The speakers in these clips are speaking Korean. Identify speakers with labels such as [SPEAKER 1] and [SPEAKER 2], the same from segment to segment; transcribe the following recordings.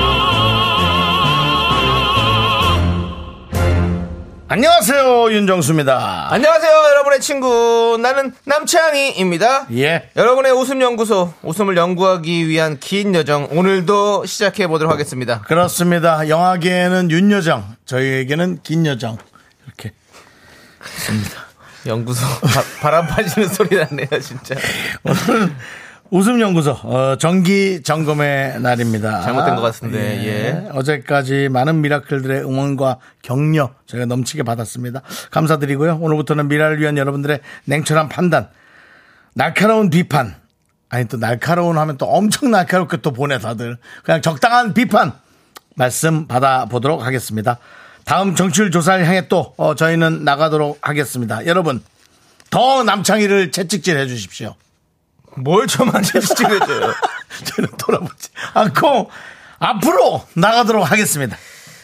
[SPEAKER 1] 안녕하세요 윤정수입니다.
[SPEAKER 2] 안녕하세요, 여러분의 친구. 나는 남창희입니다.
[SPEAKER 1] 예.
[SPEAKER 2] 여러분의 웃음 연구소, 웃음을 연구하기 위한 긴 여정, 오늘도 시작해 보도록 하겠습니다.
[SPEAKER 1] 그렇습니다. 영화계에는 윤여정, 저희에게는 긴여정 이렇게
[SPEAKER 2] 연구소, 바, 람 빠지는 소리 났네요, 진짜.
[SPEAKER 1] 오늘은 웃음 연구소 어, 정기 점검의 날입니다.
[SPEAKER 2] 잘못된 것 같은데, 예.
[SPEAKER 1] 어제까지 많은 미라클들의 응원과 격려 저희가 넘치게 받았습니다. 감사드리고요. 오늘부터는 미라를 위한 여러분들의 냉철한 판단, 날카로운 비판. 아니 또 날카로운 하면 또 엄청 날카롭게 또 보내 다들 그냥 적당한 비판 말씀 받아보도록 하겠습니다. 다음 정치율 조사를 향해 또 어, 저희는 나가도록 하겠습니다. 여러분 더 남창희를 채찍질 해주십시오.
[SPEAKER 2] 뭘 저만 채찍질해줘요.
[SPEAKER 1] 저는 돌아보지 않고 앞으로 나가도록 하겠습니다.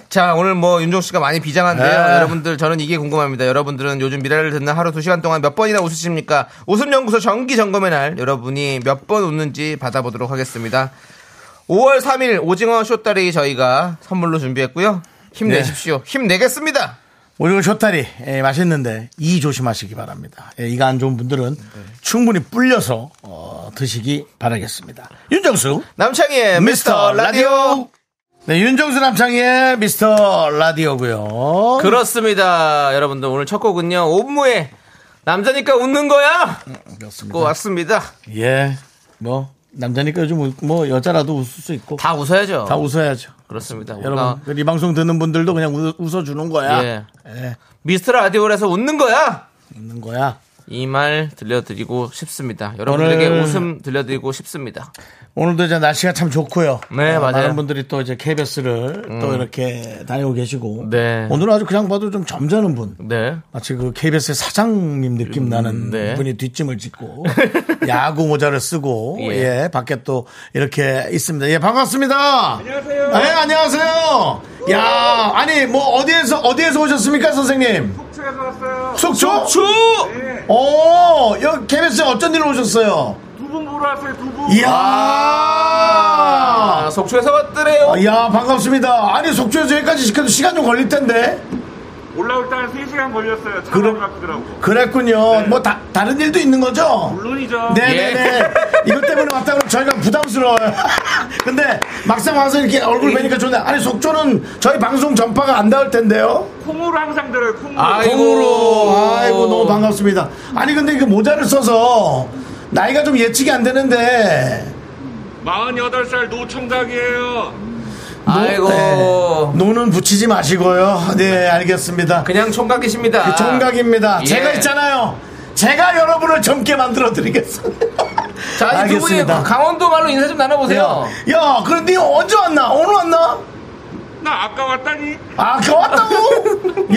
[SPEAKER 2] 자, 오늘 뭐 윤종 씨가 많이 비장한데요.
[SPEAKER 1] 네.
[SPEAKER 2] 여러분들, 저는 이게 궁금합니다. 여러분들은 요즘 미라를 듣는 하루 두 시간 동안 몇 번이나 웃으십니까? 웃음 연구소 정기 점검의 날, 여러분이 몇 번 웃는지 받아보도록 하겠습니다. 5월 3일 오징어 쇼다리 저희가 선물로 준비했고요.
[SPEAKER 1] 네.
[SPEAKER 2] 힘내십시오. 힘내겠습니다.
[SPEAKER 1] 오징어 쇼다리 예, 맛있는데 이 조심하시기 바랍니다. 예, 이가 안 좋은 분들은 충분히 불려서 어, 드시기 바라겠습니다. 윤정수
[SPEAKER 2] 남창희의 네, 미스터 라디오.
[SPEAKER 1] 네, 윤정수 남창희의 미스터 라디오고요.
[SPEAKER 2] 그 그렇습니다. 여러분들 오늘 첫 곡은요. 옴무의 남자니까 웃는 거야. 듣고
[SPEAKER 1] 음, 그렇습니다.
[SPEAKER 2] 왔습니다.
[SPEAKER 1] 예, 뭐 남자니까 요즘 웃- 뭐 여자라도 웃을 수 있고
[SPEAKER 2] 다 웃어야죠.
[SPEAKER 1] 다 웃어야죠.
[SPEAKER 2] 그렇습니다.
[SPEAKER 1] 여러분 이 방송 듣는 분들도 그냥 웃어 주는 거야.
[SPEAKER 2] 예.
[SPEAKER 1] 예,
[SPEAKER 2] 미스터 라디오라서 웃는 거야.
[SPEAKER 1] 웃는 거야.
[SPEAKER 2] 이 말 들려드리고 싶습니다. 여러분들에게
[SPEAKER 1] 오늘-
[SPEAKER 2] 웃음 들려드리고 싶습니다.
[SPEAKER 1] 오늘도 이제 날씨가 참 좋고요.
[SPEAKER 2] 네,
[SPEAKER 1] 어,
[SPEAKER 2] 맞아요. 음.
[SPEAKER 1] 많은 분들이 또 이제 KBS를 또 이렇게 다니고 계시고.
[SPEAKER 2] 네.
[SPEAKER 1] 오늘 아주 그냥 봐도 좀 점잖은 분.
[SPEAKER 2] 네.
[SPEAKER 1] 마치 그 KBS의 사장님 느낌 나는
[SPEAKER 2] 네.
[SPEAKER 1] 분이 뒷짐을 짓고 야구 모자를 쓰고 예.
[SPEAKER 2] 예.
[SPEAKER 1] 밖에 또 이렇게 있습니다. 예, 반갑습니다. 안녕하세요. 네, 안녕하세요. 야, 아니 뭐 어디에서 어디에서 오셨습니까, 선생님? 속초에서 왔어요. 속초? 오, 여기 KBS 에 어쩐 일로 오셨어요? 두부 보러
[SPEAKER 3] 예.
[SPEAKER 1] 왔어요, 두부. 이야.
[SPEAKER 2] 아, 속초에서 왔더래요.
[SPEAKER 1] 아, 야 반갑습니다. 아니 속초에서 여기까지 시켜도 시간 좀 걸릴 텐데.
[SPEAKER 3] 올라올 때 한 3시간 걸렸어요. 차가
[SPEAKER 1] 그럼-
[SPEAKER 3] 막히더라고.
[SPEAKER 1] 그랬군요.
[SPEAKER 2] 네.
[SPEAKER 1] 뭐 다, 다른 일도 있는 거죠?
[SPEAKER 3] 물론이죠.
[SPEAKER 2] 예.
[SPEAKER 1] 네네네. 이것 때문에 왔다 그러면 저희가 부담스러워요. 근데 막상 와서 이렇게
[SPEAKER 2] 예.
[SPEAKER 1] 얼굴 뵈니까 좋네. 아니 속초는 저희 방송 전파가 안 닿을 텐데요.
[SPEAKER 3] 콩으로 항상 들어요. 콩으로.
[SPEAKER 2] 아이고.
[SPEAKER 1] 콩으로. 아이고 너무 반갑습니다. 아니 근데 그 모자를 써서 나이가 좀 예측이 안 되는데
[SPEAKER 3] 48살 노총각이에요.
[SPEAKER 2] 아이고.
[SPEAKER 1] 네. 노는 붙이지 마시고요. 네 알겠습니다.
[SPEAKER 2] 네. 그냥 총각이십니다.
[SPEAKER 1] 정각입니다.
[SPEAKER 2] 예.
[SPEAKER 1] 제가 있잖아요. 제가 여러분을 젊게 만들어 드리겠습니다.
[SPEAKER 2] 자, 이 두 분이 강원도 말로 인사 좀 나눠보세요.
[SPEAKER 1] 야, 야, 그런데 니 언제 왔나? 오늘 왔나?
[SPEAKER 3] 나 아까 왔다니.
[SPEAKER 1] 아, 그 왔다고?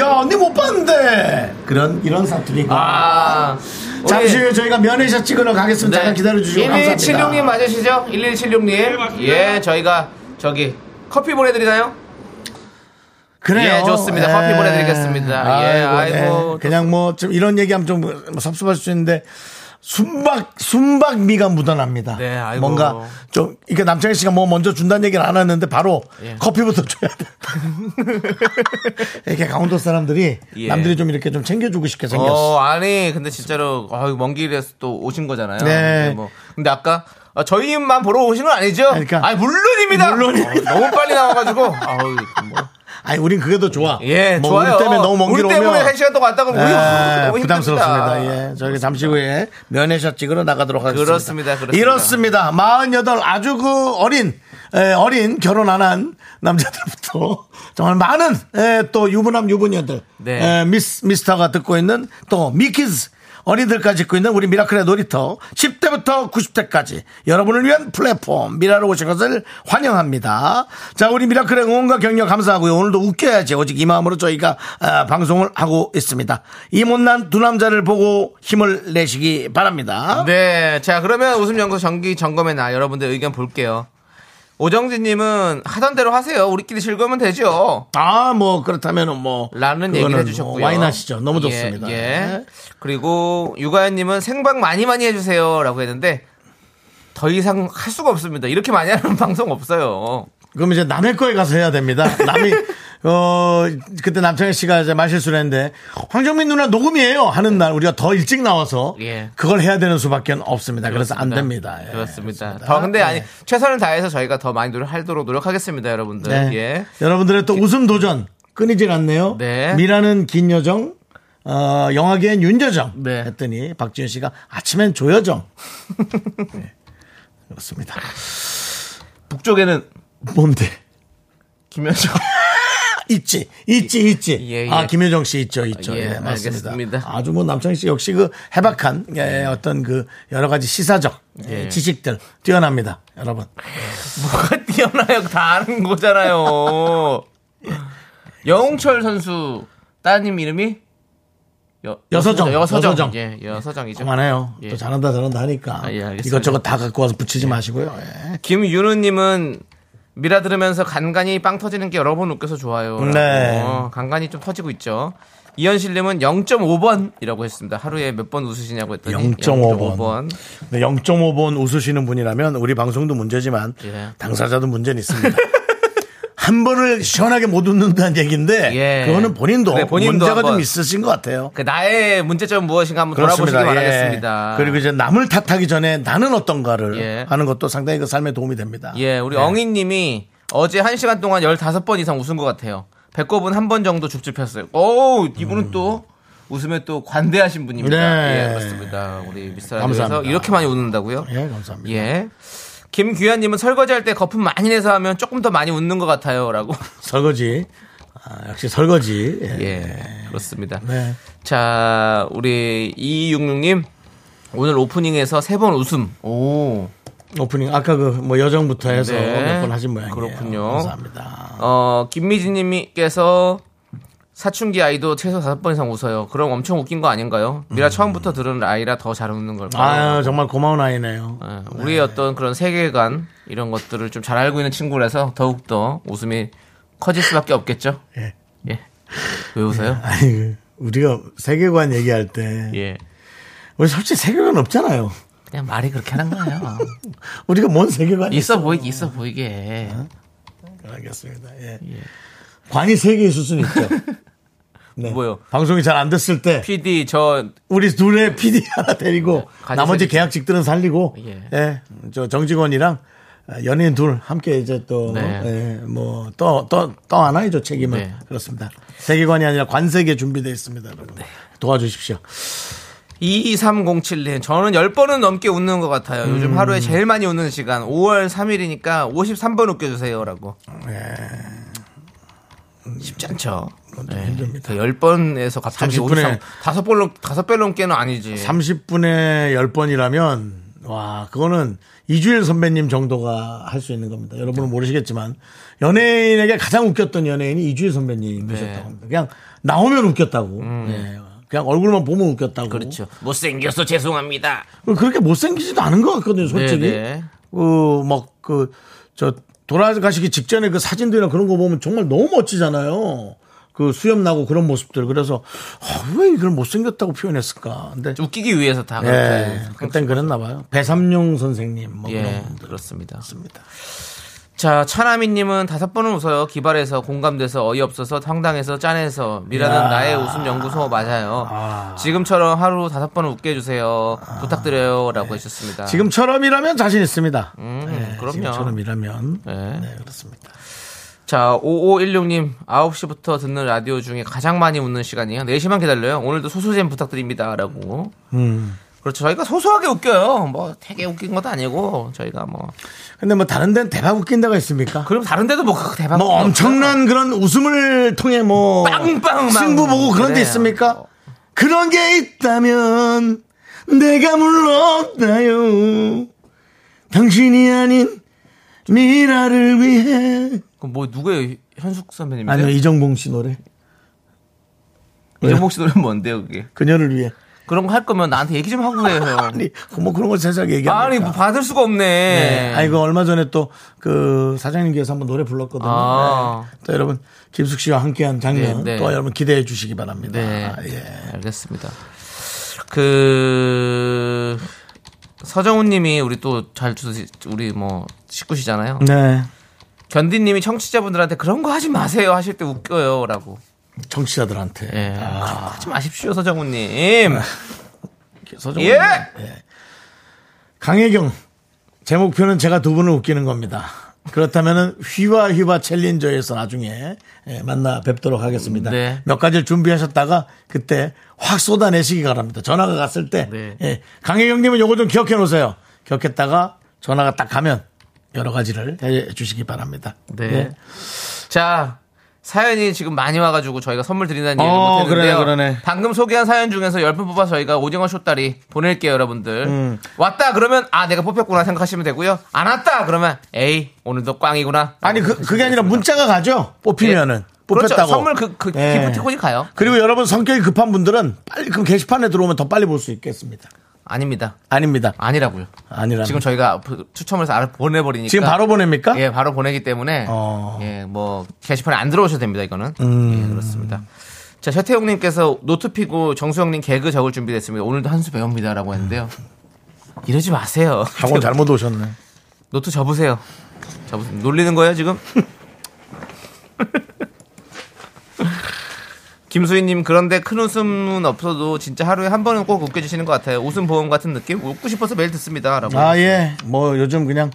[SPEAKER 1] 야, 니 못 봤는데. 그런 이런 사투리가.
[SPEAKER 2] 아.
[SPEAKER 1] 잠시 후에 저희가 면회샷 찍으러 가겠습니다.
[SPEAKER 2] 네.
[SPEAKER 1] 잠깐 기다려 주시고 감사합니다.
[SPEAKER 2] 1176님 맞으시죠? 1176님.
[SPEAKER 3] 네, 맞습니다.
[SPEAKER 2] 예, 저희가 저기 커피 보내드리나요?
[SPEAKER 1] 그래요.
[SPEAKER 2] 예, 좋습니다. 커피 보내드리겠습니다. 예, 아이고.
[SPEAKER 1] 그냥 뭐 좀 이런 얘기하면 좀 섭섭할 수 있는데 순박 순박미가 묻어납니다.
[SPEAKER 2] 네, 아이고.
[SPEAKER 1] 뭔가 좀 이게 남창희 씨가 뭐 먼저 준다는 얘기를 안 했는데 바로
[SPEAKER 2] 예.
[SPEAKER 1] 커피부터 줘야 돼. 이렇게 강원도 사람들이
[SPEAKER 2] 예.
[SPEAKER 1] 남들이 좀 이렇게 좀 챙겨주고 싶게 생겼어.
[SPEAKER 2] 어, 아니, 근데 진짜로, 아, 먼 길에서 또 오신 거잖아요.
[SPEAKER 1] 네.
[SPEAKER 2] 근데, 뭐, 근데 아까, 아, 저희만 보러 오신 건 아니죠?
[SPEAKER 1] 그러니까.
[SPEAKER 2] 아니, 물론입니다.
[SPEAKER 1] 물론입니다.
[SPEAKER 2] 어, 너무 빨리 나와가지고. 아우, 뭐.
[SPEAKER 1] 아니, 우린 그게 더 좋아.
[SPEAKER 2] 예,
[SPEAKER 1] 뭐
[SPEAKER 2] 좋아요.
[SPEAKER 1] 우리 때문에 너무 먼
[SPEAKER 2] 우리
[SPEAKER 1] 길
[SPEAKER 2] 때문에
[SPEAKER 1] 오면
[SPEAKER 2] 한 시간 동안 왔다 그러면 우리
[SPEAKER 1] 예,
[SPEAKER 2] 너무 힘듭니다.
[SPEAKER 1] 부담스럽습니다. 예, 저희가 잠시 후에 면회샷 찍으러 나가도록 하겠습니다.
[SPEAKER 2] 그렇습니다. 그렇습니다.
[SPEAKER 1] 이렇습니다. 48 아주 그 어린 에, 어린 결혼 안 한 남자들부터 정말 많은 에, 또 유부남 유부녀들 예,
[SPEAKER 2] 네.
[SPEAKER 1] 에, 미스 미스터가 듣고 있는 또 미키즈 어린이들까지 짓고 있는 우리 미라클의 놀이터 10대부터 90대까지 여러분을 위한 플랫폼 미라로 오신 것을 환영합니다. 자 우리 미라클의 응원과 격려 감사하고요. 오늘도 웃겨야지 오직 이 마음으로 저희가 아, 방송을 하고 있습니다. 이 못난 두 남자를 보고 힘을 내시기 바랍니다.
[SPEAKER 2] 네. 자, 그러면 웃음 연구 정기 점검의 날 여러분들 의견 볼게요. 오정진 님은 하던 대로 하세요. 우리끼리 즐거우면 되죠.
[SPEAKER 1] 아 뭐 그렇다면은 뭐
[SPEAKER 2] 라는
[SPEAKER 1] 그거는
[SPEAKER 2] 얘기를
[SPEAKER 1] 뭐
[SPEAKER 2] 해주셨고요.
[SPEAKER 1] 와인 하시죠. 너무
[SPEAKER 2] 예,
[SPEAKER 1] 좋습니다.
[SPEAKER 2] 예.
[SPEAKER 1] 네.
[SPEAKER 2] 그리고 유가연님은 생방 많이 많이 해주세요라고 했는데 더 이상 할 수가 없습니다. 이렇게 많이 하는 방송 없어요.
[SPEAKER 1] 그럼 이제 남의 거에 가서 해야 됩니다. 남이 어 그때 남창희 씨가 이제 말실수를 했는데 황정민 누나 녹음이에요 하는 날 우리가 더 일찍 나와서
[SPEAKER 2] 예.
[SPEAKER 1] 그걸 해야 되는 수밖에 없습니다. 그래서 안 됩니다. 예.
[SPEAKER 2] 아, 그렇습니다. 네. 더 근데 아니 최선을 다해서 저희가 더 많이 노력하도록 노력하겠습니다, 여러분들.
[SPEAKER 1] 네.
[SPEAKER 2] 예.
[SPEAKER 1] 여러분들의 또 웃음 도전 끊이질 않네요.
[SPEAKER 2] 네.
[SPEAKER 1] 미라는 긴 여정, 어, 영화계엔 윤여정
[SPEAKER 2] 네.
[SPEAKER 1] 했더니 박지윤 씨가 아침엔 조여정. 네. 그렇습니다.
[SPEAKER 2] 북쪽에는
[SPEAKER 1] 뭔데?
[SPEAKER 2] 김현정.
[SPEAKER 1] 있지, 있지, 있지.
[SPEAKER 2] 예, 예.
[SPEAKER 1] 아 김효정 씨 있죠, 있죠.
[SPEAKER 2] 예,
[SPEAKER 1] 예, 맞습니다.
[SPEAKER 2] 알겠습니다.
[SPEAKER 1] 아주 뭐 남창희 씨 역시 그 해박한 예, 어떤 그 여러 가지 시사적 예,
[SPEAKER 2] 예. 그렇죠.
[SPEAKER 1] 지식들 뛰어납니다, 여러분.
[SPEAKER 2] 뭐가 뛰어나요? 다 아는 거잖아요. 영웅철 선수 따님 이름이 여,
[SPEAKER 1] 여서정.
[SPEAKER 2] 여서정.
[SPEAKER 1] 여서정. 아.
[SPEAKER 2] 예, 여서정이죠.
[SPEAKER 1] 그만해요.
[SPEAKER 2] 예.
[SPEAKER 1] 또 잘한다 잘한다 하니까
[SPEAKER 2] 아, 예, 알겠습니다.
[SPEAKER 1] 이것저것 다 갖고 와서 붙이지 마시고요. 예.
[SPEAKER 2] 김윤우님은 미라 들으면서 간간이 빵 터지는 게 여러 번 웃겨서 좋아요.
[SPEAKER 1] 네.
[SPEAKER 2] 어, 간간이 좀 터지고 있죠. 이현실님은 0.5번이라고 했습니다. 하루에 몇 번 웃으시냐고 했더니
[SPEAKER 1] 0.5번.
[SPEAKER 2] 0.5번.
[SPEAKER 1] 근데 0.5번 네, 웃으시는 분이라면 우리 방송도 문제지만
[SPEAKER 2] 예.
[SPEAKER 1] 당사자도 문제는 있습니다. 한 번을 시원하게 못 웃는다는 얘기인데
[SPEAKER 2] 예.
[SPEAKER 1] 그거는 본인도,
[SPEAKER 2] 그래, 본인도
[SPEAKER 1] 문제가
[SPEAKER 2] 한번.
[SPEAKER 1] 좀 있으신 것 같아요.
[SPEAKER 2] 그 나의 문제점 무엇인가 한번 돌아보시기
[SPEAKER 1] 그렇습니다. 예.
[SPEAKER 2] 바라겠습니다.
[SPEAKER 1] 그리고 이제 남을 탓하기 전에 나는 어떤가를
[SPEAKER 2] 예.
[SPEAKER 1] 하는 것도 상당히 그 삶에 도움이 됩니다.
[SPEAKER 2] 예, 우리
[SPEAKER 1] 네.
[SPEAKER 2] 엉이님이 어제 1시간 동안 15번 이상 웃은 것 같아요. 배꼽은 한 번 정도 죽죽 폈어요. 오, 이분은 또 웃음에 또 관대하신 분입니다.
[SPEAKER 1] 네.
[SPEAKER 2] 예, 그렇습니다. 우리 미스터라디오에서
[SPEAKER 1] 감사합니다.
[SPEAKER 2] 이렇게 많이 웃는다고요?
[SPEAKER 1] 예, 감사합니다.
[SPEAKER 2] 예. 김규현님은 설거지할 때 거품 많이 내서 하면 조금 더 많이 웃는 것 같아요라고.
[SPEAKER 1] 설거지. 아, 역시 설거지. 예.
[SPEAKER 2] 예, 그렇습니다.
[SPEAKER 1] 네.
[SPEAKER 2] 자, 우리 2266님 오늘 오프닝에서 세 번 웃음. 오.
[SPEAKER 1] 오프닝 아까 그 뭐 여정부터 해서
[SPEAKER 2] 네.
[SPEAKER 1] 몇 번 하신 모양이에요.
[SPEAKER 2] 그렇군요.
[SPEAKER 1] 감사합니다.
[SPEAKER 2] 어, 김미진님께서 사춘기 아이도 최소 다섯 번 이상 웃어요. 그럼 엄청 웃긴 거 아닌가요? 미라 처음부터 들은 아이라 더 잘 웃는 걸까요?
[SPEAKER 1] 아 정말 고마운 아이네요.
[SPEAKER 2] 예, 우리의 어떤 그런 세계관 이런 것들을 좀 잘 알고 있는 친구라서 더욱 더 웃음이 커질 수밖에 없겠죠.
[SPEAKER 1] 예.
[SPEAKER 2] 예. 왜 웃어요?
[SPEAKER 1] 아니 그 우리가 세계관 얘기할 때
[SPEAKER 2] 예.
[SPEAKER 1] 우리 솔직히 세계관 없잖아요.
[SPEAKER 2] 그냥 말이 그렇게 하는 거예요.
[SPEAKER 1] 우리가 뭔 세계관이 있어?
[SPEAKER 2] 있어 보이게 있어 보이게.
[SPEAKER 1] 알겠습니다. 예. 관이 세 개 있을 수는 있죠. 네.
[SPEAKER 2] 뭐요?
[SPEAKER 1] 방송이 잘 안 됐을 때
[SPEAKER 2] PD 저
[SPEAKER 1] 우리 둘의 PD 하나 데리고
[SPEAKER 2] 네. 가지
[SPEAKER 1] 나머지
[SPEAKER 2] 살리기.
[SPEAKER 1] 계약직들은 살리고
[SPEAKER 2] 예.
[SPEAKER 1] 예. 저 정직원이랑 연예인 둘 함께 이제 예,
[SPEAKER 2] 네.
[SPEAKER 1] 또뭐떠떠떠 하나 이죠 책임을
[SPEAKER 2] 네.
[SPEAKER 1] 그렇습니다. 세계관이 아니라 관세계 준비되어 있습니다. 여러분.
[SPEAKER 2] 네.
[SPEAKER 1] 도와주십시오.
[SPEAKER 2] 23077님, 저는 10번은 넘게 웃는 것 같아요.
[SPEAKER 1] 음.
[SPEAKER 2] 요즘 하루에 제일 많이 웃는 시간, 5월 3일이니까 53번 웃겨주세요. 라고.
[SPEAKER 1] 예.
[SPEAKER 2] 쉽지 않죠. 네.
[SPEAKER 1] 힘듭니다.
[SPEAKER 2] 10번에서 갑자기
[SPEAKER 1] 30 분에
[SPEAKER 2] 53, 5번, 5번 넘게는 아니지.
[SPEAKER 1] 30분에 예. 10번이라면 와 그거는 이주일 선배님 정도가 할 수 있는 겁니다. 여러분은
[SPEAKER 2] 네.
[SPEAKER 1] 모르시겠지만 연예인에게 가장 웃겼던 연예인이 이주일
[SPEAKER 2] 네.
[SPEAKER 1] 선배님이셨다고 합니다. 그냥 나오면 웃겼다고. 예. 그냥 얼굴만 보면 웃겼다고.
[SPEAKER 2] 음. 그렇죠. 못생겨서 죄송합니다.
[SPEAKER 1] 그렇게 못생기지도 않은 것 같거든요, 솔직히.
[SPEAKER 2] 네네.
[SPEAKER 1] 그, 막, 그, 저, 돌아가시기 직전에 그 사진들이나 그런 거 보면 정말 너무 멋지잖아요. 그 수염 나고 그런 모습들. 그래서, 아, 왜 이걸 못생겼다고 표현했을까. 근데,
[SPEAKER 2] 웃기기 위해서 다
[SPEAKER 1] 예,
[SPEAKER 2] 그렇게
[SPEAKER 1] 그땐 그랬나 봐요. 배삼룡 선생님, 뭐, 그런
[SPEAKER 2] 예,
[SPEAKER 1] 분들.
[SPEAKER 2] 그렇습니다.
[SPEAKER 1] 그렇습니다.
[SPEAKER 2] 자, 차나미님은 다섯 번은 웃어요. 기발해서, 공감돼서, 어이없어서, 황당해서, 짠해서. 미라는 나의 웃음 연구소 맞아요. 지금처럼 하루 다섯 번은 웃게 해주세요. 부탁드려요. 라고 해주셨습니다.
[SPEAKER 1] 아. 네. 지금처럼이라면 자신 있습니다.
[SPEAKER 2] 음, 그럼요.
[SPEAKER 1] 지금처럼이라면.
[SPEAKER 2] 네.
[SPEAKER 1] 네, 그렇습니다.
[SPEAKER 2] 자, 5516님, 9시부터 듣는 라디오 중에 가장 많이 웃는 시간이에요. 4시만 기다려요. 오늘도 소소잼 부탁드립니다. 라고.
[SPEAKER 1] 음.
[SPEAKER 2] 그렇죠. 저희가 소소하게 웃겨요. 뭐, 되게 웃긴 것도 아니고, 저희가 뭐.
[SPEAKER 1] 근데 뭐 다른 데는 대박 웃긴 데가 있습니까?
[SPEAKER 2] 그럼 다른 데도 뭐, 그 대박.
[SPEAKER 1] 뭐
[SPEAKER 2] 웃긴 거
[SPEAKER 1] 엄청난 그런 웃음을 통해 뭐
[SPEAKER 2] 빵빵 네. 막
[SPEAKER 1] 승부 보고 그런 데
[SPEAKER 2] 그래요.
[SPEAKER 1] 있습니까? 그런 게 있다면 내가 물렀나요. 당신이 아닌 미라를 위해.
[SPEAKER 2] 그럼 뭐 누구예요? 현숙 선배님인데?
[SPEAKER 1] 아니요, 이정봉 씨 노래.
[SPEAKER 2] 이정복 씨 노래 뭔데요, 그게?
[SPEAKER 1] 그녀를 위해.
[SPEAKER 2] 그런 거 할 거면 나한테 얘기 좀 하고 해요. 아니,
[SPEAKER 1] 아니, 뭐 그런 걸 세상에 얘기하니까.
[SPEAKER 2] 뭐 받을 수가 없네.
[SPEAKER 1] 네. 아니, 그 얼마 전에 또 그 사장님께서 한번 노래 불렀거든요.
[SPEAKER 2] 아.
[SPEAKER 1] 네. 또 여러분, 김숙 씨와 함께한 장면
[SPEAKER 2] 네, 네.
[SPEAKER 1] 또 여러분 기대해 주시기 바랍니다.
[SPEAKER 2] 네.
[SPEAKER 1] 아, 예.
[SPEAKER 2] 알겠습니다. 그 서정훈 님이 우리 또 잘 우리 뭐 식구시잖아요.
[SPEAKER 1] 네.
[SPEAKER 2] 견디 님이 청취자분들한테 그런 거 하지 마세요 하실 때 웃겨요라고.
[SPEAKER 1] 정치자들한테. 아,
[SPEAKER 2] 예. 아, 그런 거 하지 마십시오, 서정훈 님.
[SPEAKER 1] 서정훈.
[SPEAKER 2] 예.
[SPEAKER 1] 강혜경. 제 목표는 제가 두 분을 웃기는 겁니다. 그렇다면은 휘와 휘와 챌린저에서 나중에 예, 만나 뵙도록 하겠습니다.
[SPEAKER 2] 네.
[SPEAKER 1] 몇 가지를 준비하셨다가 그때 확 쏟아내시기 바랍니다. 전화가 갔을 때
[SPEAKER 2] 네.
[SPEAKER 1] 예, 강혜경님은 요거 좀 기억해 놓으세요. 기억했다가 전화가 딱 가면 여러 가지를 해 주시기 바랍니다.
[SPEAKER 2] 네.
[SPEAKER 1] 예.
[SPEAKER 2] 자, 사연이 지금 많이 와가지고 저희가 선물 드린다는 얘기를
[SPEAKER 1] 어,
[SPEAKER 2] 못했는데요.
[SPEAKER 1] 그러네, 그러네.
[SPEAKER 2] 방금 소개한 사연 중에서 10분 뽑아서 저희가 오징어 쇼다리 보낼게요, 여러분들.
[SPEAKER 1] 음.
[SPEAKER 2] 왔다 그러면 아, 내가 뽑혔구나 생각하시면 되고요. 안 왔다 그러면 에이, 오늘도 꽝이구나.
[SPEAKER 1] 아니 그, 그게 아니라 문자가 가죠. 뽑히면은 뽑혔다고.
[SPEAKER 2] 그렇죠. 선물 그, 그
[SPEAKER 1] 예.
[SPEAKER 2] 기프티콘이 가요. 네.
[SPEAKER 1] 그리고 여러분 성격이 급한 분들은 빨리 그 게시판에 들어오면 더 빨리 볼 수 있겠습니다.
[SPEAKER 2] 아닙니다.
[SPEAKER 1] 아닙니다.
[SPEAKER 2] 아니라고요.
[SPEAKER 1] 아니라
[SPEAKER 2] 지금 저희가 추첨해서 알아 보내버리니까.
[SPEAKER 1] 지금 바로 보냅니까?
[SPEAKER 2] 예, 바로 보내기 때문에
[SPEAKER 1] 어. 음.
[SPEAKER 2] 예, 뭐 게시판에 안 들어오셔도 됩니다. 이거는 예, 그렇습니다. 자, 최태용님께서 노트 피고 정수영님 개그 적을 준비됐습니다. 오늘도 한 수 배웁니다라고 했는데요. 이러지 마세요.
[SPEAKER 1] 학원 잘못 오셨네.
[SPEAKER 2] 노트 접으세요. 접으세요. 놀리는 거예요 지금? 김수희님 그런데 큰 웃음은 없어도 진짜 하루에 한 번은 꼭 웃겨주시는 것 같아요. 웃음 보험 같은 느낌? 웃고 싶어서 매일 듣습니다라고.
[SPEAKER 1] 아 예. 뭐 요즘 그냥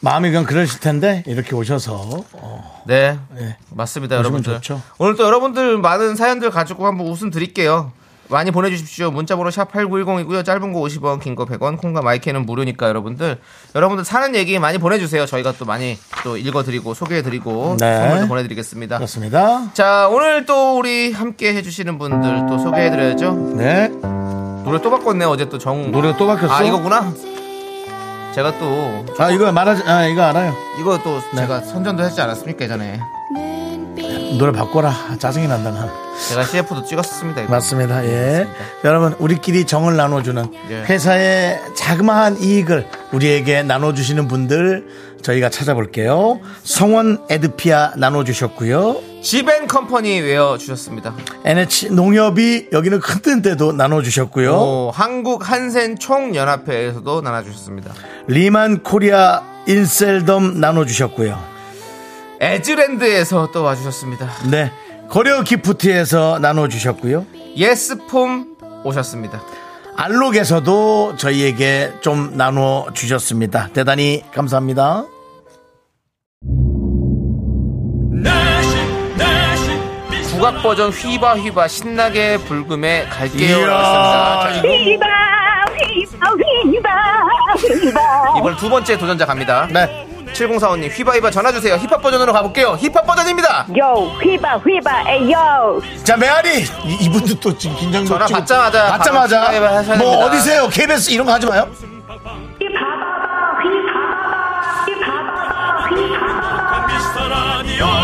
[SPEAKER 1] 마음이 그냥 그러실 텐데 이렇게 오셔서 어,
[SPEAKER 2] 네.
[SPEAKER 1] 네.
[SPEAKER 2] 맞습니다,
[SPEAKER 1] 보시면
[SPEAKER 2] 여러분들.
[SPEAKER 1] 좋죠.
[SPEAKER 2] 오늘 또 여러분들 많은 사연들 가지고 한번 웃음 드릴게요. 많이 보내주십시오. 문자번호 샵8910이고요. 짧은 거 50원, 긴 거 100원, 콩과 마이크는 무료니까 여러분들. 여러분들 사는 얘기 많이 보내주세요. 저희가 또 많이 또 읽어드리고 소개해드리고
[SPEAKER 1] 네.
[SPEAKER 2] 선물도 보내드리겠습니다.
[SPEAKER 1] 그렇습니다.
[SPEAKER 2] 자, 오늘 또 우리 함께 해주시는 분들 또 소개해드려야죠.
[SPEAKER 1] 네.
[SPEAKER 2] 노래 또 바꿨네, 요 어제 또 정.
[SPEAKER 1] 노래가 또 바뀌었어?
[SPEAKER 2] 아, 이거구나. 제가 또,
[SPEAKER 1] 아 이거 말하지. 아 이거 알아요.
[SPEAKER 2] 이거 또
[SPEAKER 1] 네.
[SPEAKER 2] 제가 선전도 했지 않았습니까, 예전에.
[SPEAKER 1] 노래 바꿔라. 짜증이 난다 나.
[SPEAKER 2] 제가 CF도 찍었습니다, 이거.
[SPEAKER 1] 맞습니다. 예. 여러분 우리끼리 정을 나눠주는
[SPEAKER 2] 예.
[SPEAKER 1] 회사의 자그마한 이익을 우리에게 나눠주시는 분들 저희가 찾아볼게요. 성원 에드피아 나눠주셨고요.
[SPEAKER 2] 지벤 컴퍼니 웨어 주셨습니다.
[SPEAKER 1] NH 농협이 여기는 큰 뜬데도 나눠주셨고요.
[SPEAKER 2] 어, 한국 한센 총연합회에서도 나눠주셨습니다.
[SPEAKER 1] 리만 코리아 인셀덤 나눠주셨고요.
[SPEAKER 2] 에즈랜드에서 또 와주셨습니다.
[SPEAKER 1] 네. 고려 기프트에서 나눠주셨고요.
[SPEAKER 2] 예스폼 오셨습니다.
[SPEAKER 1] 알록에서도 저희에게 좀 나눠주셨습니다. 대단히 감사합니다.
[SPEAKER 4] 내식 내식 미스터
[SPEAKER 2] 국악 버전 휘바 휘바 신나게 불금에 갈게요.
[SPEAKER 1] 이야.
[SPEAKER 2] 자,
[SPEAKER 5] 휘바 휘바 휘바 휘바
[SPEAKER 2] 이번 두 번째 도전자 갑니다.
[SPEAKER 1] 네.
[SPEAKER 2] 7045님 휘바 휘바 전화 주세요. 힙합 버전으로 가볼게요. 힙합 버전입니다.
[SPEAKER 5] 요 휘바 휘바 에요
[SPEAKER 1] 자, 메아리! 이, 이분도 또 지금 긴장도
[SPEAKER 2] 전화
[SPEAKER 1] 치고
[SPEAKER 2] 받자마자 바로 시작해
[SPEAKER 1] 받자마자.
[SPEAKER 2] 하셔야
[SPEAKER 1] 뭐
[SPEAKER 2] 됩니다.
[SPEAKER 1] 어디세요? KBS 이런 거 하지 마요.
[SPEAKER 4] 라디오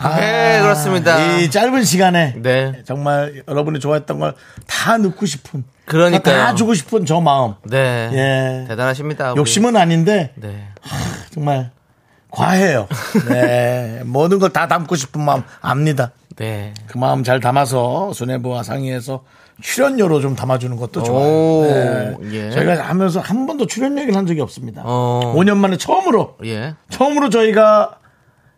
[SPEAKER 2] 네, 그렇습니다.
[SPEAKER 1] 아, 이 짧은 시간에.
[SPEAKER 2] 네.
[SPEAKER 1] 정말 여러분이 좋아했던 걸 다 넣고 싶은.
[SPEAKER 2] 그러니까요.
[SPEAKER 1] 다 주고 싶은 저 마음.
[SPEAKER 2] 네.
[SPEAKER 1] 예.
[SPEAKER 2] 대단하십니다. 우리.
[SPEAKER 1] 욕심은 아닌데
[SPEAKER 2] 네.
[SPEAKER 1] 정말 과해요. 네. 모든 걸 다 담고 싶은 마음 압니다.
[SPEAKER 2] 네.
[SPEAKER 1] 그 마음 잘 담아서 수뇌부와 상의해서 출연료로 좀 담아주는 것도 좋아요.
[SPEAKER 2] 오,
[SPEAKER 1] 네.
[SPEAKER 2] 예.
[SPEAKER 1] 저희가 하면서 한 번도 출연 얘기를 한 적이 없습니다.
[SPEAKER 2] 어.
[SPEAKER 1] 5년 만에 처음으로
[SPEAKER 2] 예.
[SPEAKER 1] 처음으로 저희가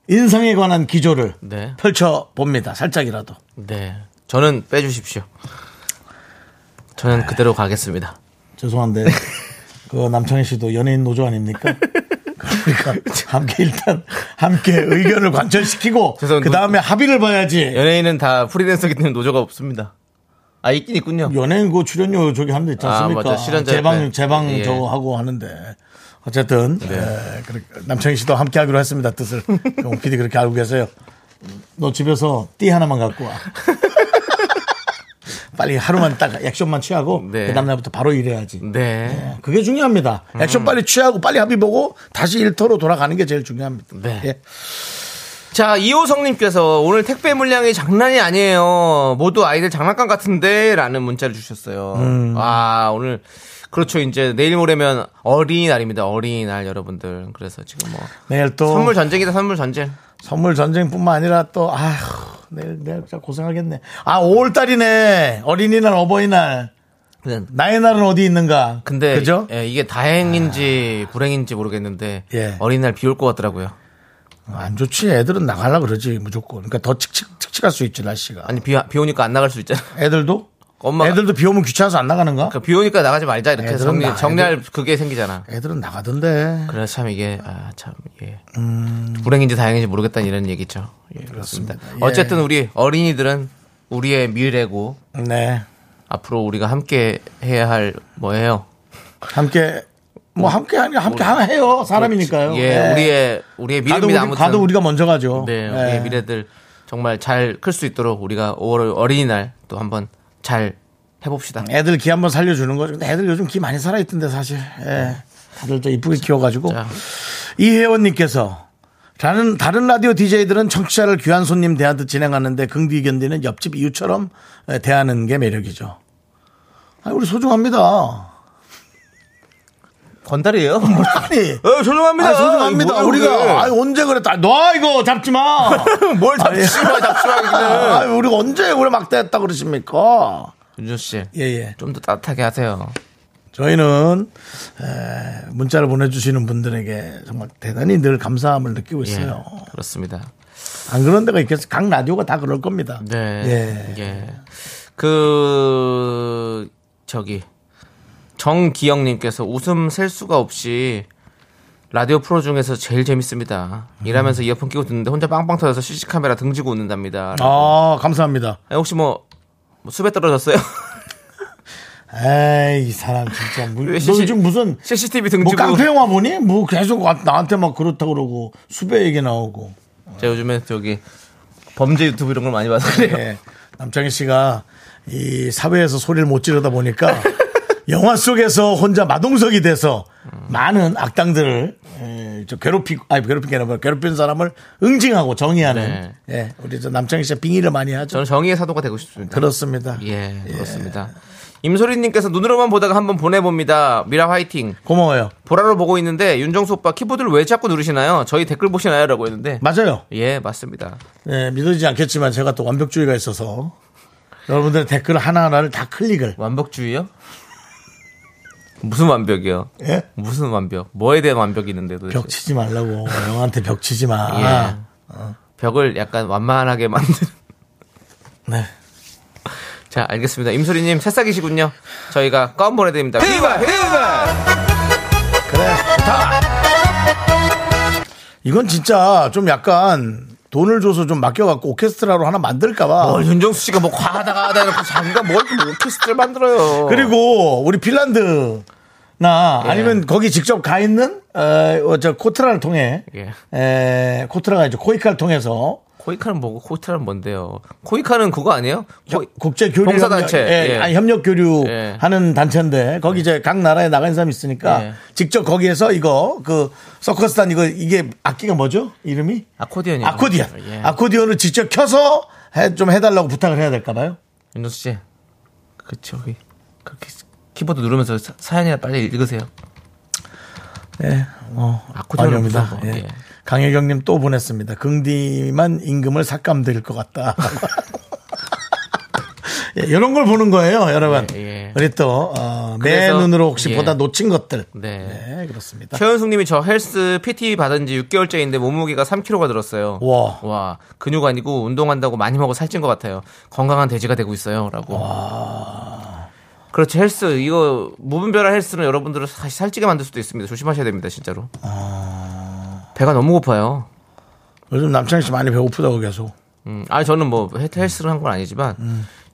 [SPEAKER 1] 인상에 관한 기조를
[SPEAKER 2] 네.
[SPEAKER 1] 펼쳐 봅니다. 살짝이라도.
[SPEAKER 2] 네. 저는 빼주십시오. 저는 그대로 가겠습니다.
[SPEAKER 1] 죄송한데
[SPEAKER 2] 네.
[SPEAKER 1] 그 남창희 씨도 연예인 노조 아닙니까? 그러니까 함께 일단 함께 의견을 관철시키고
[SPEAKER 2] 죄송합니다.
[SPEAKER 1] 그 다음에 합의를 봐야지.
[SPEAKER 2] 연예인은 다 프리랜서기 때문에 노조가 없습니다. 아, 있긴 있군요.
[SPEAKER 1] 연예인 그 출연료 저기 하는데 있지
[SPEAKER 2] 아,
[SPEAKER 1] 않습니까?
[SPEAKER 2] 맞아. 실현자
[SPEAKER 1] 재방
[SPEAKER 2] 옆에.
[SPEAKER 1] 재방
[SPEAKER 2] 예. 네.
[SPEAKER 1] 저거 하고 하는데 어쨌든 에, 그렇게 남창희 씨도 함께 하기로 했습니다. 뜻을. 용 PD 그렇게 알고 계세요. 너 집에서 띠 하나만 갖고 와. 빨리 하루만 딱 액션만 취하고
[SPEAKER 2] 네.
[SPEAKER 1] 그 다음날부터 바로 일해야지. 예,
[SPEAKER 2] 네.
[SPEAKER 1] 그게 중요합니다.
[SPEAKER 2] 음.
[SPEAKER 1] 액션 빨리 취하고 빨리 합의 보고 다시 일터로 돌아가는 게 제일 중요합니다.
[SPEAKER 2] 네.
[SPEAKER 1] 예.
[SPEAKER 2] 자, 이호성님께서 오늘 택배 물량이 장난이 아니에요. 모두 아이들 장난감 같은데? 라는 문자를 주셨어요. 아, 오늘. 그렇죠. 이제 내일 모레면 어린이날입니다. 어린이날 여러분들. 그래서 지금 뭐.
[SPEAKER 1] 내일 또 선물,
[SPEAKER 2] 선물 전쟁이다, 선물 전쟁.
[SPEAKER 1] 전쟁뿐만 아니라 또 아휴 내일 내일 진짜 고생하겠네. 아 5월 달이네. 어린이날 어버이날
[SPEAKER 2] 근데,
[SPEAKER 1] 나의 날은 어디 있는가.
[SPEAKER 2] 네. 근데
[SPEAKER 1] 그죠?
[SPEAKER 2] 예, 이게 다행인지 불행인지 모르겠는데.
[SPEAKER 1] 예.
[SPEAKER 2] 어린이날 비 올 것 같더라고요.
[SPEAKER 1] 안 좋지. 애들은 나가려 그러지 무조건. 그러니까 더 칙칙 칙칙할 수 있지 날씨가.
[SPEAKER 2] 아니, 비, 비 오니까 안 나갈 수 있잖아.
[SPEAKER 1] 애들도
[SPEAKER 2] 엄마가.
[SPEAKER 1] 애들도 비 오면 귀찮아서 안 나가는가?
[SPEAKER 2] 그러니까 비 오니까 나가지 말자. 이렇게
[SPEAKER 1] 애들은
[SPEAKER 2] 정리,
[SPEAKER 1] 나-
[SPEAKER 2] 정리할 그게 생기잖아.
[SPEAKER 1] 애들은 나가던데.
[SPEAKER 2] 그래 참 이게 아 참 예.
[SPEAKER 1] 음.
[SPEAKER 2] 불행인지 다행인지 모르겠다는 이런 얘기죠. 예, 그렇습니다. 어쨌든 우리 어린이들은 우리의 미래고
[SPEAKER 1] 네.
[SPEAKER 2] 앞으로 우리가 함께 해야 할 뭐예요?
[SPEAKER 1] 함께 뭐 함께 하니 함께 하나 해요. 사람이니까요.
[SPEAKER 2] 예, 우리의 우리의
[SPEAKER 1] 네. 가도,
[SPEAKER 2] 미래입니다.
[SPEAKER 1] 우리,
[SPEAKER 2] 아무튼
[SPEAKER 1] 가도 우리가 먼저 가죠.
[SPEAKER 2] 네,
[SPEAKER 1] 예.
[SPEAKER 2] 우리의 미래들 정말 잘 클 수 있도록 우리가 5월 어린이날 또 한번 잘 해봅시다.
[SPEAKER 1] 애들 기 한번 살려주는 거죠. 근데 애들 요즘 기 많이 살아있던데 사실. 예. 다들 또 이쁘게 키워가지고.
[SPEAKER 2] 자.
[SPEAKER 1] 이혜원님께서 다른, 다른 라디오 DJ들은 청취자를 귀한 손님 대하듯 진행하는데 긍디 견디는 옆집 이웃처럼 예, 대하는 게 매력이죠. 아니, 우리 소중합니다.
[SPEAKER 2] 건달이에요?
[SPEAKER 1] 아니.
[SPEAKER 2] 어, 죄송합니다.
[SPEAKER 1] 아, 소중합니다.
[SPEAKER 2] 뭐야, 그게.
[SPEAKER 1] 우리가 아 언제 그랬다. 너 이거 잡지 마.
[SPEAKER 2] 뭘 잡지 마, 잡지 마, 그거는.
[SPEAKER 1] 아, 우리가 언제 우리 막대했다 그러십니까?
[SPEAKER 2] 윤조 씨,
[SPEAKER 1] 예, 예.
[SPEAKER 2] 좀 더 따뜻하게 하세요.
[SPEAKER 1] 저희는 에, 문자를 보내주시는 분들에게 정말 대단히 늘 감사함을 느끼고
[SPEAKER 2] 예,
[SPEAKER 1] 있어요.
[SPEAKER 2] 그렇습니다.
[SPEAKER 1] 안 그런 데가 있겠어요. 각 라디오가 다 그럴 겁니다.
[SPEAKER 2] 네. 예. 그 저기 정기영님께서 웃음 셀 수가 없이 라디오 프로 중에서 제일 재밌습니다. 일하면서 이어폰 끼고 듣는데 혼자 빵빵 터져서 CC 카메라 등지고 웃는답니다.
[SPEAKER 1] 음. 아, 감사합니다.
[SPEAKER 2] 아, 혹시 뭐, 뭐 숲에 떨어졌어요?
[SPEAKER 1] 에이, 이 사람 진짜. 뭐, 너
[SPEAKER 2] 왜 CC
[SPEAKER 1] 요즘 무슨.
[SPEAKER 2] CCTV 등지고.
[SPEAKER 1] 뭐 깡패 영화 보니? 뭐 계속 와- 나한테 막 그렇다 그러고 수배 얘기 나오고.
[SPEAKER 2] 제가 요즘에 저기 범죄 유튜브 이런 걸 많이 봐서 그래요.
[SPEAKER 1] 예. 남창희 씨가 이 사회에서 소리를 못 지르다 보니까 영화 속에서 혼자 마동석이 돼서 많은 악당들을 예, 저 괴롭히고 아니 괴롭힌 게 아니라 괴롭힌 사람을 응징하고 정의하는 예, 우리 저 남창희 씨가 빙의를 많이 하죠.
[SPEAKER 2] 네. 저는 정의의 사도가 되고 싶습니다.
[SPEAKER 1] 그렇습니다.
[SPEAKER 2] 예, 그렇습니다. 임소리님께서 눈으로만 보다가 한번 보내봅니다. 미라 화이팅.
[SPEAKER 1] 고마워요.
[SPEAKER 2] 보라로 보고 있는데 윤정수 오빠 키보드를 왜 자꾸 누르시나요? 저희 댓글 보시나요?라고 했는데
[SPEAKER 1] 맞아요.
[SPEAKER 2] 예 맞습니다.
[SPEAKER 1] 예, 믿어지지 않겠지만 제가 또 완벽주의가 있어서 여러분들의 댓글 하나하나를 다 클릭을
[SPEAKER 2] 완벽주의요? 무슨 완벽이요?
[SPEAKER 1] 예?
[SPEAKER 2] 무슨 완벽? 뭐에 대한 완벽이 있는데도
[SPEAKER 1] 벽 치지 아. 말라고 영한테 벽 치지 마.
[SPEAKER 2] 예. 벽을 약간 완만하게 만드는.
[SPEAKER 1] 네.
[SPEAKER 2] 자 알겠습니다. 임소리님 새싹이시군요. 저희가 껌 보내드립니다. 비바 비바.
[SPEAKER 1] 이건 진짜 좀 약간 돈을 줘서 좀 맡겨갖고 오케스트라로 하나 만들까봐.
[SPEAKER 2] 어, 윤정수 씨가 뭐 과하다 과하다 해놓고 자기가 뭘 이렇게 오케스트를 만들어요.
[SPEAKER 1] 그리고 우리 핀란드. 나
[SPEAKER 2] 예.
[SPEAKER 1] 아니면 거기 직접 가 있는 어저 코트라를 통해
[SPEAKER 2] 예.
[SPEAKER 1] 에, 코트라가 이제 코이카를 통해서
[SPEAKER 2] 코이카는 뭐고 코이카는 뭔데요? 코이카는 그거 아니에요? 코이-
[SPEAKER 1] 국제 교류
[SPEAKER 2] 봉사단체. 예.
[SPEAKER 1] 아니, 협력 교류
[SPEAKER 2] 예.
[SPEAKER 1] 하는 단체인데 거기 이제 각 나라에 나간 사람 이 있으니까
[SPEAKER 2] 예.
[SPEAKER 1] 직접 거기에서 이거 그 서커스단 이거 이게 악기가 뭐죠 이름이
[SPEAKER 2] 아코디언이요.
[SPEAKER 1] 아코디언
[SPEAKER 2] 예.
[SPEAKER 1] 아코디언을 직접 켜서 해, 좀 해달라고 부탁을 해야 될까봐요.
[SPEAKER 2] 윤정수 씨, 그 저기 그렇게 키보드 누르면서 사- 사연이나 빨리 읽으세요.
[SPEAKER 1] 예, 어,
[SPEAKER 2] 아코디언을
[SPEAKER 1] 아닙니다.
[SPEAKER 2] 무서워.
[SPEAKER 1] 예.
[SPEAKER 2] 예.
[SPEAKER 1] 강혜경님 또 보냈습니다. 긍디만 임금을 삭감될 것 같다. 예, 이런 걸 보는 거예요, 여러분.
[SPEAKER 2] 예, 예.
[SPEAKER 1] 우리 또, 어, 내
[SPEAKER 2] 그래서,
[SPEAKER 1] 눈으로 혹시
[SPEAKER 2] 예.
[SPEAKER 1] 보다 놓친 것들.
[SPEAKER 2] 네.
[SPEAKER 1] 네, 그렇습니다.
[SPEAKER 2] 최현숙님이 저 헬스 PT 받은 지 6개월째인데 몸무게가 3kg가 들었어요.
[SPEAKER 1] 와.
[SPEAKER 2] 근육 아니고 운동한다고 많이 먹어 살찐 것 같아요. 건강한 돼지가 되고 있어요.라고. 그렇죠 헬스 이거 무분별한 헬스는 여러분들을 다시 살찌게 만들 수도 있습니다. 조심하셔야 됩니다 진짜로. 배가 너무 고파요.
[SPEAKER 1] 요즘 남창희 씨 많이 배고프다고 계속.
[SPEAKER 2] 음, 아 저는 뭐 헬- 헬스를 한 건 아니지만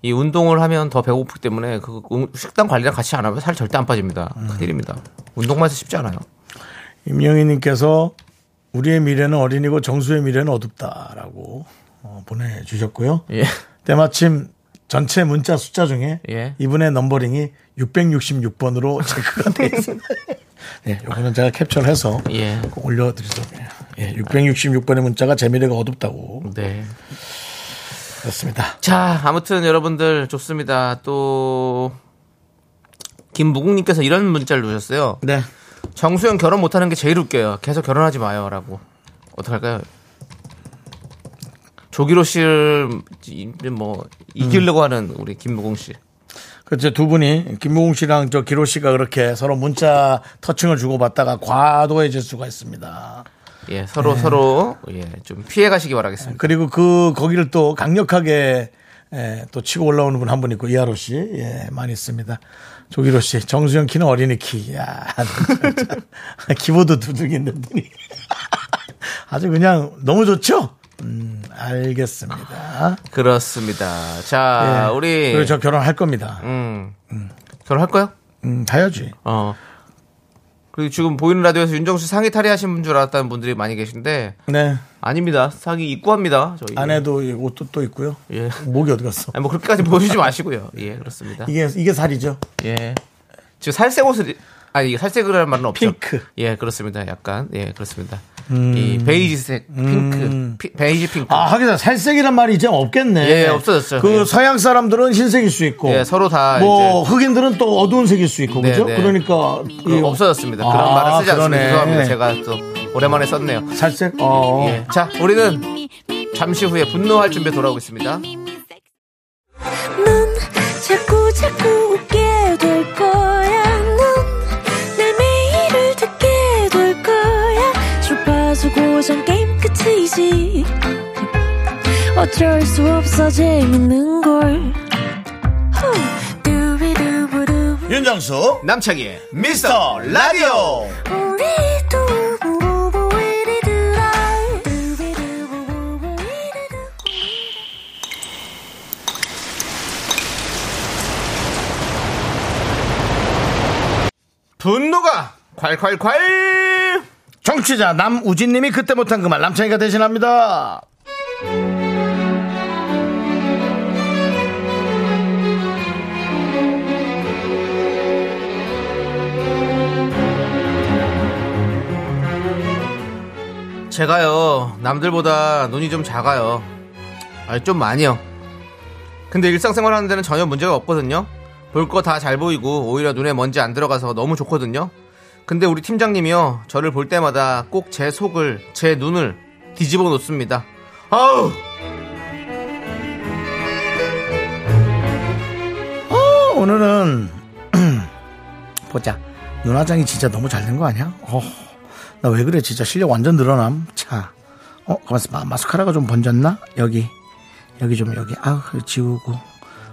[SPEAKER 2] 이 운동을 하면 더 배고프기 때문에 그 음- 식단 관리랑 같이 안 하면 살 절대 안 빠집니다. 큰일입니다. 운동만 해서 쉽지 않아요.
[SPEAKER 1] 임영희님께서 우리의 미래는 어린이고 정수의 미래는 어둡다라고 어, 보내주셨고요.
[SPEAKER 2] 예.
[SPEAKER 1] 때마침 전체 문자 숫자 중에
[SPEAKER 2] 예.
[SPEAKER 1] 이분의 넘버링이 666번으로 체크가 돼 있습니다. 예, 요거는 제가 캡처를 해서
[SPEAKER 2] 예.
[SPEAKER 1] 꼭 올려드리도록 해요. 예, 666번의 문자가 제 미래가 어둡다고
[SPEAKER 2] 네.
[SPEAKER 1] 그렇습니다.
[SPEAKER 2] 자, 아무튼 여러분들 좋습니다. 또 김무국님께서 이런 문자를 주셨어요.
[SPEAKER 1] 네.
[SPEAKER 2] 정수영 결혼 못하는 게 제일 웃겨요. 계속 결혼하지 마요라고. 어떡할까요? 조기로 씨를 이제 뭐 이기려고 하는 우리 김무공 씨.
[SPEAKER 1] 그제 두 분이 김무공 씨랑 저 기로 씨가 그렇게 서로 문자 터칭을 주고받다가 과도해질 수가 있습니다.
[SPEAKER 2] 예, 서로 서로 예, 좀 피해 가시기 바라겠습니다.
[SPEAKER 1] 그리고 그 거기를 또 강력하게 예, 또 치고 올라오는 분 한 분 있고 이하로 씨 예, 많이 있습니다. 조기로 씨 정수영 키는 어린이 키. 야 키보드 두들기는더니 아주 그냥 너무 좋죠. 음 알겠습니다.
[SPEAKER 2] 그렇습니다. 자,
[SPEAKER 1] 예.
[SPEAKER 2] 우리
[SPEAKER 1] 그리고 저 결혼할 겁니다.
[SPEAKER 2] 음. 결혼할 거요?
[SPEAKER 1] 음 다야지.
[SPEAKER 2] 어. 그리고 지금 보이는 라디오에서 윤정수 씨 상의 탈의하신 분 줄 알았다는 분들이 많이 계신데
[SPEAKER 1] 네
[SPEAKER 2] 아닙니다. 상의 입고 합니다. 저희.
[SPEAKER 1] 아내도 이 옷도 또 있고요.
[SPEAKER 2] 예.
[SPEAKER 1] 목이 어디 갔어?
[SPEAKER 2] 아니, 뭐 그렇게까지 보여주지 마시고요. 예, 그렇습니다.
[SPEAKER 1] 이게 이게 살이죠.
[SPEAKER 2] 예. 지금 살색 옷을 입- 아니 이게 살색이라는 말은 없죠.
[SPEAKER 1] 핑크. 음.
[SPEAKER 2] 예, 그렇습니다. 약간 예, 그렇습니다. 이 베이지색 핑크, 피- 베이지 핑크.
[SPEAKER 1] 아 하긴 살색이란 말이 이제 없겠네.
[SPEAKER 2] 예, 없어졌어요.
[SPEAKER 1] 그
[SPEAKER 2] 예.
[SPEAKER 1] 서양 사람들은 흰색일 수 있고,
[SPEAKER 2] 예, 서로 다
[SPEAKER 1] 뭐 흑인들은 또 어두운 색일 수 있고
[SPEAKER 2] 네,
[SPEAKER 1] 그죠?
[SPEAKER 2] 네.
[SPEAKER 1] 그러니까
[SPEAKER 2] 이제
[SPEAKER 1] 이
[SPEAKER 2] 없어졌습니다.
[SPEAKER 1] 아,
[SPEAKER 2] 그런 말은 쓰지 않습니다.
[SPEAKER 1] 그러네.
[SPEAKER 2] 죄송합니다. 제가 또 오랜만에 썼네요.
[SPEAKER 1] 살색. 어.
[SPEAKER 2] 예. 자, 우리는 잠시 후에 분노할 준비 돌아오겠습니다.
[SPEAKER 6] 넌 자꾸 자꾸 웃게 될 거야. 넌내 매일을 듣게 될 거야. 주파수 고정 게임 끝이지. 어쩔 수 없어 재밌는 걸. 후. 두비두부두.
[SPEAKER 1] 윤정수
[SPEAKER 2] 남창희의 미스터 라디오.
[SPEAKER 6] 우리 두부부부 우리 두라. 두비두부부부 우리 두부.
[SPEAKER 2] 분노가 콸콸콸!
[SPEAKER 1] 정치자 남우진님이 그때 못한 그 말 남창이가 대신합니다.
[SPEAKER 2] 제가요 남들보다 눈이 좀 작아요 아니 좀 많이요 근데 일상생활 하는 데는 전혀 문제가 없거든요 볼 거 다 잘 보이고 오히려 눈에 먼지 안 들어가서 너무 좋거든요 근데 우리 팀장님이요 저를 볼 때마다 꼭 제 속을 제 눈을 뒤집어 놓습니다 아우
[SPEAKER 1] 어, 오늘은 보자 눈화장이 진짜 너무 잘 된 거 아니야? 어, 나 왜 그래 진짜 실력 완전 늘어남. 자, 어 가만 있어 봐 마스카라가 좀 번졌나? 여기 여기 좀 여기 아 지우고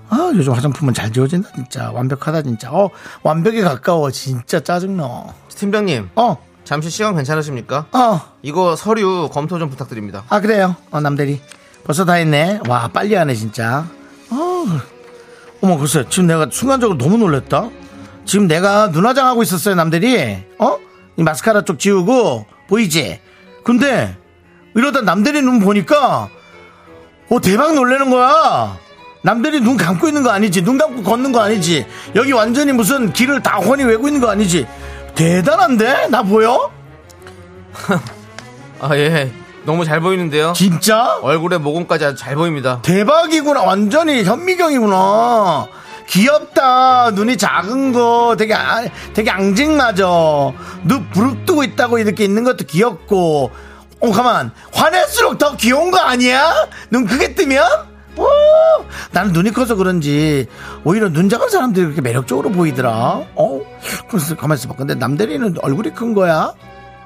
[SPEAKER 1] 아 요즘 화장품은 잘 지워진다 진짜 완벽하다 진짜 어 완벽에 가까워 진짜 짜증나.
[SPEAKER 2] 팀장님
[SPEAKER 1] 어
[SPEAKER 2] 잠시 시간 괜찮으십니까?
[SPEAKER 1] 어.
[SPEAKER 2] 이거 서류 검토 좀 부탁드립니다
[SPEAKER 1] 아 그래요 어, 남대리 벌써 다 했네 와 빨리 하네 진짜 어. 어머 글쎄 지금 내가 순간적으로 너무 놀랬다 지금 내가 눈화장하고 있었어요 남대리 어? 이 마스카라 쪽 지우고 보이지? 근데 이러다 남대리 눈 보니까 어 대박 놀래는 거야 남들이 눈 감고 있는 거 아니지 눈 감고 걷는 거 아니지 여기 완전히 무슨 길을 다 훤히 외고 있는 거 아니지 대단한데 나 보여
[SPEAKER 2] 아 예 너무 잘 보이는데요
[SPEAKER 1] 진짜
[SPEAKER 2] 얼굴에 모공까지 아주 잘 보입니다
[SPEAKER 1] 대박이구나. 완전히 현미경이구나. 귀엽다. 눈이 작은 거 되게 아- 되게 앙증맞아. 눈 부릅뜨고 있다고 이렇게 있는 것도 귀엽고. 어 가만. 화낼수록 더 귀여운 거 아니야? 눈 크게 뜨면? 오! 나는 눈이 커서 그런지 오히려 눈 작은 사람들이 그렇게 매력적으로 보이더라. 어? 그래서 가만 있어봐. 근데 남대리는 얼굴이 큰 거야?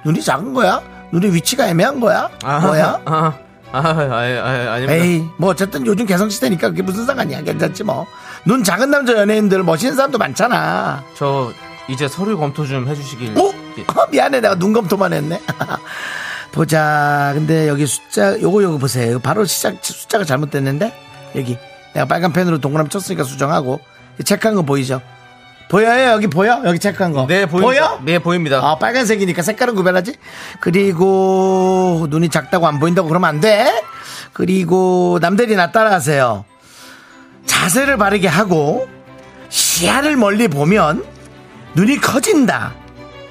[SPEAKER 1] 눈이 작은 거야? 눈의 위치가 애매한 거야? 뭐야?
[SPEAKER 2] 아, 아, 아, 아, 아, 아닙니다.
[SPEAKER 1] 에이 뭐 어쨌든 요즘 개성 시대니까 그게 무슨 상관이야 괜찮지 뭐 눈 작은 남자 연예인들 멋있는 사람도 많잖아
[SPEAKER 2] 저 이제 서류 검토 좀 해주시길.
[SPEAKER 1] 오
[SPEAKER 2] 예.
[SPEAKER 1] 어, 미안해 내가 눈 검토만 했네 보자 근데 여기 숫자 요거 요거 보세요 이거 바로 시작 숫자가 잘못됐는데 여기 내가 빨간 펜으로 동그라미 쳤으니까 수정하고 이 체크한 거 보이죠 보여요? 여기 보여? 여기 체크한 거.
[SPEAKER 2] 네, 보입니다.
[SPEAKER 1] 보여?
[SPEAKER 2] 네, 보입니다.
[SPEAKER 1] 아, 빨간색이니까 색깔은 구별하지? 그리고 눈이 작다고 안 보인다고 그러면 안 돼. 그리고 남들이 나 따라가세요. 자세를 바르게 하고 시야를 멀리 보면 눈이 커진다.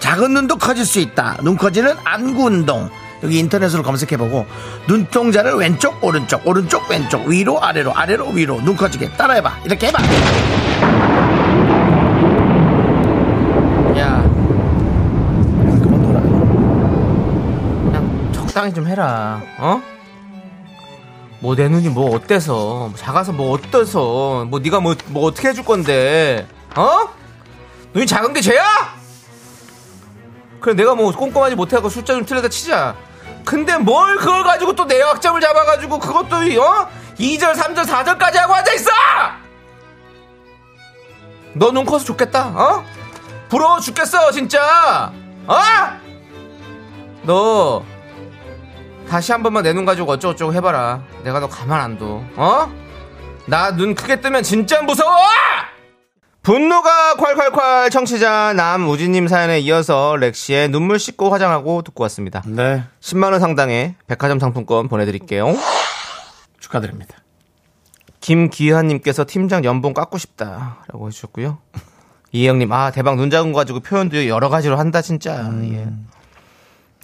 [SPEAKER 1] 작은 눈도 커질 수 있다. 눈 커지는 안구 운동. 여기 인터넷으로 검색해보고 눈동자를 왼쪽 오른쪽 오른쪽 왼쪽 위로 아래로 아래로 위로 눈 커지게 따라해봐 이렇게 해봐
[SPEAKER 2] 야,
[SPEAKER 1] 그만 돌아
[SPEAKER 2] 그냥 적당히 좀 해라. 어? 뭐 내 눈이 뭐 어때서? 작아서 뭐 어때서? 뭐 네가 뭐, 뭐 어떻게 해줄 건데? 어? 눈이 작은 게 죄야? 그래 내가 뭐 꼼꼼하지 못하고 숫자 좀 틀려다 치자. 근데 뭘 그걸 가지고 또 내 약점을 잡아가지고 그것도 이, 어? 2절, 3절, 4절까지 하고 앉아 있어! 너 눈 커서 좋겠다. 어? 부러워 죽겠어 진짜. 어? 너 다시 한 번만 내 눈 가지고 어쩌고저쩌고 해봐라. 내가 너 가만 안 둬. 어? 나 눈 크게 뜨면 진짜 무서워! 분노가 콸콸콸 청취자 남우진님 사연에 이어서 렉시의 눈물 씻고 화장하고 듣고 왔습니다.
[SPEAKER 1] 네
[SPEAKER 2] 10만원 상당의 백화점 상품권 보내드릴게요.
[SPEAKER 1] 축하드립니다
[SPEAKER 2] 김기환님께서 팀장 연봉 깎고 싶다라고 해주셨고요. 이혜영님 아 대박 눈 작은 거 가지고 표현도 여러 가지로 한다 진짜. 예.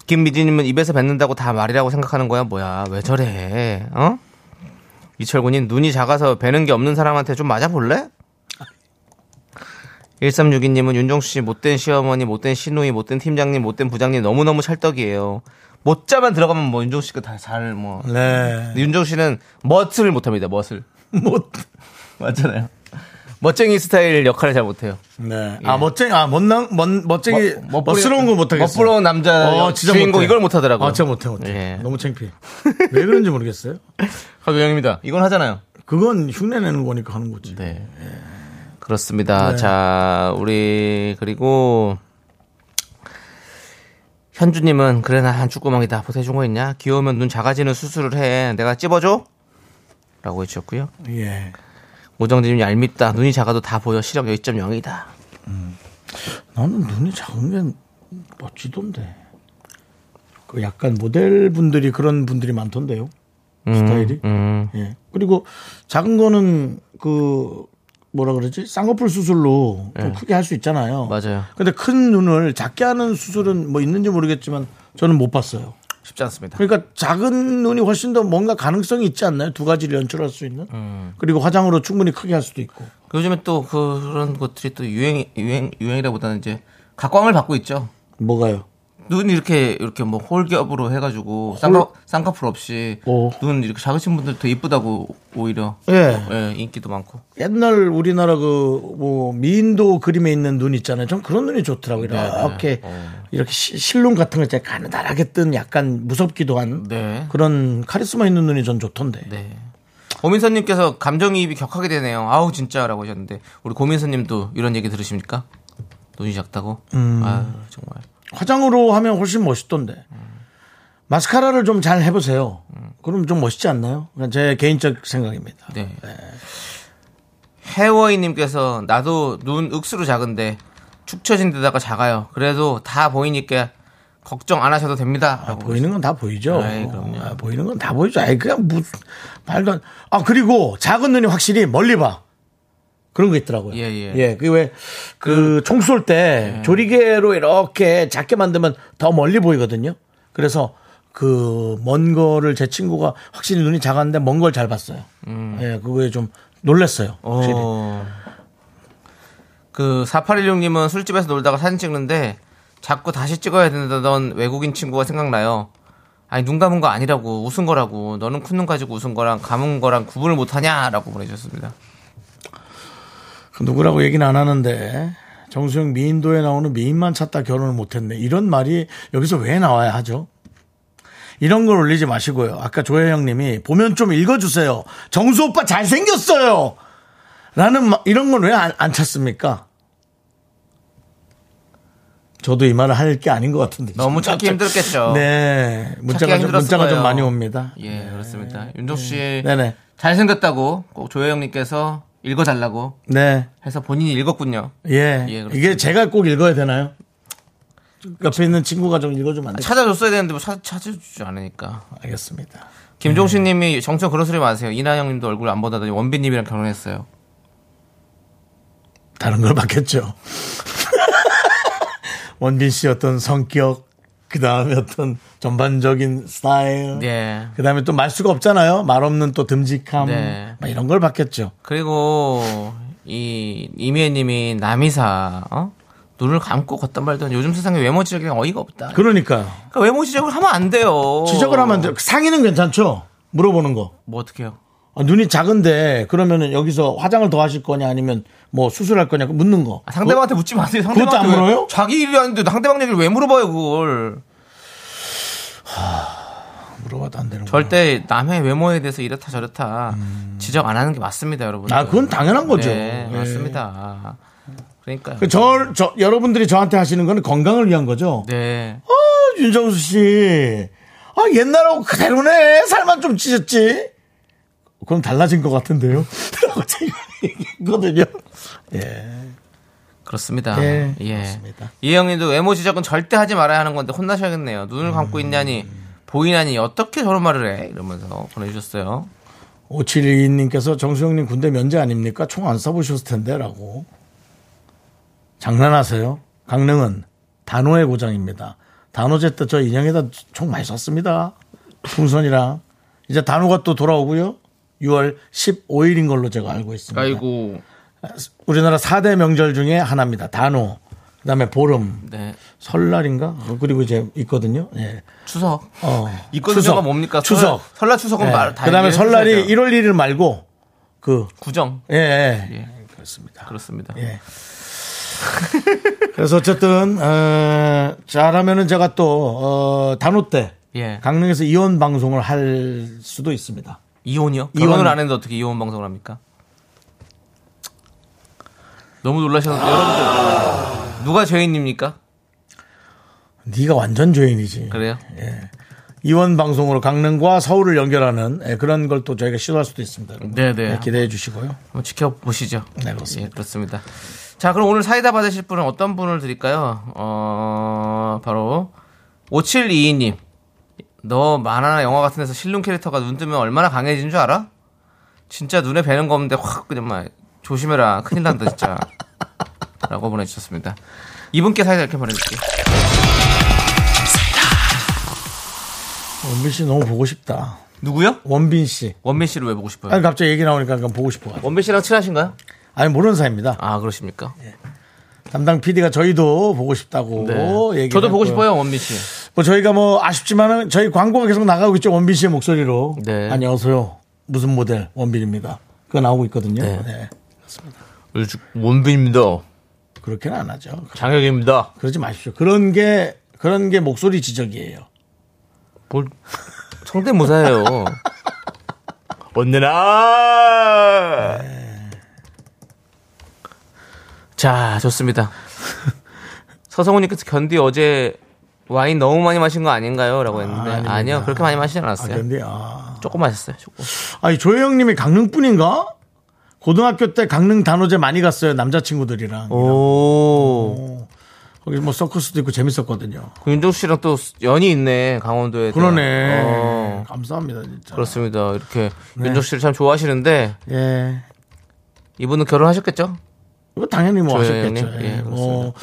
[SPEAKER 2] 김미진님은 입에서 뱉는다고 다 말이라고 생각하는 거야 뭐야 왜 저래? 어? 이철군님 눈이 작아서 뵈는 게 없는 사람한테 좀 맞아볼래? 1362님은 윤정수 씨 못된 시어머니, 못된 시누이, 못된 팀장님, 못된 부장님 너무너무 찰떡이에요. 못자만 들어가면 뭐 윤정수 씨가 다 잘 뭐.
[SPEAKER 1] 네
[SPEAKER 2] 근데 윤정수 씨는 멋을 못합니다 멋을.
[SPEAKER 1] 못.
[SPEAKER 2] 맞잖아요. 멋쟁이 스타일 역할을 잘 못해요.
[SPEAKER 1] 네.
[SPEAKER 2] 예.
[SPEAKER 1] 아, 멋쟁이, 아, 못난, 멋, 멋쟁이, 멋스러운 걸 못하겠어.
[SPEAKER 2] 멋부러운 남자
[SPEAKER 1] 어, 진짜
[SPEAKER 2] 주인공
[SPEAKER 1] 못해.
[SPEAKER 2] 이걸 못하더라고요.
[SPEAKER 1] 아, 진짜 못해, 못해.
[SPEAKER 2] 예.
[SPEAKER 1] 너무 창피해. 왜 그런지 모르겠어요.
[SPEAKER 2] 가도영입니다. 이건 하잖아요.
[SPEAKER 1] 그건 흉내 내는 거니까 하는 거지.
[SPEAKER 2] 네. 그렇습니다. 자, 우리 그리고 현주님은 그래 나 한 쭈구멍이다 보태준 거 있냐? 귀여우면 눈 작아지는 수술을 해. 내가 찝어줘? 라고 해주셨고요.
[SPEAKER 1] 예.
[SPEAKER 2] 오정진님 얄밉다. 눈이 작아도 다 보여. 시력 0.0이다.
[SPEAKER 1] 나는 눈이 작은 게 멋지던데. 그 약간 모델분들이 그런 분들이 많던데요. 스타일이.
[SPEAKER 2] 음.
[SPEAKER 1] 예. 그리고 작은 거는 그 뭐라 그러지? 쌍꺼풀 수술로 좀 크게 할 수 있잖아요.
[SPEAKER 2] 예. 맞아요.
[SPEAKER 1] 근데 큰 눈을 작게 하는 수술은 뭐 있는지 모르겠지만 저는 못 봤어요.
[SPEAKER 2] 쉽지 않습니다.
[SPEAKER 1] 그러니까 작은 눈이 훨씬 더 뭔가 가능성이 있지 않나요? 두 가지를 연출할 수 있는.
[SPEAKER 2] 음.
[SPEAKER 1] 그리고 화장으로 충분히 크게 할 수도 있고.
[SPEAKER 2] 요즘에 또 그런 것들이 또 유행 유행 유행이라보다는 이제 각광을 받고 있죠.
[SPEAKER 1] 뭐가요?
[SPEAKER 2] 눈 이렇게 이렇게 뭐 홀겹으로 해가지고 쌍꺼, 쌍꺼풀 없이
[SPEAKER 1] 오.
[SPEAKER 2] 눈 이렇게 작으신 분들 더 이쁘다고 오히려
[SPEAKER 1] 예.
[SPEAKER 2] 예, 인기도 많고
[SPEAKER 1] 옛날 우리나라 그 뭐 미인도 그림에 있는 눈 있잖아요. 전 그런 눈이 좋더라고요.
[SPEAKER 2] 네,
[SPEAKER 1] 이렇게
[SPEAKER 2] 어.
[SPEAKER 1] 이렇게 시- 실눈 같은 거 있잖아요. 가느다랗게 뜬 약간 무섭기도 한
[SPEAKER 2] 네.
[SPEAKER 1] 그런 카리스마 있는 눈이 전 좋던데.
[SPEAKER 2] 네 고민선님께서 감정이입이 격하게 되네요 아우 진짜라고 하셨는데 우리 고민선님도 이런 얘기 들으십니까 눈이 작다고 아 정말
[SPEAKER 1] 화장으로 하면 훨씬 멋있던데. 마스카라를 좀 잘 해보세요. 그럼 좀 멋있지 않나요? 그냥 제 개인적 생각입니다.
[SPEAKER 2] 네. 해워이님께서 나도 눈 억수로 작은데 축 처진 데다가 작아요. 그래도 다 보이니까 걱정 안 하셔도 됩니다.
[SPEAKER 1] 아, 보이는 건 다 보이죠.
[SPEAKER 2] 아이, 그럼요.
[SPEAKER 1] 아, 보이는 건 다 보이죠. 아이, 그냥 무슨, 말도 안. 아, 그리고 작은 눈이 확실히 멀리 봐. 그런 거 있더라고요.
[SPEAKER 2] 예, 예.
[SPEAKER 1] 그게 왜, 그, 총 쏠 때 조리개로 이렇게 작게 만들면 더 멀리 보이거든요. 그래서 그 먼 거를 제 친구가 확실히 눈이 작았는데 먼 걸 잘 봤어요. 예, 그거에 좀 놀랐어요. 확실히.
[SPEAKER 2] 음. 어. 그 4816님은 술집에서 놀다가 사진 찍는데 자꾸 다시 찍어야 된다던 외국인 친구가 생각나요. 아니 눈 감은 거 아니라고 웃은 거라고 너는 큰 눈 가지고 웃은 거랑 감은 거랑 구분을 못하냐라고 보내주셨습니다.
[SPEAKER 1] 그 누구라고 얘기는 안 하는데 정수영 미인도에 나오는 미인만 찾다 결혼을 못했네 이런 말이 여기서 왜 나와야 하죠? 이런 걸 올리지 마시고요. 아까 조혜영님이 보면 좀 읽어주세요. 정수 오빠 잘 생겼어요. 라는 마- 이런 건 왜 안 찾습니까? 저도 이 말을 할 게 아닌 것 같은데
[SPEAKER 2] 너무
[SPEAKER 1] 지금
[SPEAKER 2] 찾기
[SPEAKER 1] 깜짝-
[SPEAKER 2] 힘들겠죠.
[SPEAKER 1] 네 문자가
[SPEAKER 2] 찾기가
[SPEAKER 1] 좀,
[SPEAKER 2] 힘들었을
[SPEAKER 1] 문자가 좀
[SPEAKER 2] 거예요.
[SPEAKER 1] 많이 옵니다.
[SPEAKER 2] 예, 그렇습니다. 윤종 씨
[SPEAKER 1] 네. 네네.
[SPEAKER 2] 잘생겼다고 꼭 조혜영님께서 읽어달라고
[SPEAKER 1] 네.
[SPEAKER 2] 해서 본인이 읽었군요.
[SPEAKER 1] 예.
[SPEAKER 2] 예, 그렇습니다.
[SPEAKER 1] 이게 제가 꼭 읽어야 되나요? 옆에 있는 친구가 좀 읽어주면 안 돼요?
[SPEAKER 2] 찾아줬어야 되는데 뭐 찾- 찾아주지 않으니까.
[SPEAKER 1] 알겠습니다. 네.
[SPEAKER 2] 김종신님이 정청 그런 소리 마세요. 이나영님도 얼굴 안 보다더니 원빈님이랑 결혼했어요.
[SPEAKER 1] 다른 걸 받겠죠. 원빈 씨 어떤 성격, 그 다음에 어떤 전반적인 스타일,
[SPEAKER 2] 네.
[SPEAKER 1] 그 다음에 또 말 수가 없잖아요. 말 없는 또 듬직함,
[SPEAKER 2] 네.
[SPEAKER 1] 막 이런 걸 받겠죠.
[SPEAKER 2] 그리고 이 이미애님이 남이사 어? 눈을 감고 걷단 말던 요즘 세상에 외모 지적이 어이가 없다. 그...
[SPEAKER 1] 그러니까요.
[SPEAKER 2] 러니까 외모 지적을 하면 안 돼요.
[SPEAKER 1] 지적을 하면 안 돼요. 상의는 괜찮죠? 물어보는 거.
[SPEAKER 2] 뭐 어떻게요?
[SPEAKER 1] 아, 눈이 작은데 그러면은 여기서 화장을 더 하실 거냐 아니면 뭐 수술할 거냐 그 묻는 거.
[SPEAKER 2] 아, 상대방한테 묻지 마세요.
[SPEAKER 1] 그것도
[SPEAKER 2] 상대방한테
[SPEAKER 1] 안
[SPEAKER 2] 왜-
[SPEAKER 1] 물어요?
[SPEAKER 2] 자기 일이 아닌데 상대방 얘기를 왜 물어봐요 그걸?
[SPEAKER 1] 그거 물어봐도 안 되는 거.
[SPEAKER 2] 절대 남의 외모에 대해서 이렇다 저렇다 지적 안 하는 게 맞습니다, 여러분.
[SPEAKER 1] 음. 아, 그건 당연한 거죠.
[SPEAKER 2] 네,
[SPEAKER 1] 예.
[SPEAKER 2] 맞습니다. 그러니까.
[SPEAKER 1] 그 저, 저 여러분들이 저한테 하시는 거는 건강을 위한 거죠.
[SPEAKER 2] 네.
[SPEAKER 1] 아, 윤정수 씨. 아, 옛날하고 그대로네. 살만 좀 찢었지. 그럼 달라진 것 같은데요. 라고 제가 얘기했거든요. 예.
[SPEAKER 2] 그렇습니다.
[SPEAKER 1] 예,
[SPEAKER 2] 예.
[SPEAKER 1] 그렇습니다.
[SPEAKER 2] 이혜영님도 외모 지적은 절대 하지 말아야 하는 건데 혼나셔야겠네요. 눈을
[SPEAKER 1] 음.
[SPEAKER 2] 감고 있냐니 보이냐니 어떻게 저런 말을 해 이러면서 보내주셨어요.
[SPEAKER 1] 5722님께서 정수영님 군대 면제 아닙니까? 총 안 써보셨을 텐데. 라고. 장난하세요? 강릉은 단호의 고장입니다. 단호제 때 저 인형에다 총 많이 썼습니다. 풍선이랑. 이제 단호가 또 돌아오고요. 6월 15일인 걸로 제가 알고 있습니다.
[SPEAKER 2] 그러니까 아이고.
[SPEAKER 1] 우리나라 4대 명절 중에 하나입니다. 단오. 그다음에 보름,
[SPEAKER 2] 네.
[SPEAKER 1] 설날인가? 어, 그리고 이제 있거든요. 예.
[SPEAKER 2] 추석.
[SPEAKER 1] 어.
[SPEAKER 2] 이거가 뭡니까?
[SPEAKER 1] 추석.
[SPEAKER 2] 설- 설날 추석은
[SPEAKER 1] 예.
[SPEAKER 2] 말 다.
[SPEAKER 1] 그다음에
[SPEAKER 2] 얘기해주셔야
[SPEAKER 1] 설날이
[SPEAKER 2] 돼요.
[SPEAKER 1] 1월 1일 말고 그
[SPEAKER 2] 구정.
[SPEAKER 1] 예, 예.
[SPEAKER 2] 예.
[SPEAKER 1] 그렇습니다.
[SPEAKER 2] 그렇습니다.
[SPEAKER 1] 예. 그래서 어쨌든 어, 잘하면은 제가 또 어, 단오 때
[SPEAKER 2] 예.
[SPEAKER 1] 강릉에서 이혼 방송을 할 수도 있습니다.
[SPEAKER 2] 이혼이요?
[SPEAKER 1] 이혼.
[SPEAKER 2] 결혼을 안 했는데 어떻게 이혼 방송을 합니까? 너무 놀라셔서 여러분들 누가 죄인입니까?
[SPEAKER 1] 네가 완전 죄인이지.
[SPEAKER 2] 그래요?
[SPEAKER 1] 예. 이원 방송으로 강릉과 서울을 연결하는 예, 그런 걸 또 저희가 시도할 수도 있습니다. 여러분.
[SPEAKER 2] 네, 네.
[SPEAKER 1] 예, 기대해 주시고요.
[SPEAKER 2] 한번 지켜보시죠.
[SPEAKER 1] 네, 그렇습니다.
[SPEAKER 2] 예, 그렇습니다. 자, 그럼 오늘 사이다 받으실 분은 어떤 분을 드릴까요? 어, 바로 5722님. 너 만화나 영화 같은 데서 실눈 캐릭터가 눈 뜨면 얼마나 강해진 줄 알아? 진짜 눈에 뵈는 거 없는데 확 그냥 막 조심해라. 큰일 난다, 진짜. 라고 보내주셨습니다. 이분께 사이다 이렇게 보내드릴게요.
[SPEAKER 1] 원빈 씨 너무 보고 싶다.
[SPEAKER 2] 누구요?
[SPEAKER 1] 원빈 씨.
[SPEAKER 2] 원빈 씨를 왜 보고 싶어요?
[SPEAKER 1] 아니 갑자기 얘기 나오니까 그냥 보고 싶어.
[SPEAKER 2] 원빈 씨랑 친하신가요?
[SPEAKER 1] 아니 모르는 사이입니다.
[SPEAKER 2] 아, 그러십니까?
[SPEAKER 1] 네. 담당 PD가 저희도 보고 싶다고 네, 얘기.
[SPEAKER 2] 네. 저도 보고 싶어요, 원빈 씨.
[SPEAKER 1] 뭐 저희가 뭐 아쉽지만은 저희 광고가 계속 나가고 있죠. 원빈 씨의 목소리로.
[SPEAKER 2] 네.
[SPEAKER 1] 안녕하세요. 무슨 모델 원빈입니다. 그거 나오고 있거든요.
[SPEAKER 2] 네.
[SPEAKER 1] 네.
[SPEAKER 2] 원빈입니다.
[SPEAKER 1] 그렇게는 안 하죠.
[SPEAKER 2] 장혁입니다.
[SPEAKER 1] 그러지 마십시오. 그런 게 그런 게 목소리 지적이에요.
[SPEAKER 2] 뭘 성대모사예요. 언제나. 네. 자, 좋습니다. 서성우님께서 견디 어제 와인 너무 많이 마신 거 아닌가요? 라고 했는데
[SPEAKER 1] 아, 아닙니다.
[SPEAKER 2] 아, 니요 그렇게 많이 마시진
[SPEAKER 1] 아,
[SPEAKER 2] 않았어요.
[SPEAKER 1] 근데 아.
[SPEAKER 2] 조금 마셨어요. 조금.
[SPEAKER 1] 아니 조혜영님이 강릉 분인가? 고등학교 때 강릉 단오제 많이 갔어요 남자친구들이랑
[SPEAKER 2] 오,
[SPEAKER 1] 거기 뭐 서커스도 있고 재밌었거든요.
[SPEAKER 2] 그 윤종수 씨랑 또 연이 있네 강원도에. 대한.
[SPEAKER 1] 그러네. 네.
[SPEAKER 2] 어,
[SPEAKER 1] 감사합니다 진짜.
[SPEAKER 2] 그렇습니다. 이렇게 윤종수 씨를 참 좋아하시는데
[SPEAKER 1] 예.
[SPEAKER 2] 이분은 결혼하셨겠죠?
[SPEAKER 1] 이거 당연히 뭐
[SPEAKER 2] 조혜영님?
[SPEAKER 1] 하셨겠죠.
[SPEAKER 2] 예,
[SPEAKER 1] 예, 뭐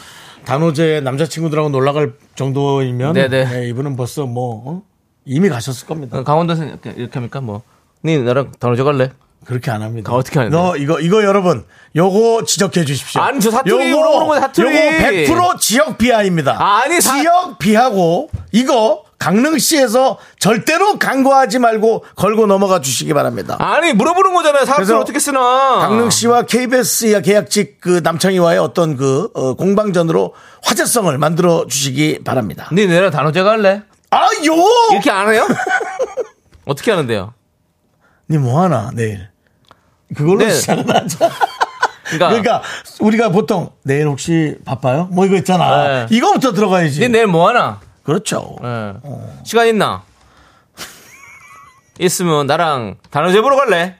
[SPEAKER 1] 단오제 남자친구들하고 놀러 갈 정도이면
[SPEAKER 2] 네네. 어,
[SPEAKER 1] 예, 이분은 벌써 뭐 어? 이미 가셨을 겁니다.
[SPEAKER 2] 강원도에서 이렇게, 이렇게 합니까? 뭐, 니 나랑 단어제 갈래?
[SPEAKER 1] 그렇게 안 합니다.
[SPEAKER 2] 아, 어떻게 하는데?
[SPEAKER 1] 너 이거 이거 여러분 요거 지적해 주십시오.
[SPEAKER 2] 아니, 저 사투리 물어보는 거예요, 사투리.
[SPEAKER 1] 요거 100% 지역 비하입니다.
[SPEAKER 2] 아니, 사-
[SPEAKER 1] 지역 비하고 이거 강릉시에서 절대로 강구하지 말고 걸고 넘어가 주시기 바랍니다.
[SPEAKER 2] 아니, 물어보는 거잖아요. 사람들
[SPEAKER 1] 그래서
[SPEAKER 2] 어떻게 쓰나.
[SPEAKER 1] 강릉시와 KBS 의 계약직 그 남창희와의 어떤 그 어, 공방전으로 화제성을 만들어 주시기 바랍니다.
[SPEAKER 2] 니 내랑 단어제 갈래?
[SPEAKER 1] 아요.
[SPEAKER 2] 이렇게 안 해요? 어떻게 하는데요?
[SPEAKER 1] 니 뭐 하나 내일 그걸로
[SPEAKER 2] 네.
[SPEAKER 1] 시작을 하자.
[SPEAKER 2] 그러니까,
[SPEAKER 1] 그러니까 우리가 보통 내일 혹시 바빠요? 뭐 이거 있잖아.
[SPEAKER 2] 네.
[SPEAKER 1] 이거부터 들어가야지.
[SPEAKER 2] 니 내일 뭐 하나?
[SPEAKER 1] 그렇죠.
[SPEAKER 2] 예. 시간 있나? 있으면 나랑 단어제 보러 갈래?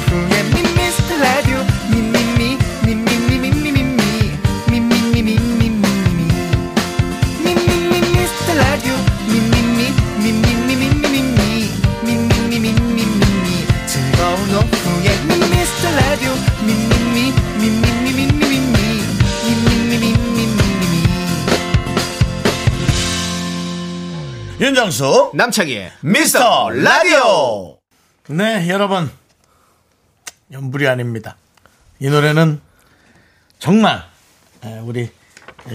[SPEAKER 7] 윤정수
[SPEAKER 2] 남창희의
[SPEAKER 7] 미스터 라디오
[SPEAKER 1] 네, 여러분. 연불이 아닙니다. 이 노래는 정말 에, 우리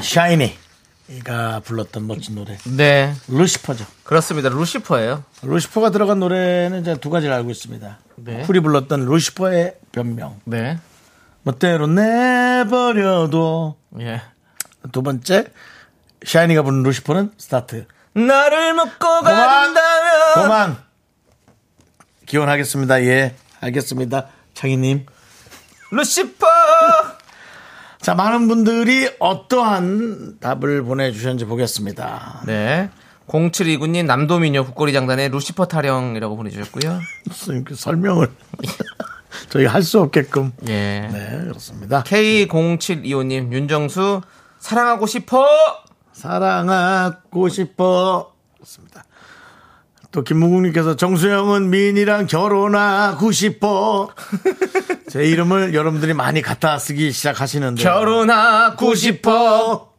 [SPEAKER 1] 샤이니가 불렀던 멋진 노래.
[SPEAKER 2] 네
[SPEAKER 1] 루시퍼죠.
[SPEAKER 2] 그렇습니다 루시퍼예요
[SPEAKER 1] 루시퍼가 들어간 노래는 제가 두 가지를 알고 있습니다.
[SPEAKER 2] 네.
[SPEAKER 1] 쿨이 불렀던 루시퍼의 변명.
[SPEAKER 2] 네
[SPEAKER 1] 멋대로 내버려둬.
[SPEAKER 2] 예.
[SPEAKER 1] 두 번째, 샤이니가 부른 루시퍼는 스타트.
[SPEAKER 2] 나를 먹고 간다면
[SPEAKER 1] 그만. 기원하겠습니다. 예, 알겠습니다. 창희님.
[SPEAKER 2] 루시퍼
[SPEAKER 1] 자, 많은 분들이 어떠한 답을 보내주셨는지 보겠습니다.
[SPEAKER 2] 네 0729님 남도미녀 국거리 장단의 루시퍼 타령이라고 보내주셨고요
[SPEAKER 1] 선생님 그 설명을 저희 할 수 없게끔.
[SPEAKER 2] 예
[SPEAKER 1] 네, 그렇습니다.
[SPEAKER 2] K0725님 윤정수 사랑하고 싶어
[SPEAKER 1] 사랑하고 싶어. 그렇습니다. 또 김무국님께서 정수영은 미인이랑 결혼하고 싶어. 제 이름을 여러분들이 많이 갖다 쓰기 시작하시는데.
[SPEAKER 2] 결혼하고
[SPEAKER 1] 싶어.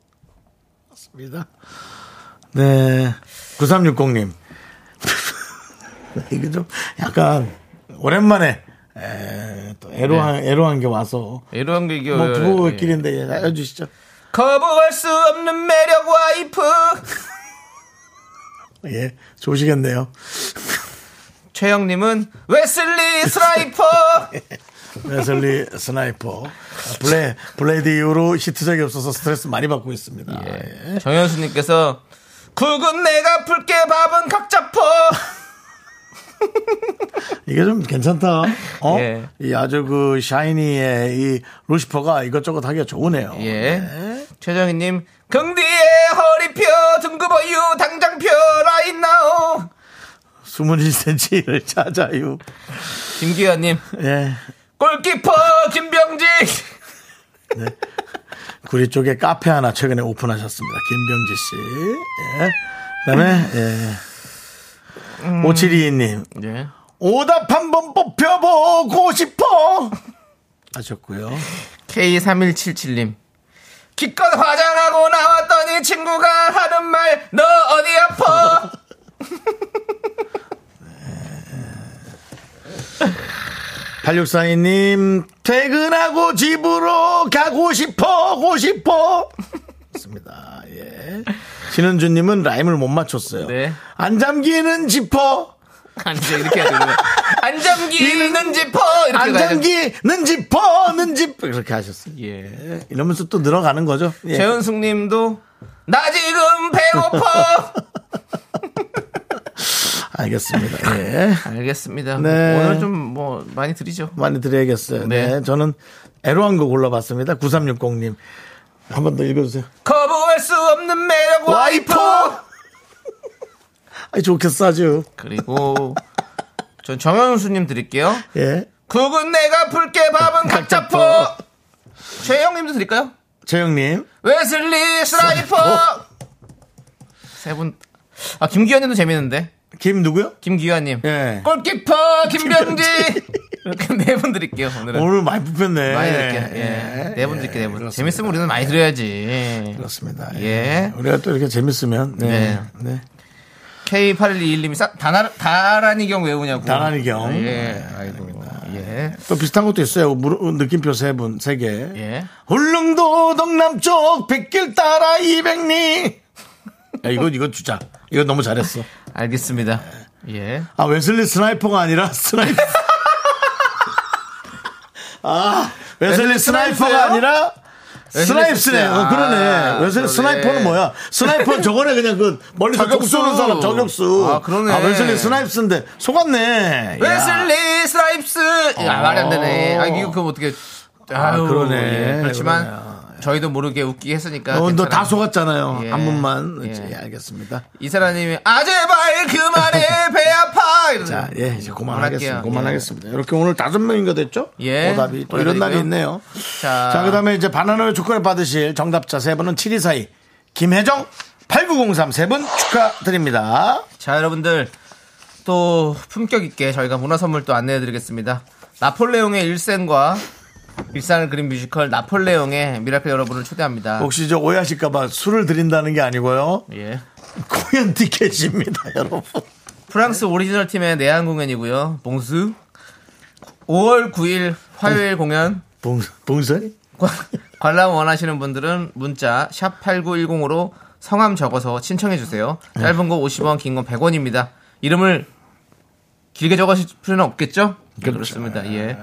[SPEAKER 1] 맞습니다. 네. 9360님. 이거 좀 약간 오랜만에 에, 또 애로한, 애로한 게 와서
[SPEAKER 2] 이런 게 이게
[SPEAKER 1] 뭐
[SPEAKER 2] 왜-
[SPEAKER 1] 부부끼리인데 예, 알려주시죠.
[SPEAKER 2] 거부할 수 없는 매력 와이프
[SPEAKER 1] 예. 좋으시겠네요.
[SPEAKER 2] 최영님은 웨슬리 스라이퍼
[SPEAKER 1] 웨슬리 스나이퍼. 블레, 블레이드 이후로 히트작이 없어서 스트레스 많이 받고 있습니다. 예.
[SPEAKER 2] 정현수님께서 국은 내가 풀게 밥은 각자 퍼
[SPEAKER 1] 이게 좀 괜찮다. 어?
[SPEAKER 2] 예.
[SPEAKER 1] 이 아주 그 샤이니의 이 루시퍼가 이것저것 하기가 좋으네요.
[SPEAKER 2] 예. 최정희님, 긍디의 허리 펴, 등급어유, 당장 펴, 라인 나오.
[SPEAKER 1] 숨은 1cm를 찾아요.
[SPEAKER 2] 김기현님,
[SPEAKER 1] 예.
[SPEAKER 2] 골키퍼, 김병직.
[SPEAKER 1] 구리 쪽에 카페 하나 최근에 오픈하셨습니다. 김병지 씨. 예. 그다음에 예. 5722님
[SPEAKER 2] 예.
[SPEAKER 1] 오답 한번 뽑혀보고 싶어 하셨고요.
[SPEAKER 2] K3177님, 기껏 화장하고 나왔더니 친구가 하는 말, 너 어디 아파?
[SPEAKER 1] 팔육사이님 퇴근하고 집으로 가고 싶어 고 싶어 맞습니다 예 신은주님은 라임을 못 맞췄어요
[SPEAKER 2] 네.
[SPEAKER 1] 안 잠기는 지퍼
[SPEAKER 2] 아니, 이제 이렇게 해야 되는 안 잠기는 지퍼! 이렇게
[SPEAKER 1] 안
[SPEAKER 2] 가야 되는-
[SPEAKER 1] 잠기는 지퍼 는 지퍼 이렇게 하셨어요
[SPEAKER 2] 예.
[SPEAKER 1] 예, 이러면서 또 늘어가는 거죠 예.
[SPEAKER 2] 재은숙 님도, 나 지금 배고파!
[SPEAKER 1] 알겠습니다 예
[SPEAKER 2] 알겠습니다.
[SPEAKER 1] 네.
[SPEAKER 2] 오늘 좀 뭐 많이 드리죠.
[SPEAKER 1] 많이 드려야겠어요 네,
[SPEAKER 2] 네.
[SPEAKER 1] 저는 애로한 거 골라봤습니다 9360님 한 번 더 읽어주세요
[SPEAKER 2] 거부할 수 없는 매력 와이프.
[SPEAKER 1] 아 좋겠어 아주
[SPEAKER 2] 그리고 전 정현수님 드릴게요.
[SPEAKER 1] 예
[SPEAKER 2] 국은 내가 풀게 밥은
[SPEAKER 1] 각자
[SPEAKER 2] 각자 포. 최영님도 드릴까요?
[SPEAKER 1] 재영님
[SPEAKER 2] 웨슬리 스라이퍼. 세 분. 아 김기현님도 재밌는데.
[SPEAKER 1] 김 누구요?
[SPEAKER 2] 김기현님.
[SPEAKER 1] 예.
[SPEAKER 2] 골키퍼 김병지. 이렇게 네 분 드릴게요 오늘은.
[SPEAKER 1] 오늘 많이 뽑혔네.
[SPEAKER 2] 많이 드릴게요. 예. 네 분 드릴게요. 네 분. 재밌으면 우리는 많이 드려야지.
[SPEAKER 1] 그렇습니다.
[SPEAKER 2] 예.
[SPEAKER 1] 우리가 또 이렇게 재밌으면. 네.
[SPEAKER 2] 네.
[SPEAKER 1] 네.
[SPEAKER 2] K8121님이 다란이 경 외우냐고.
[SPEAKER 1] 다란이 경. 네,
[SPEAKER 2] 예. 아이고. 예.
[SPEAKER 1] 또 비슷한 것도 있어요. 물- 느낌표 세 분, 세 개.
[SPEAKER 2] 예.
[SPEAKER 1] 울릉도 동남쪽 백길 따라 200리. 야, 이거, 이거 주자. 이거 너무 잘했어.
[SPEAKER 2] 알겠습니다. 예.
[SPEAKER 1] 아, 웨슬리 스나이퍼가 아니라 스나이퍼. 아, 웨슬리
[SPEAKER 2] 웨슬리
[SPEAKER 1] 스나이퍼가
[SPEAKER 2] 스나이퍼요?
[SPEAKER 1] 아니라 스나이프스네. 어, 그러네.
[SPEAKER 2] 아,
[SPEAKER 1] 웨슬리
[SPEAKER 2] 그러네.
[SPEAKER 1] 스나이퍼는 뭐야? 스나이퍼는 저거네, 그냥 그, 멀리서 적
[SPEAKER 2] 저격수.
[SPEAKER 1] 쏘는 사람, 저격수.
[SPEAKER 2] 아, 그러네.
[SPEAKER 1] 아, 웨슬리 스나이프스인데, 속았네. 야.
[SPEAKER 2] 웨슬리 스라이프스. 야, 말이 안 되네. 아, 이거 그럼 어떻게. 아유,
[SPEAKER 1] 어. 그러네.
[SPEAKER 2] 예. 그렇지만
[SPEAKER 1] 그러네요.
[SPEAKER 2] 저희도 모르게 웃기 했으니까.
[SPEAKER 1] 어, 너
[SPEAKER 2] 괜찮아요.
[SPEAKER 1] 다 속았잖아요.
[SPEAKER 2] 예.
[SPEAKER 1] 한 번만.
[SPEAKER 2] 예.
[SPEAKER 1] 예, 알겠습니다.
[SPEAKER 2] 이 사람님이 아 제발 그만해 배 아파. 이러는.
[SPEAKER 1] 자, 예, 이제
[SPEAKER 2] 그만할게요.
[SPEAKER 1] 그만하겠습니다. 그만하겠습니다. 이렇게 오늘 다섯 명인가 됐죠?
[SPEAKER 2] 예.
[SPEAKER 1] 오답이 또 이런 날이
[SPEAKER 2] 올려드리고요.
[SPEAKER 1] 있네요.
[SPEAKER 2] 자.
[SPEAKER 1] 자, 그 다음에 이제 바나나의 조건을 받으실 정답자 세 분은 7242, 김혜정, 8903 세 분 축하드립니다.
[SPEAKER 2] 자, 여러분들 또 품격 있게 저희가 문화 선물 또 안내해 드리겠습니다. 나폴레옹의 일생과 일상을 그린 뮤지컬 나폴레옹의 미라클 여러분을 초대합니다.
[SPEAKER 1] 혹시 저 오해하실까봐 술을 드린다는 게 아니고요.
[SPEAKER 2] 예.
[SPEAKER 1] 공연 티켓입니다, 여러분.
[SPEAKER 2] 프랑스 오리지널 팀의 내한 공연이고요. 봉수. 5월 9일 화요일 공연.
[SPEAKER 1] 봉, 봉선이?
[SPEAKER 2] 관- 관람 원하시는 분들은 문자 샵 8910으로 성함 적어서 신청해 주세요. 짧은 거 50원, 긴 건 100원입니다. 이름을 길게 적으실 필요는 없겠죠? 그렇습니다. 예.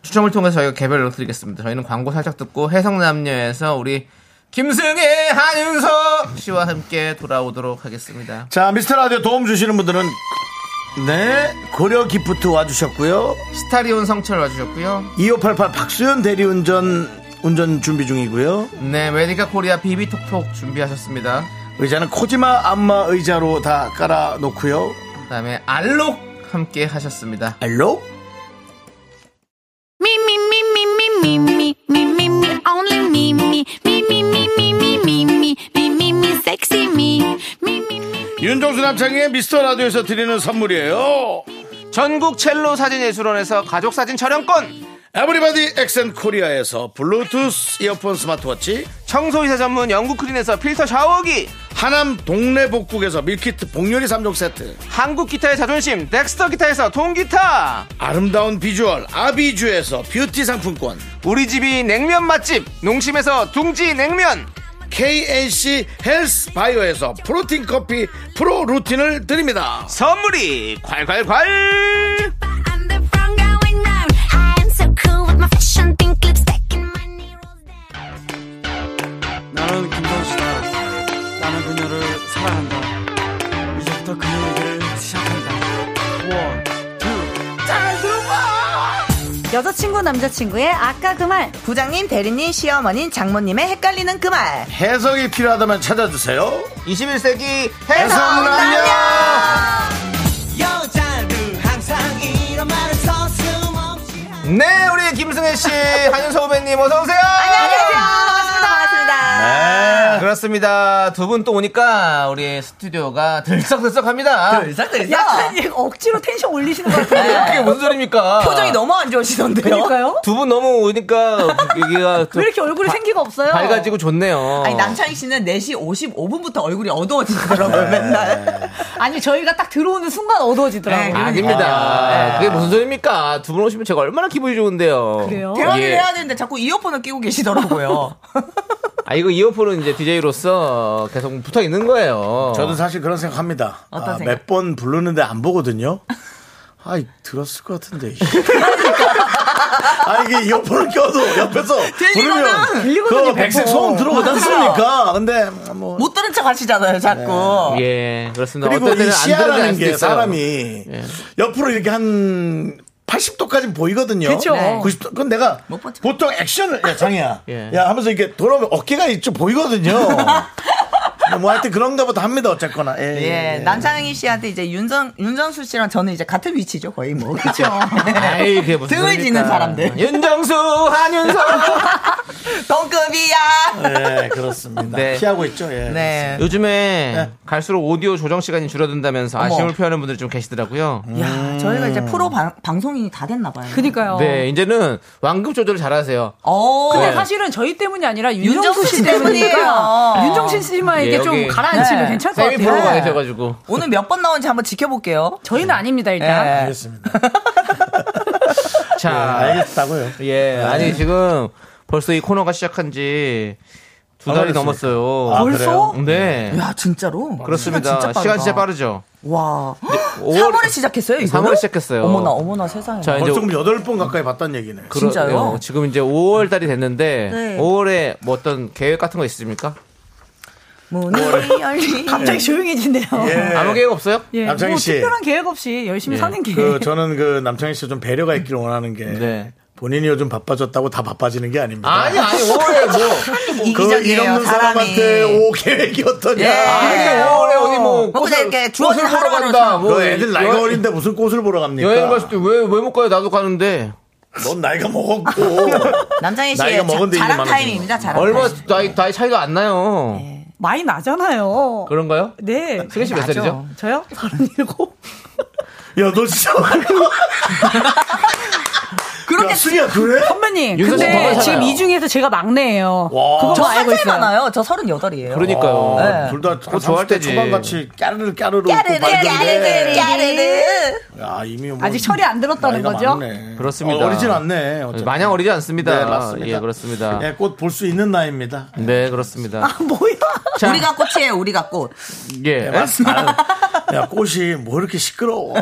[SPEAKER 2] 추첨을 통해서 저희가 개별로 드리겠습니다. 저희는 광고 살짝 듣고 해성남녀에서 우리 김승혜, 한윤석 씨와 함께 돌아오도록 하겠습니다.
[SPEAKER 1] 자, 미스터 라디오 도움 주시는 분들은 네, 고려 기프트 와주셨고요.
[SPEAKER 2] 스타리온 성철 와주셨고요.
[SPEAKER 1] 2588 박수현 대리운전 운전 준비 중이고요.
[SPEAKER 2] 네, 메디카 코리아 비비톡톡 준비하셨습니다.
[SPEAKER 1] 의자는 코지마 안마 의자로 다 깔아 놓고요.
[SPEAKER 2] 그 다음에 알록 함께 하셨습니다.
[SPEAKER 1] 알로?
[SPEAKER 6] Me, me, me, me, me, me, me, me, me, me, only me, me, me, me, me, me, me, me, me, me, me, me, sexy me, me, me, me.
[SPEAKER 1] 윤종수 남창의 미스터 라디오에서 드리는 선물이에요.
[SPEAKER 2] 전국 첼로 사진예술원에서 가족사진 촬영권
[SPEAKER 1] 에브리바디 엑센 코리아에서 블루투스 이어폰 스마트워치,
[SPEAKER 2] 청소이사 전문 영국크린에서 필터 샤워기
[SPEAKER 1] 하남 동네 복국에서 밀키트 복요리 3종 세트,
[SPEAKER 2] 한국기타의 자존심 덱스터기타에서 통기타
[SPEAKER 1] 아름다운 비주얼 아비주에서 뷰티 상품권,
[SPEAKER 2] 우리집이 냉면 맛집 농심에서 둥지 냉면
[SPEAKER 1] KNC 헬스 바이오에서 프로틴 커피 프로 루틴을 드립니다.
[SPEAKER 2] 선물이 콸콸콸
[SPEAKER 6] I'm the wrong going round. I am so cool with my fashion pink lipstick and my knee rolled down.
[SPEAKER 8] 나는 김선수다. 나는 그녀를 사랑한다. 이제부터 그녀에게 시작한다. 원, 투, 잘 들어봐!
[SPEAKER 9] 여자친구 남자친구의 아까 그 말 부장님 대리님 시어머님 장모님의 헷갈리는 그 말
[SPEAKER 1] 해석이 필요하다면 찾아주세요.
[SPEAKER 2] 21세기
[SPEAKER 1] 해성남녀
[SPEAKER 8] 여자는 항상 이런 말을 서슴없이
[SPEAKER 2] 네 우리 김승혜씨 한윤서 후배님 어서오세요
[SPEAKER 9] 반갑습니다 반갑습니다
[SPEAKER 2] 네, 그렇습니다 두 분 또 오니까 우리 스튜디오가 들썩들썩합니다 네,
[SPEAKER 9] 약간 이거 억지로 텐션 올리시는 것 같은데요
[SPEAKER 2] 그게 무슨 소리입니까
[SPEAKER 9] 표정이 너무 안 좋으시던데요 그러니까요
[SPEAKER 2] 두 분 너무 오니까 여기가 좀
[SPEAKER 9] 왜 이렇게 얼굴에 생기가 없어요
[SPEAKER 2] 밝아지고 좋네요.
[SPEAKER 9] 아니 남창희 씨는 4시 55분부터 얼굴이 어두워지더라고요 맨날 아니 저희가 딱 들어오는 순간 어두워지더라고요
[SPEAKER 2] 닙니다 네, 그게 무슨 소리입니까? 두 분 오시면 제가 얼마나 기분이 좋은데요. 예.
[SPEAKER 9] 그래요?
[SPEAKER 2] 대화를 해야 돼.
[SPEAKER 9] 근데 자꾸 이어폰을 끼고 계시더라고요
[SPEAKER 2] 아 이거 이어폰은 이제 DJ로서 계속 붙어 있는 거예요.
[SPEAKER 1] 저도 사실 그런 생각합니다. 아,
[SPEAKER 9] 어떤 생각?
[SPEAKER 1] 몇 번 부르는데 안 보거든요. 아이 들었을 것 같은데. 아 이게 이어폰을 껴도 옆에서 부르면
[SPEAKER 9] 들리거든요,
[SPEAKER 1] 그 백색
[SPEAKER 9] 보통.
[SPEAKER 1] 소음 들어오지 않습니까? 근데 뭐
[SPEAKER 9] 못 들은 척 하시잖아요 자꾸
[SPEAKER 2] 예 그렇습니다.
[SPEAKER 1] 그리고 이
[SPEAKER 2] 어떤 때는 예. 안 들어가는
[SPEAKER 1] 시야라는 게
[SPEAKER 2] 게
[SPEAKER 1] 사람이 옆으로 이렇게 한 80도까지 보이거든요.
[SPEAKER 9] 그쵸. 네.
[SPEAKER 1] 90도. 그건 내가
[SPEAKER 9] 못 버텨.
[SPEAKER 1] 보통 액션을 야 장이야.
[SPEAKER 2] 예.
[SPEAKER 1] 야 하면서 이렇게 돌아오면 어깨가 이쪽 보이거든요. 뭐 하여튼 그런가 보다 합니다. 어쨌거나. 예, 예,
[SPEAKER 9] 예,
[SPEAKER 1] 예.
[SPEAKER 9] 남창희 씨한테 이제 윤정, 윤정수 씨랑 저는 이제 같은 위치죠, 거의 뭐. 그죠?
[SPEAKER 2] 아이 그게 무슨 소리입니까?
[SPEAKER 9] 등을
[SPEAKER 2] 음.
[SPEAKER 9] 지는 사람들.
[SPEAKER 2] 윤정수 한윤서
[SPEAKER 9] 동급이야!
[SPEAKER 2] 음.
[SPEAKER 1] 네, 그렇습니다.
[SPEAKER 2] 네.
[SPEAKER 1] 피하고 있죠. 예.
[SPEAKER 9] 네.
[SPEAKER 2] 요즘에 갈수록 오디오 조정 시간이 줄어든다면서 아쉬움을 표하는 분들이 좀 계시더라고요.
[SPEAKER 9] 야, 저희가 이제 프로 방, 방송인이 다 됐나봐요. 그니까요.
[SPEAKER 2] 네 이제는 완급 조절을 잘하세요.
[SPEAKER 9] 어.
[SPEAKER 2] 근데
[SPEAKER 9] 사실은 저희 때문이 아니라 윤정수 씨 때문이에요. 윤정신 씨만
[SPEAKER 2] 이게 좀
[SPEAKER 9] 가라앉히면 괜찮을
[SPEAKER 2] 세미 프로가 계셔가지고
[SPEAKER 9] 오늘 몇 번 나오는지 한번 지켜볼게요. 예. 저희는 아닙니다, 일단.
[SPEAKER 1] 알겠습니다. 예,
[SPEAKER 2] 자
[SPEAKER 1] 알겠다고요.
[SPEAKER 2] 예, 아니 지금 벌써 이 코너가 시작한 지 두 달이
[SPEAKER 1] 그랬습니까?
[SPEAKER 2] 넘었어요.
[SPEAKER 1] 아,
[SPEAKER 9] 벌써?
[SPEAKER 2] 네.
[SPEAKER 9] 야, 진짜로?
[SPEAKER 2] 그렇습니다.
[SPEAKER 9] 시간 진짜,
[SPEAKER 2] 시간
[SPEAKER 9] 빠르다.
[SPEAKER 2] 진짜 빠르죠.
[SPEAKER 9] 와.
[SPEAKER 2] 5월
[SPEAKER 9] 3월에 시작했어요, 이거?
[SPEAKER 2] 3월에 시작했어요.
[SPEAKER 9] 어머나, 어머나, 세상에.
[SPEAKER 2] 자, 이제
[SPEAKER 1] 벌써 그럼 8번 가까이 봤다는 얘기네.
[SPEAKER 2] 그러-
[SPEAKER 9] 진짜요?
[SPEAKER 2] 어, 지금 이제 5월 달이 됐는데
[SPEAKER 9] 네.
[SPEAKER 2] 5월에 뭐 어떤 계획 같은 거 있습니까?
[SPEAKER 9] 문이 열리. 갑자기 조용해지네요.
[SPEAKER 1] 예.
[SPEAKER 2] 아무 계획 없어요?
[SPEAKER 1] 남창희 씨.
[SPEAKER 9] 뭐 계획 없이 열심히
[SPEAKER 2] 예. 사는
[SPEAKER 1] 그 저는 그 남창희 씨 좀 배려가 있기를 원하는 게
[SPEAKER 2] 네.
[SPEAKER 1] 본인이 요즘 바빠졌다고 다 바빠지는 게 아닙니다.
[SPEAKER 2] 아니 아니 5월에 뭐
[SPEAKER 1] 그
[SPEAKER 9] 이기적이에요,
[SPEAKER 1] 이없는 사람한테 오 계획이 어떠냐.
[SPEAKER 9] 예.
[SPEAKER 2] 아니 5월에 어디 뭐
[SPEAKER 9] 뭐 그냥 이렇게 주어진
[SPEAKER 2] 꽃을 보러
[SPEAKER 9] 하루 하루
[SPEAKER 2] 간다. 뭐
[SPEAKER 1] 너그 애들 나이가
[SPEAKER 2] 여행-
[SPEAKER 1] 어린데 무슨 꽃을 보러 갑니까?
[SPEAKER 2] 여행 갔을 때 왜 왜 못 가요? 나도 가는데
[SPEAKER 1] 넌 나이가 먹었고.
[SPEAKER 9] 남장희
[SPEAKER 1] 나이가
[SPEAKER 9] 씨의 자,
[SPEAKER 1] 먹은 데 이게
[SPEAKER 9] 자랑
[SPEAKER 1] 많아지는
[SPEAKER 9] 타임입니다. 자랑
[SPEAKER 2] 얼마
[SPEAKER 9] 타임.
[SPEAKER 2] 나이 나이 차이가 안 나요.
[SPEAKER 9] 네. 많이 나잖아요.
[SPEAKER 2] 그런가요?
[SPEAKER 9] 네.
[SPEAKER 2] 승희 씨몇
[SPEAKER 9] 나죠.
[SPEAKER 2] 살이죠?
[SPEAKER 9] 저요? 37.
[SPEAKER 1] 야, 너 진짜.
[SPEAKER 9] 그렇게
[SPEAKER 1] 야, 승희야, 그래?
[SPEAKER 9] 선배님.
[SPEAKER 10] 윤서 씨 더
[SPEAKER 9] 근데
[SPEAKER 10] 많잖아요.
[SPEAKER 9] 지금 이 중에서 제가 막내예요.
[SPEAKER 1] 와.
[SPEAKER 9] 그거
[SPEAKER 1] 저
[SPEAKER 9] 뭐 알고
[SPEAKER 10] 한살
[SPEAKER 9] 있어요.
[SPEAKER 10] 많아요.
[SPEAKER 9] 저 38이에요.
[SPEAKER 2] 어,
[SPEAKER 10] 그러니까요.
[SPEAKER 2] 네.
[SPEAKER 1] 아, 둘다
[SPEAKER 10] 그거 좋아할 때지.
[SPEAKER 1] 초반 같이 까르르 까르르
[SPEAKER 9] 까르르, 까르르, 까르르.
[SPEAKER 1] 야 이미 뭐
[SPEAKER 9] 아직 철이 안 들었다는
[SPEAKER 1] 나이가
[SPEAKER 9] 거죠?
[SPEAKER 1] 많네.
[SPEAKER 10] 그렇습니다.
[SPEAKER 1] 어, 리진 않네. 어쨌든.
[SPEAKER 10] 마냥 어리지 않습니다.
[SPEAKER 1] 네, 맞습니다.
[SPEAKER 10] 예, 그렇습니다.
[SPEAKER 1] 예, 아, 꽃 볼 수 있는 나이입니다.
[SPEAKER 10] 네, 그렇습니다.
[SPEAKER 9] 음,
[SPEAKER 10] 자.
[SPEAKER 9] 우리가 꽃이에요, 우리가 꽃.
[SPEAKER 10] 예.
[SPEAKER 1] 네, 맞습니다. 야 꽃이 뭐 이렇게 시끄러워?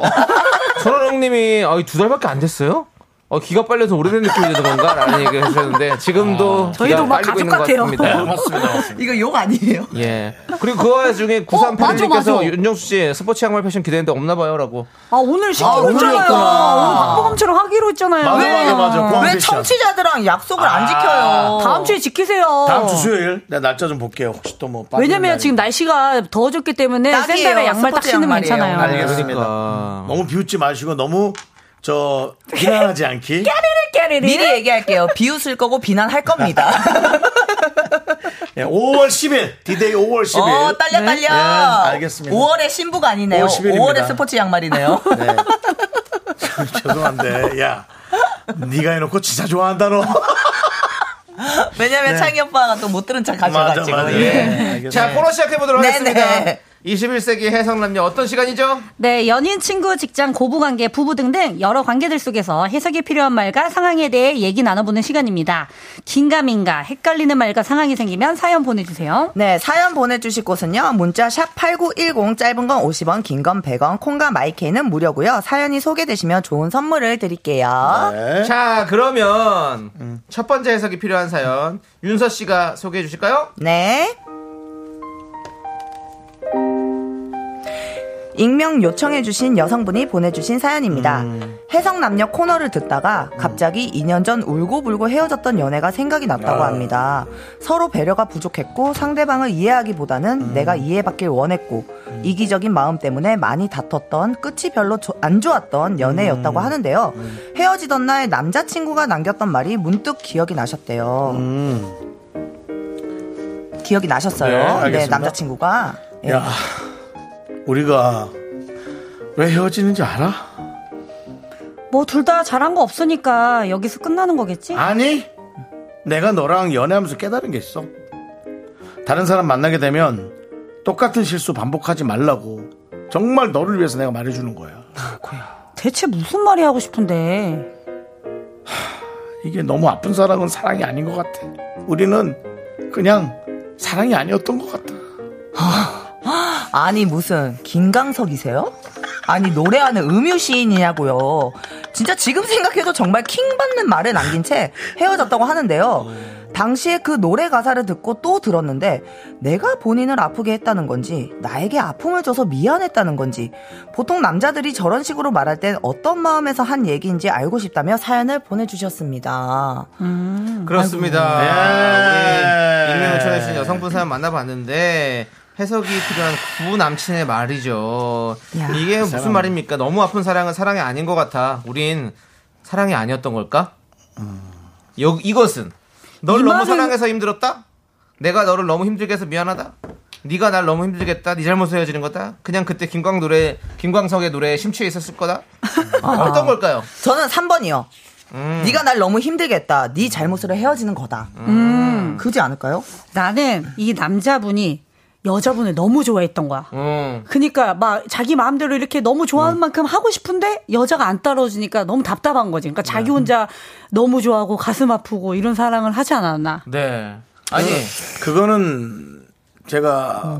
[SPEAKER 10] 손호령님이 아, 두 달밖에 안 됐어요? 어, 기가 빨려서 오래된 느낌이 드는 건가? 라는 얘기를 하셨는데,
[SPEAKER 1] 아,
[SPEAKER 10] 지금도.
[SPEAKER 9] 저희도
[SPEAKER 10] 기가
[SPEAKER 9] 막
[SPEAKER 10] 빨리고
[SPEAKER 9] 가족
[SPEAKER 10] 있는 것
[SPEAKER 9] 같아요.
[SPEAKER 10] 같습니다.
[SPEAKER 1] 맞습니다. 어,
[SPEAKER 9] 이거 욕 아니에요?
[SPEAKER 10] 예. 그리고 그 와중에
[SPEAKER 9] 맞아, 맞아.
[SPEAKER 10] 9381님께서 윤정수 씨 스포츠 양말 패션 기대했는데 없나봐요. 라고.
[SPEAKER 9] 아, 오늘
[SPEAKER 1] 아,
[SPEAKER 9] 시키고
[SPEAKER 1] 오늘
[SPEAKER 9] 있잖아요. 오늘
[SPEAKER 1] 했구나.
[SPEAKER 9] 박보검처럼 하기로 했잖아요.
[SPEAKER 1] 맞아, 맞아, 맞아. 포항
[SPEAKER 9] 왜
[SPEAKER 1] 패션. 아.
[SPEAKER 9] 청취자들랑 약속을 안 지켜요? 다음 주에 지키세요.
[SPEAKER 1] 다음 주 수요일 내가 날짜 좀 볼게요. 혹시 또 뭐. 빠지는
[SPEAKER 9] 왜냐면
[SPEAKER 1] 날이-
[SPEAKER 9] 지금 날씨가 더워졌기 때문에
[SPEAKER 10] 딱이에요.
[SPEAKER 9] 샌들에 양말 딱
[SPEAKER 10] 스포츠
[SPEAKER 9] 신으면
[SPEAKER 10] 양말이에요.
[SPEAKER 9] 괜찮아요.
[SPEAKER 1] 알겠습니다.
[SPEAKER 10] 그러니까.
[SPEAKER 1] 너무 비웃지 마시고 너무 저 비난하지 않기.
[SPEAKER 9] 미리 얘기할게요. 비웃을 거고 비난할 겁니다.
[SPEAKER 1] 예, 5월 10일 디데이 5월 10일.
[SPEAKER 9] 어,
[SPEAKER 1] 네. 예, 알겠습니다.
[SPEAKER 9] 5월의 신부가 아니네요.
[SPEAKER 1] 5월 10일 입니다. 5월의
[SPEAKER 9] 스포츠 양말이네요.
[SPEAKER 1] 네. 죄송한데 야 네가 해놓고 진짜 좋아한다 너.
[SPEAKER 9] 왜냐면
[SPEAKER 1] 네.
[SPEAKER 9] 창희 오빠가 또 못 들은 척
[SPEAKER 1] 맞아, 맞아. 예, 알겠습니다.
[SPEAKER 2] 자, 코너 시작해보도록
[SPEAKER 9] 네,
[SPEAKER 2] 하겠습니다.
[SPEAKER 9] 네.
[SPEAKER 2] 21세기 해성남녀 어떤 시간이죠?
[SPEAKER 6] 네, 연인, 친구, 직장, 고부관계, 부부 등등 여러 관계들 속에서 해석이 필요한 말과 상황에 대해 얘기 나눠보는 시간입니다. 긴가민가, 헷갈리는 말과 상황이 생기면 사연 보내주세요.
[SPEAKER 11] 네, 사연 보내주실 곳은요. 문자 샵 8910 짧은 건 50원, 긴 건 100원, 콩과 마이케이는 무료고요. 사연이 소개되시면 좋은 선물을 드릴게요.
[SPEAKER 1] 네.
[SPEAKER 2] 자, 그러면 첫 번째 해석이 필요한 사연 윤서 씨가 소개해 주실까요?
[SPEAKER 11] 네. 익명 요청해주신 여성분이 보내주신 사연입니다.
[SPEAKER 1] 음.
[SPEAKER 11] 해성남녀 코너를 듣다가 갑자기 2년 전 울고불고 헤어졌던 연애가 생각이 났다고
[SPEAKER 1] 아.
[SPEAKER 11] 합니다. 서로 배려가 부족했고 상대방을 이해하기보다는
[SPEAKER 1] 음.
[SPEAKER 11] 내가 이해받길 원했고 이기적인 마음 때문에 많이 다퉜던 끝이 별로 조- 안 좋았던
[SPEAKER 1] 음.
[SPEAKER 11] 연애였다고 하는데요. 헤어지던 날 남자친구가 남겼던 말이 문득 기억이 나셨대요. 기억이
[SPEAKER 1] 음. 네,
[SPEAKER 11] 나셨어요. 네,
[SPEAKER 1] 알겠습니다.
[SPEAKER 11] 남자친구가. 예.
[SPEAKER 1] 야, 우리가 왜 헤어지는지 알아?
[SPEAKER 6] 뭐 둘 다 잘한 거 없으니까 여기서 끝나는 거겠지?
[SPEAKER 1] 아니, 내가 너랑 연애하면서 깨달은 게 있어. 다른 사람 만나게 되면 똑같은 실수 반복하지 말라고 정말 너를 위해서 내가 말해주는 거야.
[SPEAKER 6] 대체 무슨 말이 하고 싶은데?
[SPEAKER 1] 이게 너무 아픈 사랑은 사랑이 아닌 것 같아. 우리는 그냥 사랑이 아니었던 것 같아.
[SPEAKER 11] 아니 무슨 김강석이세요? 아니 노래하는 음유 시인이냐고요. 진짜 지금 생각해도 정말 킹 받는 말을 남긴 채 헤어졌다고 하는데요. 당시에 그 노래 가사를 듣고 또 들었는데 내가 본인을 아프게 했다는 건지 나에게 아픔을 줘서 미안했다는 건지 보통 남자들이 저런 식으로 말할 땐 어떤 마음에서 한 얘기인지 알고 싶다며 사연을 보내주셨습니다.
[SPEAKER 2] 그렇습니다.
[SPEAKER 1] 예.
[SPEAKER 2] 우리 익명 요청해 주신 여성분 사연 만나봤는데 해석이 필요한 구 남친의 말이죠.
[SPEAKER 11] 야,
[SPEAKER 2] 이게 무슨
[SPEAKER 1] 사람.
[SPEAKER 2] 말입니까? 너무 아픈 사랑은 사랑이 아닌 것 같아. 우린 사랑이 아니었던 걸까? 여, 이것은 널
[SPEAKER 9] 이
[SPEAKER 2] 너무
[SPEAKER 9] 말은-
[SPEAKER 2] 사랑해서 힘들었다. 내가 너를 너무 힘들게 해서 미안하다. 네가 날 너무 힘들겠다. 네 잘못으로 헤어지는 거다. 그냥 그때 김광 노래 김광석의 노래에 심취해 있었을 거다. 어떤 걸까요?
[SPEAKER 11] 저는 3번이요.
[SPEAKER 1] 음.
[SPEAKER 11] 네가 날 너무 힘들게 했다. 네 잘못으로 헤어지는 거다. 음. 그지 않을까요?
[SPEAKER 6] 나는 이 남자분이 여자분을 너무 좋아했던 거야.
[SPEAKER 2] 음.
[SPEAKER 6] 그니까 막 자기 마음대로 이렇게 너무 좋아하는 만큼 하고 싶은데 여자가 안 따라주니까 너무 답답한 거지. 그러니까
[SPEAKER 9] 네.
[SPEAKER 6] 자기 혼자 너무 좋아하고 가슴 아프고 이런 사랑을 하지 않았나.
[SPEAKER 2] 네. 아니
[SPEAKER 1] 그거는 제가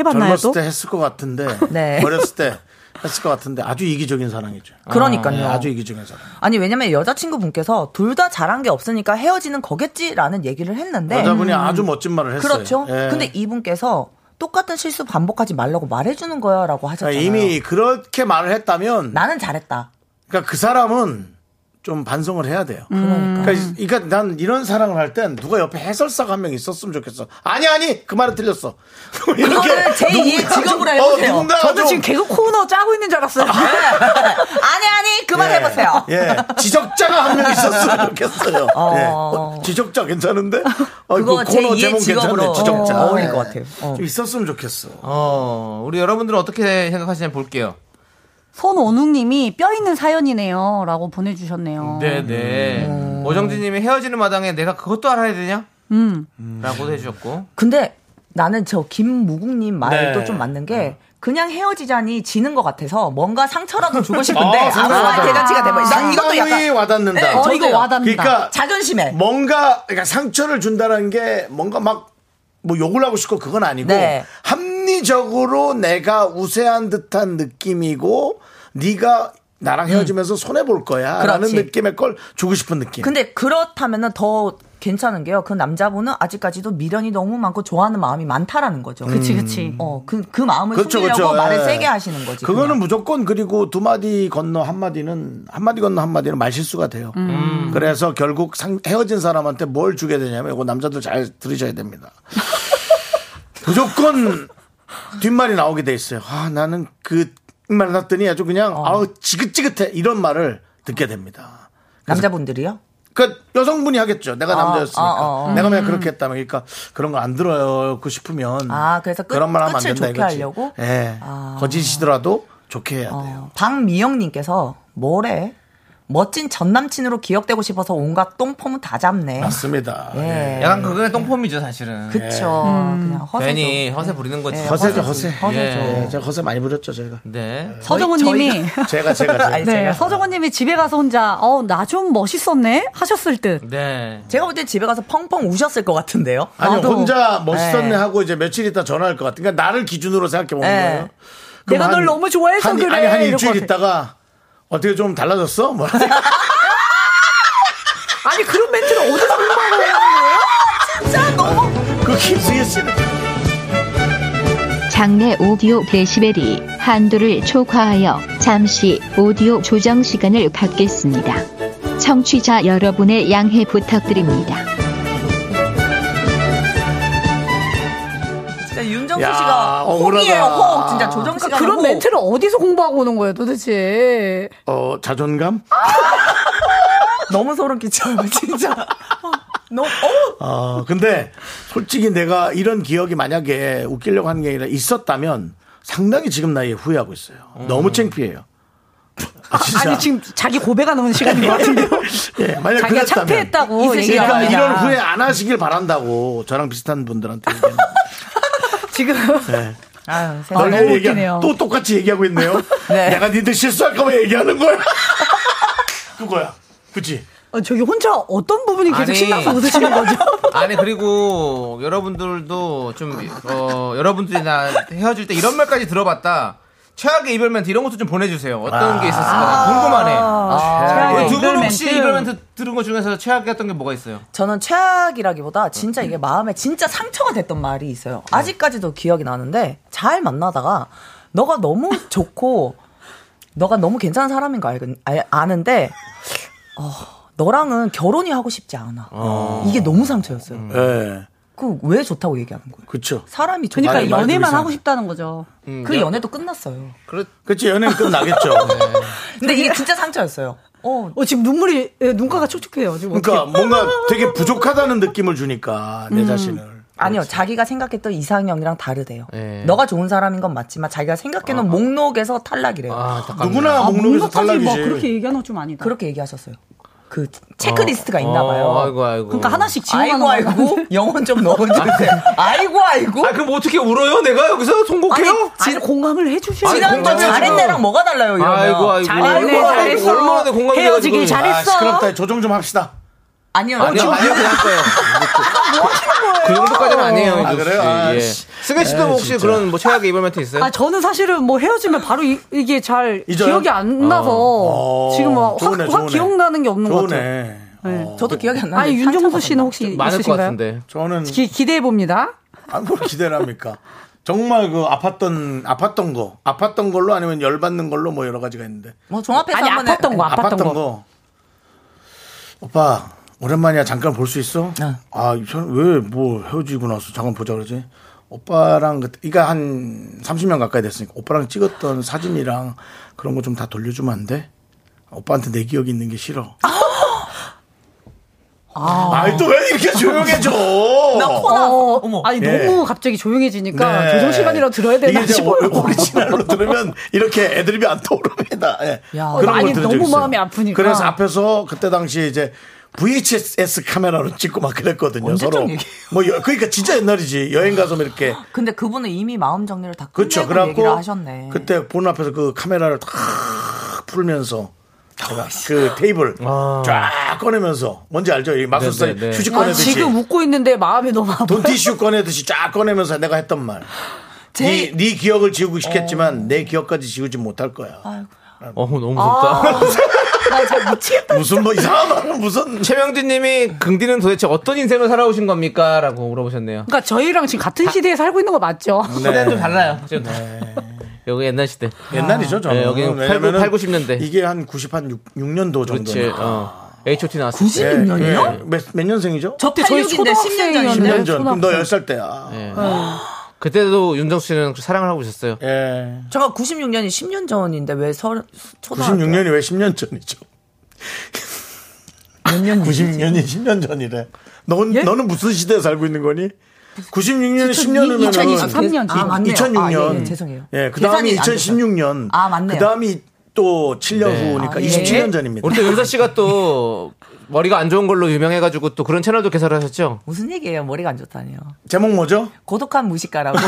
[SPEAKER 6] 해봤나요
[SPEAKER 1] 젊었을
[SPEAKER 6] 또?
[SPEAKER 1] 때 했을 것 같은데
[SPEAKER 11] 어, 네.
[SPEAKER 1] 어렸을 때 했을 것 같은데 아주 이기적인 사랑이죠.
[SPEAKER 11] 그러니까요.
[SPEAKER 1] 예, 아주 이기적인 사랑.
[SPEAKER 11] 아니 왜냐면 여자친구분께서 둘 다 잘한 게 없으니까 헤어지는 거겠지라는 얘기를 했는데 음.
[SPEAKER 1] 여자분이 아주 멋진 말을 했어요.
[SPEAKER 11] 네. 그렇죠.
[SPEAKER 1] 예.
[SPEAKER 11] 근데 이분께서 똑같은 실수 반복하지 말라고 말해주는 거야라고
[SPEAKER 1] 그러니까
[SPEAKER 11] 하셨잖아요.
[SPEAKER 1] 이미 그렇게 말을 했다면
[SPEAKER 11] 나는 잘했다.
[SPEAKER 1] 그러니까 그 사람은 좀 반성을 해야 돼요.
[SPEAKER 11] 음.
[SPEAKER 1] 그러니까, 이- 그러니까 난 이런 사랑을 할 땐 누가 옆에 해설사가 한 명 있었으면 좋겠어. 아니 아니 그 말은 틀렸어.
[SPEAKER 11] 그거를 제
[SPEAKER 1] 누군가
[SPEAKER 11] 이의 직업으로
[SPEAKER 1] 좀-
[SPEAKER 11] 해보세요. 네.
[SPEAKER 1] 어, 누군가
[SPEAKER 9] 저도
[SPEAKER 1] 좀-
[SPEAKER 9] 지금 개그 코너 짜고 있는 줄 알았어요.
[SPEAKER 11] 아니 아니 그만
[SPEAKER 1] 예,
[SPEAKER 11] 해보세요.
[SPEAKER 1] 예, 지적자가 한 명 있었으면 좋겠어요.
[SPEAKER 11] 어.
[SPEAKER 1] 예. 어, 지적자 괜찮은데? 어,
[SPEAKER 11] 그거
[SPEAKER 1] 이거
[SPEAKER 11] 제
[SPEAKER 1] 코너
[SPEAKER 11] 이의
[SPEAKER 1] 제목 괜찮네.
[SPEAKER 11] 직업으로
[SPEAKER 1] 지적자.
[SPEAKER 11] 어, 어울릴
[SPEAKER 1] 예.
[SPEAKER 11] 것 같아요. 어.
[SPEAKER 1] 좀 있었으면 좋겠어.
[SPEAKER 2] 어, 우리 여러분들은 어떻게 생각하시는지 볼게요.
[SPEAKER 6] 손원웅님이 뼈 있는 사연이네요. 라고 보내주셨네요.
[SPEAKER 2] 네네. 음. 오정진님이 헤어지는 마당에 내가 그것도 알아야 되냐?
[SPEAKER 6] 음.
[SPEAKER 2] 라고도 해주셨고.
[SPEAKER 11] 근데 나는 저 김무국님 말도
[SPEAKER 2] 네.
[SPEAKER 11] 좀 맞는 게
[SPEAKER 1] 어.
[SPEAKER 11] 그냥 헤어지자니 지는 것 같아서 뭔가 상처라도 주고 싶은데
[SPEAKER 1] 아,
[SPEAKER 11] 아무 말
[SPEAKER 1] 상처라도.
[SPEAKER 11] 대잔치가 돼버려. 난 이것도
[SPEAKER 1] 상당히
[SPEAKER 11] 약간
[SPEAKER 1] 와닿는다.
[SPEAKER 11] 네, 저 이거
[SPEAKER 1] 저도요.
[SPEAKER 11] 와닿는다.
[SPEAKER 1] 그러니까
[SPEAKER 11] 자존심에
[SPEAKER 1] 뭔가 그러니까 상처를 준다는 게 뭔가 막 뭐 욕을 하고 싶고 그건 아니고
[SPEAKER 11] 네.
[SPEAKER 1] 합리적으로 내가 우세한 듯한 느낌이고 네가 나랑 헤어지면서 손해 볼 거야라는
[SPEAKER 11] 그렇지.
[SPEAKER 1] 느낌의 걸 주고 싶은 느낌.
[SPEAKER 11] 근데 그렇다면은 더 괜찮은 게요. 그 남자분은 아직까지도 미련이 너무 많고 좋아하는 마음이 많다라는 거죠.
[SPEAKER 1] 그치, 그치.
[SPEAKER 11] 어, 그, 그 마음을 숨기려고 말을
[SPEAKER 1] 음. 예.
[SPEAKER 11] 세게 하시는 거지.
[SPEAKER 1] 그거는
[SPEAKER 11] 그냥.
[SPEAKER 1] 무조건 그리고 두 마디 건너 한 마디는 한 마디 건너 한 마디는 말실수가 돼요.
[SPEAKER 11] 음.
[SPEAKER 1] 음. 그래서 결국 상- 헤어진 사람한테 뭘 주게 되냐면 이거 남자들 잘 들으셔야 됩니다. 무조건 뒷말이 나오게 돼 있어요. 아 나는 그 말 났더니 아주 그냥
[SPEAKER 11] 어.
[SPEAKER 1] 아우 지긋지긋해 이런 말을 듣게 됩니다.
[SPEAKER 11] 남자분들이요?
[SPEAKER 1] 그러니까 여성분이 하겠죠. 내가
[SPEAKER 11] 아,
[SPEAKER 1] 남자였으니까.
[SPEAKER 11] 아, 아, 아.
[SPEAKER 1] 내가 왜
[SPEAKER 11] 음.
[SPEAKER 1] 그렇게 했다면 그러니까 그런 거 안 들어요. 그 싶으면
[SPEAKER 11] 아, 그래서 끝-
[SPEAKER 1] 그런 말 하면 안
[SPEAKER 11] 끝을
[SPEAKER 1] 된다
[SPEAKER 11] 좋게
[SPEAKER 1] 이거지.
[SPEAKER 11] 하려고? 아. 어.
[SPEAKER 1] 예. 거짓이더라도 좋게 해야 돼요.
[SPEAKER 11] 박미영님께서 뭐래? 멋진 전 남친으로 기억되고 싶어서 온갖 똥폼은 다 잡네.
[SPEAKER 1] 맞습니다.
[SPEAKER 11] 예.
[SPEAKER 2] 약간 그게 똥폼이죠, 사실은.
[SPEAKER 11] 그쵸.
[SPEAKER 6] 음.
[SPEAKER 11] 그냥 허세죠. 네,
[SPEAKER 2] 괜히 허세 부리는
[SPEAKER 11] 예,
[SPEAKER 2] 거지.
[SPEAKER 1] 허세죠, 허세.
[SPEAKER 2] 허세죠.
[SPEAKER 1] 예, 제가 허세 많이 부렸죠, 저희가.
[SPEAKER 2] 네.
[SPEAKER 6] 서정훈님이
[SPEAKER 1] 제가, 제가, 제가.
[SPEAKER 6] 네, 서정훈님이 집에 가서 혼자 어 나 좀 멋있었네 하셨을 듯.
[SPEAKER 2] 네.
[SPEAKER 11] 제가 볼 때 집에 가서 펑펑 우셨을 것 같은데요.
[SPEAKER 1] 아니,
[SPEAKER 11] 나도.
[SPEAKER 1] 혼자 멋있었네
[SPEAKER 11] 네.
[SPEAKER 1] 하고 이제 며칠 있다 전화할 것 같아. 그러니까 나를 기준으로 생각해 보는
[SPEAKER 11] 네.
[SPEAKER 1] 거예요.
[SPEAKER 11] 내가
[SPEAKER 1] 그럼
[SPEAKER 11] 널 너무 좋아해서
[SPEAKER 1] 한,
[SPEAKER 11] 그래,
[SPEAKER 1] 아니, 한
[SPEAKER 11] 이럴
[SPEAKER 1] 일주일
[SPEAKER 11] 것 같아.
[SPEAKER 1] 있다가 어떻게 좀 달라졌어? 뭐.
[SPEAKER 11] 아니 그런 멘트를 어디서 공부하고 하는 거예요? 진짜 너무
[SPEAKER 1] 그 김승희 씨는.
[SPEAKER 12] 장내 오디오 데시벨이 한도를 초과하여 잠시 오디오 조정 시간을 갖겠습니다. 청취자 여러분의 양해 부탁드립니다.
[SPEAKER 11] 진짜 윤정수
[SPEAKER 12] 야,
[SPEAKER 11] 씨가
[SPEAKER 1] 억울하다.
[SPEAKER 11] 홍이에요 홍 진짜 조정 씨가
[SPEAKER 6] 그러니까 그런 멘트를 어디서 공부하고 오는 거예요 도대체.
[SPEAKER 1] 어, 자존감?
[SPEAKER 11] 너무 소름 끼쳐요 진짜 어, 너무 어
[SPEAKER 1] 어, 근데 솔직히 내가 이런 기억이 만약에 웃기려고 하는 게 아니라 있었다면 상당히 지금 나이에 후회하고 있어요. 너무 창피해요. 아, 진짜.
[SPEAKER 6] 음. 아니 지금 자기 고백하는 시간인 것 같은데요.
[SPEAKER 1] 예, 만약
[SPEAKER 6] 자기가
[SPEAKER 1] 그랬다면.
[SPEAKER 6] 창피했다고 아. 얘기를
[SPEAKER 1] 그러니까
[SPEAKER 6] 합니다.
[SPEAKER 1] 이런 후회 안 하시길 바란다고 저랑 비슷한 분들한테 얘기합니다.
[SPEAKER 6] 지금
[SPEAKER 1] 네.
[SPEAKER 11] 아유
[SPEAKER 1] 널
[SPEAKER 11] 세상에. 너무
[SPEAKER 1] 얘기하-
[SPEAKER 11] 웃기네요.
[SPEAKER 1] 또 똑같이 얘기하고 있네요. 내가 니들 실수할까봐 얘기하는 거야. 그거야. 그치?
[SPEAKER 6] 어, 저기 혼자 어떤 부분이 계속
[SPEAKER 2] 아니.
[SPEAKER 6] 신나서 웃으시는 거죠?
[SPEAKER 2] 아니 그리고 여러분들도 좀 어, 여러분들이 나 헤어질 때 이런 말까지 들어봤다. 최악의 이별 멘트 이런 것도 좀 보내주세요.
[SPEAKER 1] 아.
[SPEAKER 2] 어떤 게 있었을까 궁금하네.
[SPEAKER 11] 아, 최악의
[SPEAKER 2] 두
[SPEAKER 11] 이별
[SPEAKER 2] 분 혹시
[SPEAKER 11] 멘트.
[SPEAKER 2] 이별 멘트 들은 것 중에서 최악이었던 게 뭐가 있어요?
[SPEAKER 11] 저는 최악이라기보다 진짜 이게 마음에 진짜 상처가 됐던 말이 있어요. 아직까지도 기억이 나는데 잘 만나다가 너가 너무 좋고 너가 너무 괜찮은 사람인 거 알긴, 알- 아는데 어, 너랑은 결혼이 하고 싶지 않아.
[SPEAKER 1] 어.
[SPEAKER 11] 이게 너무 상처였어요.
[SPEAKER 6] 음.
[SPEAKER 1] 예.
[SPEAKER 11] 그 왜 좋다고 얘기하는 거예요?
[SPEAKER 1] 그쵸.
[SPEAKER 11] 사람이 좋
[SPEAKER 1] 그러니까 말- 연애만 말들이 하고 이상해.
[SPEAKER 11] 싶다는 거죠. 그
[SPEAKER 2] 음,
[SPEAKER 1] 연-
[SPEAKER 11] 연애도 끝났어요.
[SPEAKER 1] 그치, 연애는 끝나겠죠.
[SPEAKER 6] 네.
[SPEAKER 11] 근데
[SPEAKER 6] 그러니까
[SPEAKER 11] 이게 진짜 상처였어요. 어,
[SPEAKER 6] 지금 눈물이 예, 눈가가 촉촉해요 지금.
[SPEAKER 1] 그러니까
[SPEAKER 6] 어떡해.
[SPEAKER 1] 뭔가 되게 부족하다는 느낌을 주니까,
[SPEAKER 6] 음.
[SPEAKER 1] 내 자신을.
[SPEAKER 11] 아니요, 자기가 생각했던 이상형이랑 다르대요.
[SPEAKER 2] 예.
[SPEAKER 11] 너가 좋은 사람인 건 맞지만 자기가 생각해놓은
[SPEAKER 2] 아,
[SPEAKER 11] 목록에서 탈락이래요.
[SPEAKER 1] 누구나
[SPEAKER 11] 아,
[SPEAKER 1] 목록에서
[SPEAKER 11] 목록까지
[SPEAKER 1] 탈락이지.
[SPEAKER 11] 뭐 그렇게
[SPEAKER 6] 얘기하는 좀 아니다.
[SPEAKER 11] 그렇게 얘기하셨어요. 그 체크리스트가 있나 봐요.
[SPEAKER 2] 어, 아이고 아이고.
[SPEAKER 11] 그러니까 하나씩
[SPEAKER 6] 지워가는
[SPEAKER 11] 아이고 아이고 영혼 좀 넣어주세요. 아이고 아이고.
[SPEAKER 2] 아 그럼 어떻게 울어요? 내가 여기서 통곡해요?
[SPEAKER 11] 지-
[SPEAKER 6] 공감을 해주셔야
[SPEAKER 2] 아니,
[SPEAKER 11] 지난번
[SPEAKER 2] 공감해야죠.
[SPEAKER 11] 잘했네랑 뭐가 달라요 이러면.
[SPEAKER 2] 아이고, 아이고. 잘했네, 잘했어. 얼마나 내 공감이 헤어지길 돼가지고. 잘했어.
[SPEAKER 1] 아, 시끄럽다. 조정 좀 합시다.
[SPEAKER 11] 아니요.
[SPEAKER 2] 아니요
[SPEAKER 11] 지금
[SPEAKER 2] 아니요 그냥 거예요. 그 정도까지는 아니에요.
[SPEAKER 1] 아,
[SPEAKER 2] 이제
[SPEAKER 1] 그래요? 아,
[SPEAKER 2] 예.
[SPEAKER 1] 씨.
[SPEAKER 2] 승혜 씨도
[SPEAKER 1] 에이,
[SPEAKER 2] 혹시
[SPEAKER 1] 진짜.
[SPEAKER 2] 그런 뭐 최악의 이별 멘트 있어요?
[SPEAKER 6] 아 저는 사실은 뭐 헤어지면 바로 이, 게잘
[SPEAKER 2] 잊어요?
[SPEAKER 6] 기억이 안 나서
[SPEAKER 2] 어.
[SPEAKER 6] 지금 막 확
[SPEAKER 2] 좋으네, 좋으네.
[SPEAKER 6] 기억나는 게 없는 것 같아요.
[SPEAKER 1] 좋네. 어, 그
[SPEAKER 6] 네.
[SPEAKER 11] 저도 기억이 안 나는데
[SPEAKER 6] 아니 윤종수 씨는 혹시 있으신가요?
[SPEAKER 1] 저는
[SPEAKER 6] 기, 기대해 봅니다.
[SPEAKER 1] 아, 뭘 기대랍니까? 정말 그 아팠던 아팠던 거 아팠던 걸로 아니면 열받는 걸로 뭐 여러 가지가 있는데
[SPEAKER 11] 뭐 종합해서
[SPEAKER 6] 아니,
[SPEAKER 11] 한번
[SPEAKER 6] 아팠던 거, 아팠던 거.
[SPEAKER 1] 오빠 오랜만이야 잠깐 볼 수 있어? 아, 아왜뭐 헤어지고 나서 잠깐 보자 그러지? 오빠랑 그때 그러니까 한 30년 가까이 됐으니까 오빠랑 찍었던 사진이랑 그런 거 좀
[SPEAKER 6] 아.
[SPEAKER 1] 다 돌려주면 안 돼? 오빠한테 내 기억이 있는 게 싫어. 아, 이 또 왜 이렇게 조용해져?
[SPEAKER 6] 어, 아니
[SPEAKER 1] 예.
[SPEAKER 6] 너무 갑자기 그러니까 조용해지니까
[SPEAKER 1] 네.
[SPEAKER 6] 조정 시간이라 들어야 되나
[SPEAKER 1] 이게 이제 뭐
[SPEAKER 6] 싶어요.
[SPEAKER 1] 오- 오리지널로 들으면 이렇게 애드립이 안 떠오릅니다. 예.
[SPEAKER 6] 야,
[SPEAKER 1] 그런
[SPEAKER 6] 아니,
[SPEAKER 1] 걸 들은
[SPEAKER 6] 너무
[SPEAKER 1] 적 있어요.
[SPEAKER 6] 마음이 아프니까.
[SPEAKER 1] 그래서 앞에서 그때 당시 이제 VHS 카메라로 찍고 막 그랬거든요.
[SPEAKER 11] 언제적
[SPEAKER 1] 서로.
[SPEAKER 11] 얘기예요?
[SPEAKER 1] 뭐 여- 그러니까 진짜 옛날이지. 여행 가서 뭐 이렇게
[SPEAKER 6] 아,
[SPEAKER 11] 근데 그분은 이미 마음 정리를 다
[SPEAKER 1] 그렇죠.
[SPEAKER 11] 끝내고
[SPEAKER 1] 그래갖고
[SPEAKER 11] 얘기를 하셨네.
[SPEAKER 1] 그때 본 앞에서 그 카메라를 탁 풀면서 제가 그 테이블 쫙 꺼내면서 뭔지 알죠? 이 마술사
[SPEAKER 10] 아. 네, 네, 네.
[SPEAKER 1] 휴지
[SPEAKER 6] 아,
[SPEAKER 1] 꺼내듯이
[SPEAKER 6] 지금 웃고 있는데 마음이 너무 아파.
[SPEAKER 1] 돈티슈 꺼내듯이 쫙 꺼내면서 내가 했던 말. 네, 네 기억을 지우고 싶겠지만 내 기억까지 지우지 못할 거야.
[SPEAKER 10] 어 너무 무섭다.
[SPEAKER 2] 아.
[SPEAKER 6] 나잘 미치겠다.
[SPEAKER 1] 무슨 뭐 이상한 말은 무슨
[SPEAKER 10] 최명진님이 긍디는 도대체 어떤 인생을 살아오신 겁니까?라고 물어보셨네요.
[SPEAKER 6] 그러니까 저희랑 지금 같은 시대에 살고 있는 거 맞죠?
[SPEAKER 10] 시대는 좀 달라요. 지금 여기 옛날 시대.
[SPEAKER 1] 네. 아. 옛날이죠, 저는.
[SPEAKER 10] 네, 여기는 팔-
[SPEAKER 1] 왜냐면은
[SPEAKER 10] 8, 90년대.
[SPEAKER 1] 이게 한 90, 한 6, 년도 정도.
[SPEAKER 10] 그렇지. 어. H.O.T 나왔어.
[SPEAKER 11] 90 년이요?
[SPEAKER 2] 예.
[SPEAKER 1] 몇, 몇 년생이죠?
[SPEAKER 11] 저
[SPEAKER 6] 그때 저희
[SPEAKER 11] 86인데 10년 전인데.
[SPEAKER 1] 10년 전. 그럼 너 10살 때야.
[SPEAKER 10] 예. 그때도 윤정수 씨는 사랑을 하고 있었어요.
[SPEAKER 1] 예.
[SPEAKER 11] 제가 96년이 10년 전인데 왜 서른 초등학교
[SPEAKER 1] 96년이 왜 10년 전이죠? 96년이 10년 전이래. 넌, 너는 무슨 시대에 살고 있는 거니? 96년, 10년이면
[SPEAKER 6] 2023 년.
[SPEAKER 11] 아, 맞네요.
[SPEAKER 1] 2006년.
[SPEAKER 11] 아, 예, 예, 죄송해요.
[SPEAKER 1] 예, 그 다음이
[SPEAKER 11] 계산이 안 돼서.
[SPEAKER 1] 2016년.
[SPEAKER 11] 아, 맞네요.
[SPEAKER 1] 그 다음이 또 7년 후니까
[SPEAKER 11] 아, 예.
[SPEAKER 1] 27년 전입니다.
[SPEAKER 10] 우리 또 윤서 씨가 또 머리가 안 좋은 걸로 유명해가지고 또 그런 채널도 개설하셨죠.
[SPEAKER 11] 무슨 얘기예요? 머리가 안 좋다니요.
[SPEAKER 1] 제목 뭐죠?
[SPEAKER 11] 고독한 무식가라고.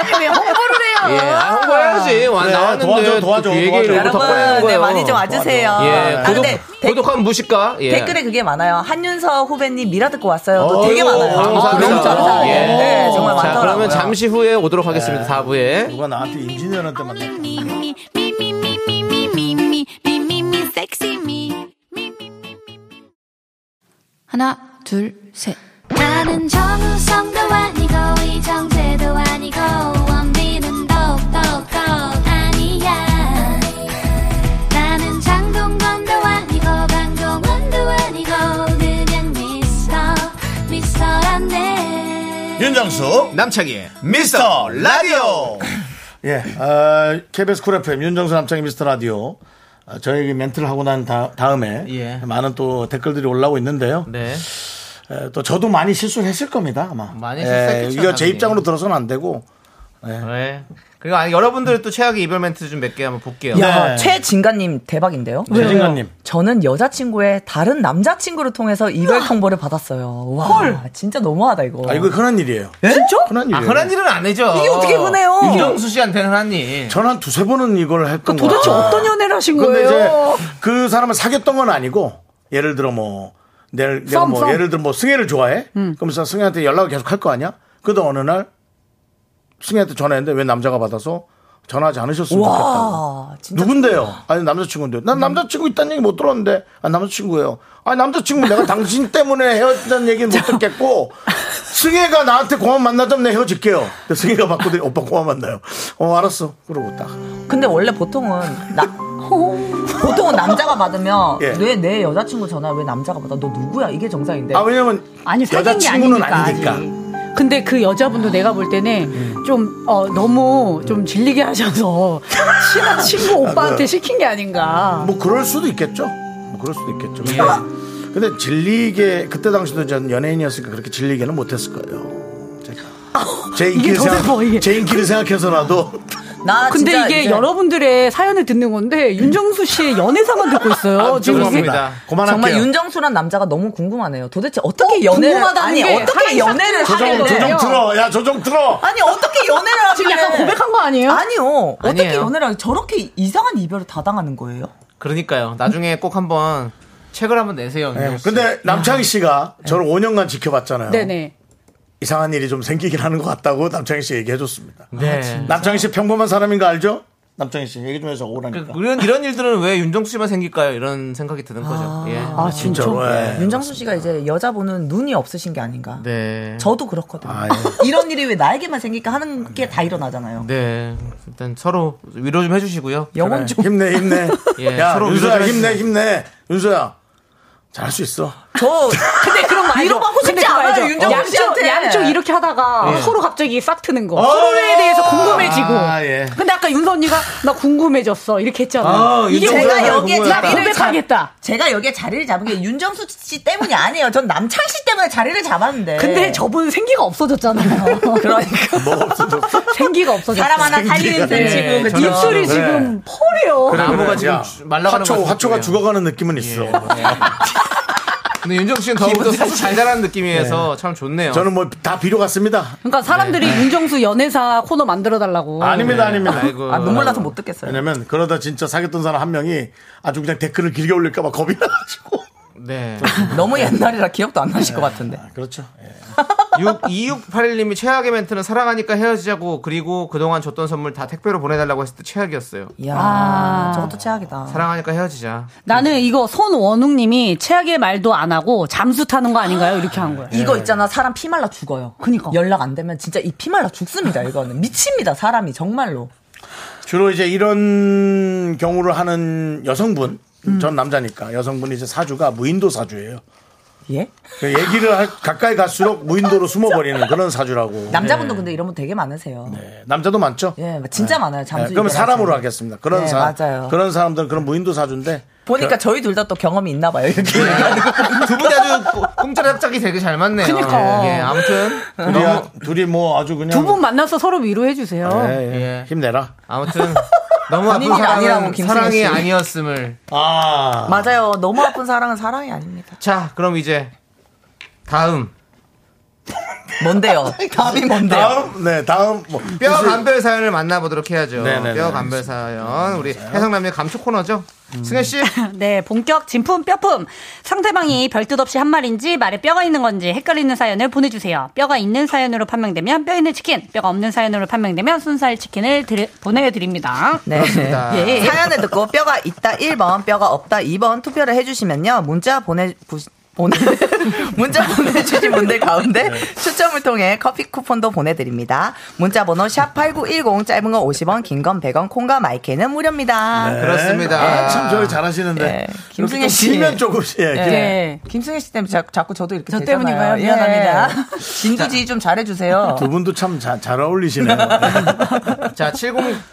[SPEAKER 6] 아니 왜 홍보를
[SPEAKER 10] 예,
[SPEAKER 6] 해요?
[SPEAKER 10] 아, 홍보해야지. 와,
[SPEAKER 1] 그래,
[SPEAKER 10] 나왔는데
[SPEAKER 1] 네, 도와줘,
[SPEAKER 10] 또
[SPEAKER 1] 도와줘,
[SPEAKER 10] 그 얘기를
[SPEAKER 1] 도와줘.
[SPEAKER 10] 덕분에 하는
[SPEAKER 11] 여러분, 네,
[SPEAKER 10] 거예요.
[SPEAKER 11] 많이 좀 와주세요.
[SPEAKER 10] 예,
[SPEAKER 11] 아,
[SPEAKER 10] 고독,
[SPEAKER 11] 근데
[SPEAKER 10] 고독한 무식가. 예.
[SPEAKER 11] 댓글에 그게 많아요. 한윤서 후배님 미라 듣고 왔어요. 또
[SPEAKER 1] 어유,
[SPEAKER 11] 되게 많아요.
[SPEAKER 10] 감사합니다.
[SPEAKER 11] 너무 감사해요.
[SPEAKER 10] 예.
[SPEAKER 11] 네, 정말
[SPEAKER 10] 자,
[SPEAKER 11] 많더라고요.
[SPEAKER 10] 그러면 잠시 후에 오도록
[SPEAKER 1] 네.
[SPEAKER 10] 하겠습니다. 4부에.
[SPEAKER 1] 누가 나한테 인지니어한테 만났
[SPEAKER 13] 하나, 둘, 셋. 나는 정우성도 아니고, 이정재도 아니고, 원빈은 더욱더 아니야. 나는 장동건도 아니고, 강동원도 아니고, 그냥 미스터, 미스터란데.
[SPEAKER 7] 윤정수
[SPEAKER 2] 남창희의
[SPEAKER 7] 미스터 라디오
[SPEAKER 1] 예, 어, KBS 쿨 FM 윤정수 남창희 미스터 라디오 어, 저에게 멘트를 하고 난 다, 음에
[SPEAKER 10] 예.
[SPEAKER 1] 많은 또 댓글들이 올라오고 있는데요.
[SPEAKER 10] 네.
[SPEAKER 1] 에, 또 저도 많이 실수를 했을 겁니다 아마.
[SPEAKER 10] 많이 실수했겠죠,
[SPEAKER 1] 예, 이거 제
[SPEAKER 10] 당연히.
[SPEAKER 1] 입장으로 들어서는 안 되고.
[SPEAKER 10] 네. 그리고 아니, 여러분들의 또 최악의 이별 멘트 좀 몇 개 한번 볼게요.
[SPEAKER 11] 야,
[SPEAKER 1] 네.
[SPEAKER 11] 최진가님 대박인데요?
[SPEAKER 1] 최진관님
[SPEAKER 11] 저는 여자친구의 다른 남자친구를 통해서
[SPEAKER 6] 아.
[SPEAKER 11] 이별 통보를 받았어요. 와, 진짜 너무하다 이거.
[SPEAKER 1] 아 이거 흔한 일이에요.
[SPEAKER 11] 진짜?
[SPEAKER 1] 흔한 일이에요.
[SPEAKER 10] 아, 흔한 일은 안 해죠.
[SPEAKER 11] 이게 어떻게 흔해요?
[SPEAKER 10] 윤정수 씨한테는 흔한 일.
[SPEAKER 1] 전한 두세 번은 이걸 했던 거
[SPEAKER 11] 그러니까
[SPEAKER 6] 아, 도대체 어떤 연애를 하신
[SPEAKER 1] 아. 근데
[SPEAKER 6] 거예요?
[SPEAKER 1] 이제 그 사람을 사귀었던 건 아니고 예를 들어 뭐 내가, 내가
[SPEAKER 6] 썸, 음.
[SPEAKER 1] 뭐
[SPEAKER 6] 썸.
[SPEAKER 1] 예를 들어 뭐 승혜를 좋아해. 그러면서 승혜한테 연락을 계속 할 거 아니야? 그러다 어느 날 승혜한테 전화했는데 왜 남자가 받아서 전화하지 않으셨으면 좋겠다고.
[SPEAKER 11] 와, 진짜
[SPEAKER 1] 누군데요? 아니 남자친구인데. 난 남자친구 있다는 얘기 못 들었는데. 아 남자친구예요. 아니 남자친구 내가 당신 때문에 헤어졌다는 얘기는 못 듣겠고 승혜가 나한테 고만 만나자면 내가 헤어질게요. 근데 승혜가 바꾸더니 오빠 고만 만나요. 어 알았어. 그러고 딱.
[SPEAKER 11] 근데 원래 보통은 나 보통은 남자가 받으면
[SPEAKER 1] 예.
[SPEAKER 11] 왜 내 여자친구 전화 왜 남자가 받아? 너 누구야? 이게 정상인데.
[SPEAKER 1] 아 왜냐면
[SPEAKER 6] 아니 사귄 게
[SPEAKER 1] 여자친구는 아니니까.
[SPEAKER 6] 아니니까. 아직. 근데 그 여자분도 내가 볼 때는 좀 어, 너무 좀 질리게 하셔서 친한 친구 오빠한테 시킨 게 아닌가.
[SPEAKER 1] 뭐 그럴 수도 있겠죠. 뭐 그럴 수도 있겠죠.
[SPEAKER 6] 예.
[SPEAKER 1] 그러니까 근데, 근데 질리게 그때 당시도 전 연예인이었으니까 그렇게 질리게는 못했을 거예요. 제가 제 인기를
[SPEAKER 6] 더 슬퍼, 이게.
[SPEAKER 1] 생각 제 인기를 생각해서라도
[SPEAKER 11] 나
[SPEAKER 6] 근데
[SPEAKER 11] 진짜
[SPEAKER 6] 이게
[SPEAKER 11] 이제
[SPEAKER 6] 여러분들의 사연을 듣는 건데 윤정수 씨의 연애사만 듣고 있어요. 지금 이게
[SPEAKER 10] 죄송합니다.
[SPEAKER 1] 그만할게요.
[SPEAKER 11] 정말 윤정수란 남자가 너무 궁금하네요. 도대체 어떻게 연애를
[SPEAKER 6] 궁금하다는
[SPEAKER 11] 아니
[SPEAKER 6] 게
[SPEAKER 11] 어떻게
[SPEAKER 6] 사람이
[SPEAKER 11] 연애를
[SPEAKER 6] 사람이
[SPEAKER 11] 하길래
[SPEAKER 1] 조정 조정 들어 야 조정 들어
[SPEAKER 11] 아니 어떻게 연애를 하길래
[SPEAKER 6] 지금 약간 고백한 거 아니에요?
[SPEAKER 11] 아니요. 어떻게
[SPEAKER 10] 아니에요.
[SPEAKER 11] 연애를 하길래 저렇게 이상한 이별을 다 당하는 거예요?
[SPEAKER 10] 그러니까요. 나중에 꼭 한번 책을 한번 내세요.
[SPEAKER 1] 예,
[SPEAKER 10] 윤정수 씨.
[SPEAKER 1] 근데 남창희 씨가 저를 5년간 지켜봤잖아요.
[SPEAKER 6] 네. 네네.
[SPEAKER 1] 이상한 일이 좀 생기긴 하는 것 같다고 남창희 씨 얘기해줬습니다.
[SPEAKER 6] 음.
[SPEAKER 10] 네.
[SPEAKER 1] 남창희 씨 평범한 사람인 거 알죠? 남창희 씨 얘기 좀 해서 오라니까.
[SPEAKER 10] 그, 이런, 이런 일들은 왜 윤정수 씨만 생길까요? 이런 생각이 드는 거죠. 예.
[SPEAKER 6] 아 진짜.
[SPEAKER 1] 진짜로. 예.
[SPEAKER 11] 윤정수 씨가 이제 여자 보는 눈이 없으신 게 아닌가.
[SPEAKER 10] 네.
[SPEAKER 11] 저도 그렇거든요.
[SPEAKER 1] 아, 예.
[SPEAKER 11] 이런 일이 왜 나에게만 생길까 하는 게 다 일어나잖아요.
[SPEAKER 10] 네. 일단 서로 위로 좀 해주시고요.
[SPEAKER 11] 영혼 좀
[SPEAKER 1] 힘내 힘내.
[SPEAKER 10] 예,
[SPEAKER 1] 야
[SPEAKER 10] 서로
[SPEAKER 1] 윤서야
[SPEAKER 10] 위로를
[SPEAKER 1] 힘내 힘내. 윤서야 잘할 수 있어.
[SPEAKER 11] 저
[SPEAKER 9] 근데 그런 거 알죠?
[SPEAKER 11] 위로 받고 싶지
[SPEAKER 9] 근데 그거
[SPEAKER 11] 않아요,
[SPEAKER 9] 알죠?
[SPEAKER 11] 윤정수
[SPEAKER 9] 양쪽,
[SPEAKER 11] 씨한테.
[SPEAKER 9] 양쪽 이렇게 하다가
[SPEAKER 11] 예.
[SPEAKER 9] 서로 갑자기 싹 트는 거.
[SPEAKER 11] 어.
[SPEAKER 9] 서로에 대해서 궁금해지고.
[SPEAKER 11] 아, 예.
[SPEAKER 9] 근데 아까 윤서 언니가 나 궁금해졌어 이렇게 했잖아.
[SPEAKER 11] 아,
[SPEAKER 9] 이게
[SPEAKER 11] 윤정수
[SPEAKER 9] 제가
[SPEAKER 11] 언니가
[SPEAKER 9] 여기에 나
[SPEAKER 11] 궁금했다.
[SPEAKER 9] 고백하겠다.
[SPEAKER 11] 제가 여기에 자리를 잡은 게 윤정수 씨 때문이 아니에요. 전 남창 씨 때문에 자리를 잡았는데.
[SPEAKER 9] 근데 저분 생기가 없어졌잖아요.
[SPEAKER 11] 그러니까
[SPEAKER 9] 생기가 없어졌어.
[SPEAKER 11] 사람 하나 살리는 셈 치고, 그죠?
[SPEAKER 9] 입술이
[SPEAKER 11] 네.
[SPEAKER 9] 지금 펄이요.
[SPEAKER 2] 나무가 지금 주- 말라가는 것
[SPEAKER 1] 화초,
[SPEAKER 2] 같은
[SPEAKER 1] 화초가
[SPEAKER 2] 소리예요.
[SPEAKER 1] 죽어가는 느낌은 있어.
[SPEAKER 2] 근데 윤정 씨는 더욱더 사수 잘 자라는 느낌이어서 참 좋네요.
[SPEAKER 1] 저는 뭐 다 비료 같습니다.
[SPEAKER 9] 그러니까 사람들이 윤정수 연애사 코너 만들어 달라고.
[SPEAKER 1] 아닙니다, 아닙니다.
[SPEAKER 2] 아이고. 아,
[SPEAKER 11] 눈물 나서 못 듣겠어요.
[SPEAKER 1] 왜냐면 그러다 진짜 사귀었던 사람 한 명이 아주 그냥 댓글을 길게 올릴까봐 겁이 나가지고.
[SPEAKER 2] 네.
[SPEAKER 11] 너무 옛날이라 기억도 안 나실 것 같은데.
[SPEAKER 1] 그렇죠. 예.
[SPEAKER 2] 2681님이 최악의 멘트는 사랑하니까 헤어지자고 그리고 그동안 줬던 선물 다 택배로 보내달라고 했을 때 최악이었어요.
[SPEAKER 11] 이야,
[SPEAKER 9] 아.
[SPEAKER 11] 저것도 최악이다.
[SPEAKER 2] 사랑하니까 헤어지자.
[SPEAKER 9] 나는 이거 손원웅님이 최악의 말도 안 하고 잠수 타는 거 아닌가요? 이렇게 한 거예요.
[SPEAKER 11] 이거 있잖아, 사람 피 말라 죽어요.
[SPEAKER 9] 그니까.
[SPEAKER 11] 연락 안 되면 진짜 이 피 말라 죽습니다, 이거는. 미칩니다, 사람이, 정말로.
[SPEAKER 1] 주로 이제 이런 경우를 하는 여성분, 음, 전 남자니까 여성분이 이제 사주가 무인도 사주예요.
[SPEAKER 11] 예?
[SPEAKER 1] 그 얘기를 할- 가까이 갈수록 무인도로 숨어버리는 그런 사주라고.
[SPEAKER 11] 남자분도 근데 이런 분 되게 많으세요.
[SPEAKER 1] 네. 남자도 많죠.
[SPEAKER 11] 예, 진짜 많아요, 잠수.
[SPEAKER 1] 네. 그럼
[SPEAKER 11] 이별하시는
[SPEAKER 1] 사람으로
[SPEAKER 11] 분.
[SPEAKER 1] 하겠습니다. 그런
[SPEAKER 11] 네,
[SPEAKER 1] 사람,
[SPEAKER 11] 맞아요.
[SPEAKER 1] 그런 사람들은 그런 무인도 사주인데
[SPEAKER 11] 보니까 저희 둘 다 또 경험이 있나 봐요, 이렇게.
[SPEAKER 1] 네.
[SPEAKER 2] 두 분이 아주 꽁- 꽁짜라 짝이 되게 잘 맞네요.
[SPEAKER 9] 그니까.
[SPEAKER 2] 예, 아무튼
[SPEAKER 1] 둘이,
[SPEAKER 2] 너무
[SPEAKER 1] 둘이 뭐 아주 그냥
[SPEAKER 9] 두 분 만나서 서로 위로해 주세요.
[SPEAKER 1] 예, 예.
[SPEAKER 2] 예.
[SPEAKER 1] 힘내라.
[SPEAKER 2] 아무튼 너무 아픈
[SPEAKER 11] 본인이 아니라고,
[SPEAKER 2] 사랑은
[SPEAKER 11] 김승현
[SPEAKER 2] 사랑이
[SPEAKER 11] 씨.
[SPEAKER 2] 아니었음을.
[SPEAKER 1] 아
[SPEAKER 11] 맞아요. 너무 아픈 사랑은 사랑이 아닙니다.
[SPEAKER 2] 자, 그럼 이제 다음
[SPEAKER 11] 뭔데요? 답이 뭔데요?
[SPEAKER 1] 다음 네 다음 뭐,
[SPEAKER 2] 뼈 간별 사연을 만나보도록 해야죠.
[SPEAKER 1] 네네네. 음,
[SPEAKER 2] 뼈 간별 사연 우리 해성남의 감초 코너죠. 승현 씨.
[SPEAKER 6] 네, 본격 진품 뼈품. 상대방이 별뜻 없이 한 말인지 말에 뼈가 있는 건지 헷갈리는 사연을 보내주세요. 뼈가 있는 사연으로 판명되면 뼈 있는 치킨, 뼈가 없는 사연으로 판명되면 순살 치킨을 드리- 보내드립니다.
[SPEAKER 11] 네.
[SPEAKER 6] 예.
[SPEAKER 11] 사연을 듣고 뼈가 있다 1번, 뼈가 없다 2번 투표를 해주시면요. 문자 보내, 부, 보내, 문자 보내주신 분들 가운데
[SPEAKER 1] 네.
[SPEAKER 11] 추첨을 통해 커피 쿠폰도 보내드립니다. 문자 번호 샵8910 짧은 건 50원, 긴 건 100원, 콩과 마이크는 무료입니다.
[SPEAKER 2] 그렇습니다.
[SPEAKER 1] 아, 참 저희 잘하시는데
[SPEAKER 11] 예.
[SPEAKER 1] 김승현
[SPEAKER 11] 김승현
[SPEAKER 1] 씨
[SPEAKER 11] 씨.
[SPEAKER 1] 길면 조금씩 예.
[SPEAKER 11] 예.
[SPEAKER 9] 네.
[SPEAKER 11] 김승혜 씨 때문에 자, 자꾸 저도 이렇게
[SPEAKER 9] 저
[SPEAKER 11] 되잖아요.
[SPEAKER 9] 때문인가요? 미안합니다.
[SPEAKER 11] 예. 진두지 좀 잘해주세요.
[SPEAKER 1] 두 분도 참 잘 어울리시네요.
[SPEAKER 2] 자,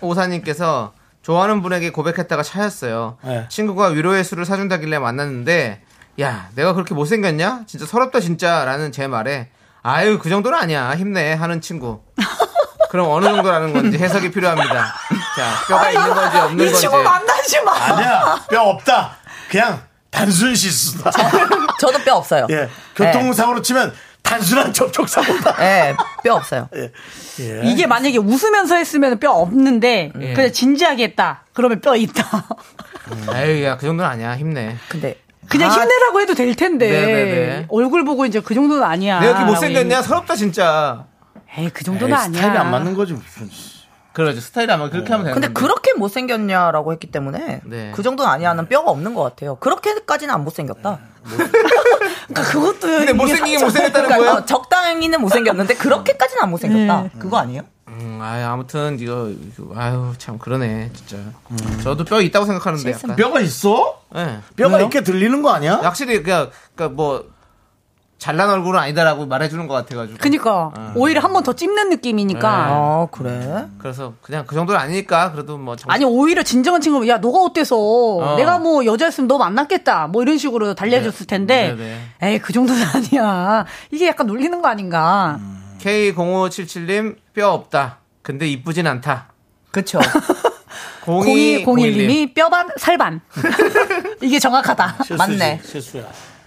[SPEAKER 2] 7054님께서 좋아하는 분에게 고백했다가 차였어요.
[SPEAKER 1] 네.
[SPEAKER 2] 친구가 위로의 술을 사준다길래 만났는데, 야, 내가 그렇게 못생겼냐? 진짜 서럽다, 진짜. 라는 제 말에, 아유, 그 정도는 아니야. 힘내. 하는 친구. 그럼 어느 정도라는 건지 해석이 필요합니다. 자, 뼈가 있는 건지 없는
[SPEAKER 11] 이
[SPEAKER 2] 건지.
[SPEAKER 11] 친구 만나지 마.
[SPEAKER 1] 아니야 뼈 없다. 그냥 단순 실수다.
[SPEAKER 11] 저도 뼈 없어요.
[SPEAKER 1] 예
[SPEAKER 11] 네.
[SPEAKER 1] 교통사고로 치면 단순한 접촉사고다.
[SPEAKER 11] 예, 뼈 없어요.
[SPEAKER 2] 네.
[SPEAKER 9] 이게 만약에 웃으면서 했으면 뼈 없는데
[SPEAKER 2] 예.
[SPEAKER 9] 그냥 진지하게 했다. 그러면 뼈 있다.
[SPEAKER 2] 아유, 야, 그 정도는 아니야. 힘내.
[SPEAKER 11] 근데
[SPEAKER 9] 그냥
[SPEAKER 11] 아,
[SPEAKER 9] 힘내라고 해도 될 텐데
[SPEAKER 2] 네, 네, 네.
[SPEAKER 9] 얼굴 보고 이제 그 정도는 아니야.
[SPEAKER 2] 내가 그렇게
[SPEAKER 9] 라고
[SPEAKER 2] 못생겼냐? 서럽다, 진짜.
[SPEAKER 9] 얘기- 에이 그 정도는
[SPEAKER 1] 에이,
[SPEAKER 9] 아니야.
[SPEAKER 1] 스타일이 안 맞는 거지 무슨.
[SPEAKER 2] 그러죠. 스타일이 아마 그렇게 하면 되는
[SPEAKER 11] 근데 그렇게 못생겼냐라고 했기 때문에
[SPEAKER 2] 네.
[SPEAKER 11] 그 정도는 아니야는 뼈가 없는 것 같아요. 그렇게까지는 안 못생겼다.
[SPEAKER 9] 그러니까 그것도
[SPEAKER 2] 근데 못생기게 못생겼다는 거예요?
[SPEAKER 11] 어, 적당히는 못생겼는데 그렇게까지는 안 못생겼다. 그거 아니에요?
[SPEAKER 2] 음, 아유, 아무튼, 이거, 이거, 아유, 참, 그러네, 진짜.
[SPEAKER 9] 음.
[SPEAKER 2] 저도 뼈 있다고 생각하는데, 약간.
[SPEAKER 1] 뼈가 있어?
[SPEAKER 2] 예.
[SPEAKER 1] 뼈가
[SPEAKER 11] 왜요?
[SPEAKER 1] 있게 들리는 거 아니야?
[SPEAKER 2] 확실히 그냥 그러니까 뭐 잘난 얼굴은 아니다라고 말해주는 것 같아가지고
[SPEAKER 9] 그니까 그러니까
[SPEAKER 2] 어.
[SPEAKER 9] 오히려 한 번 더 찝는
[SPEAKER 2] 네.
[SPEAKER 9] 느낌이니까.
[SPEAKER 11] 아 그래.
[SPEAKER 2] 그래서 그냥 그 정도는 아니니까 그래도 뭐 정-
[SPEAKER 9] 아니 오히려 진정한 친구면 야 너가 어때서 내가 뭐 여자였으면 너 만났겠다 뭐 이런 식으로 달래줬을 텐데
[SPEAKER 2] 네,
[SPEAKER 9] 에이 그 정도는 아니야 이게 약간 놀리는 거 아닌가
[SPEAKER 2] 음. K0577님 뼈 없다 근데 이쁘진 않다
[SPEAKER 11] 그쵸.
[SPEAKER 2] 02
[SPEAKER 9] 0201님이 뼈반 살반 이게 정확하다
[SPEAKER 11] 맞네.
[SPEAKER 1] 실수야.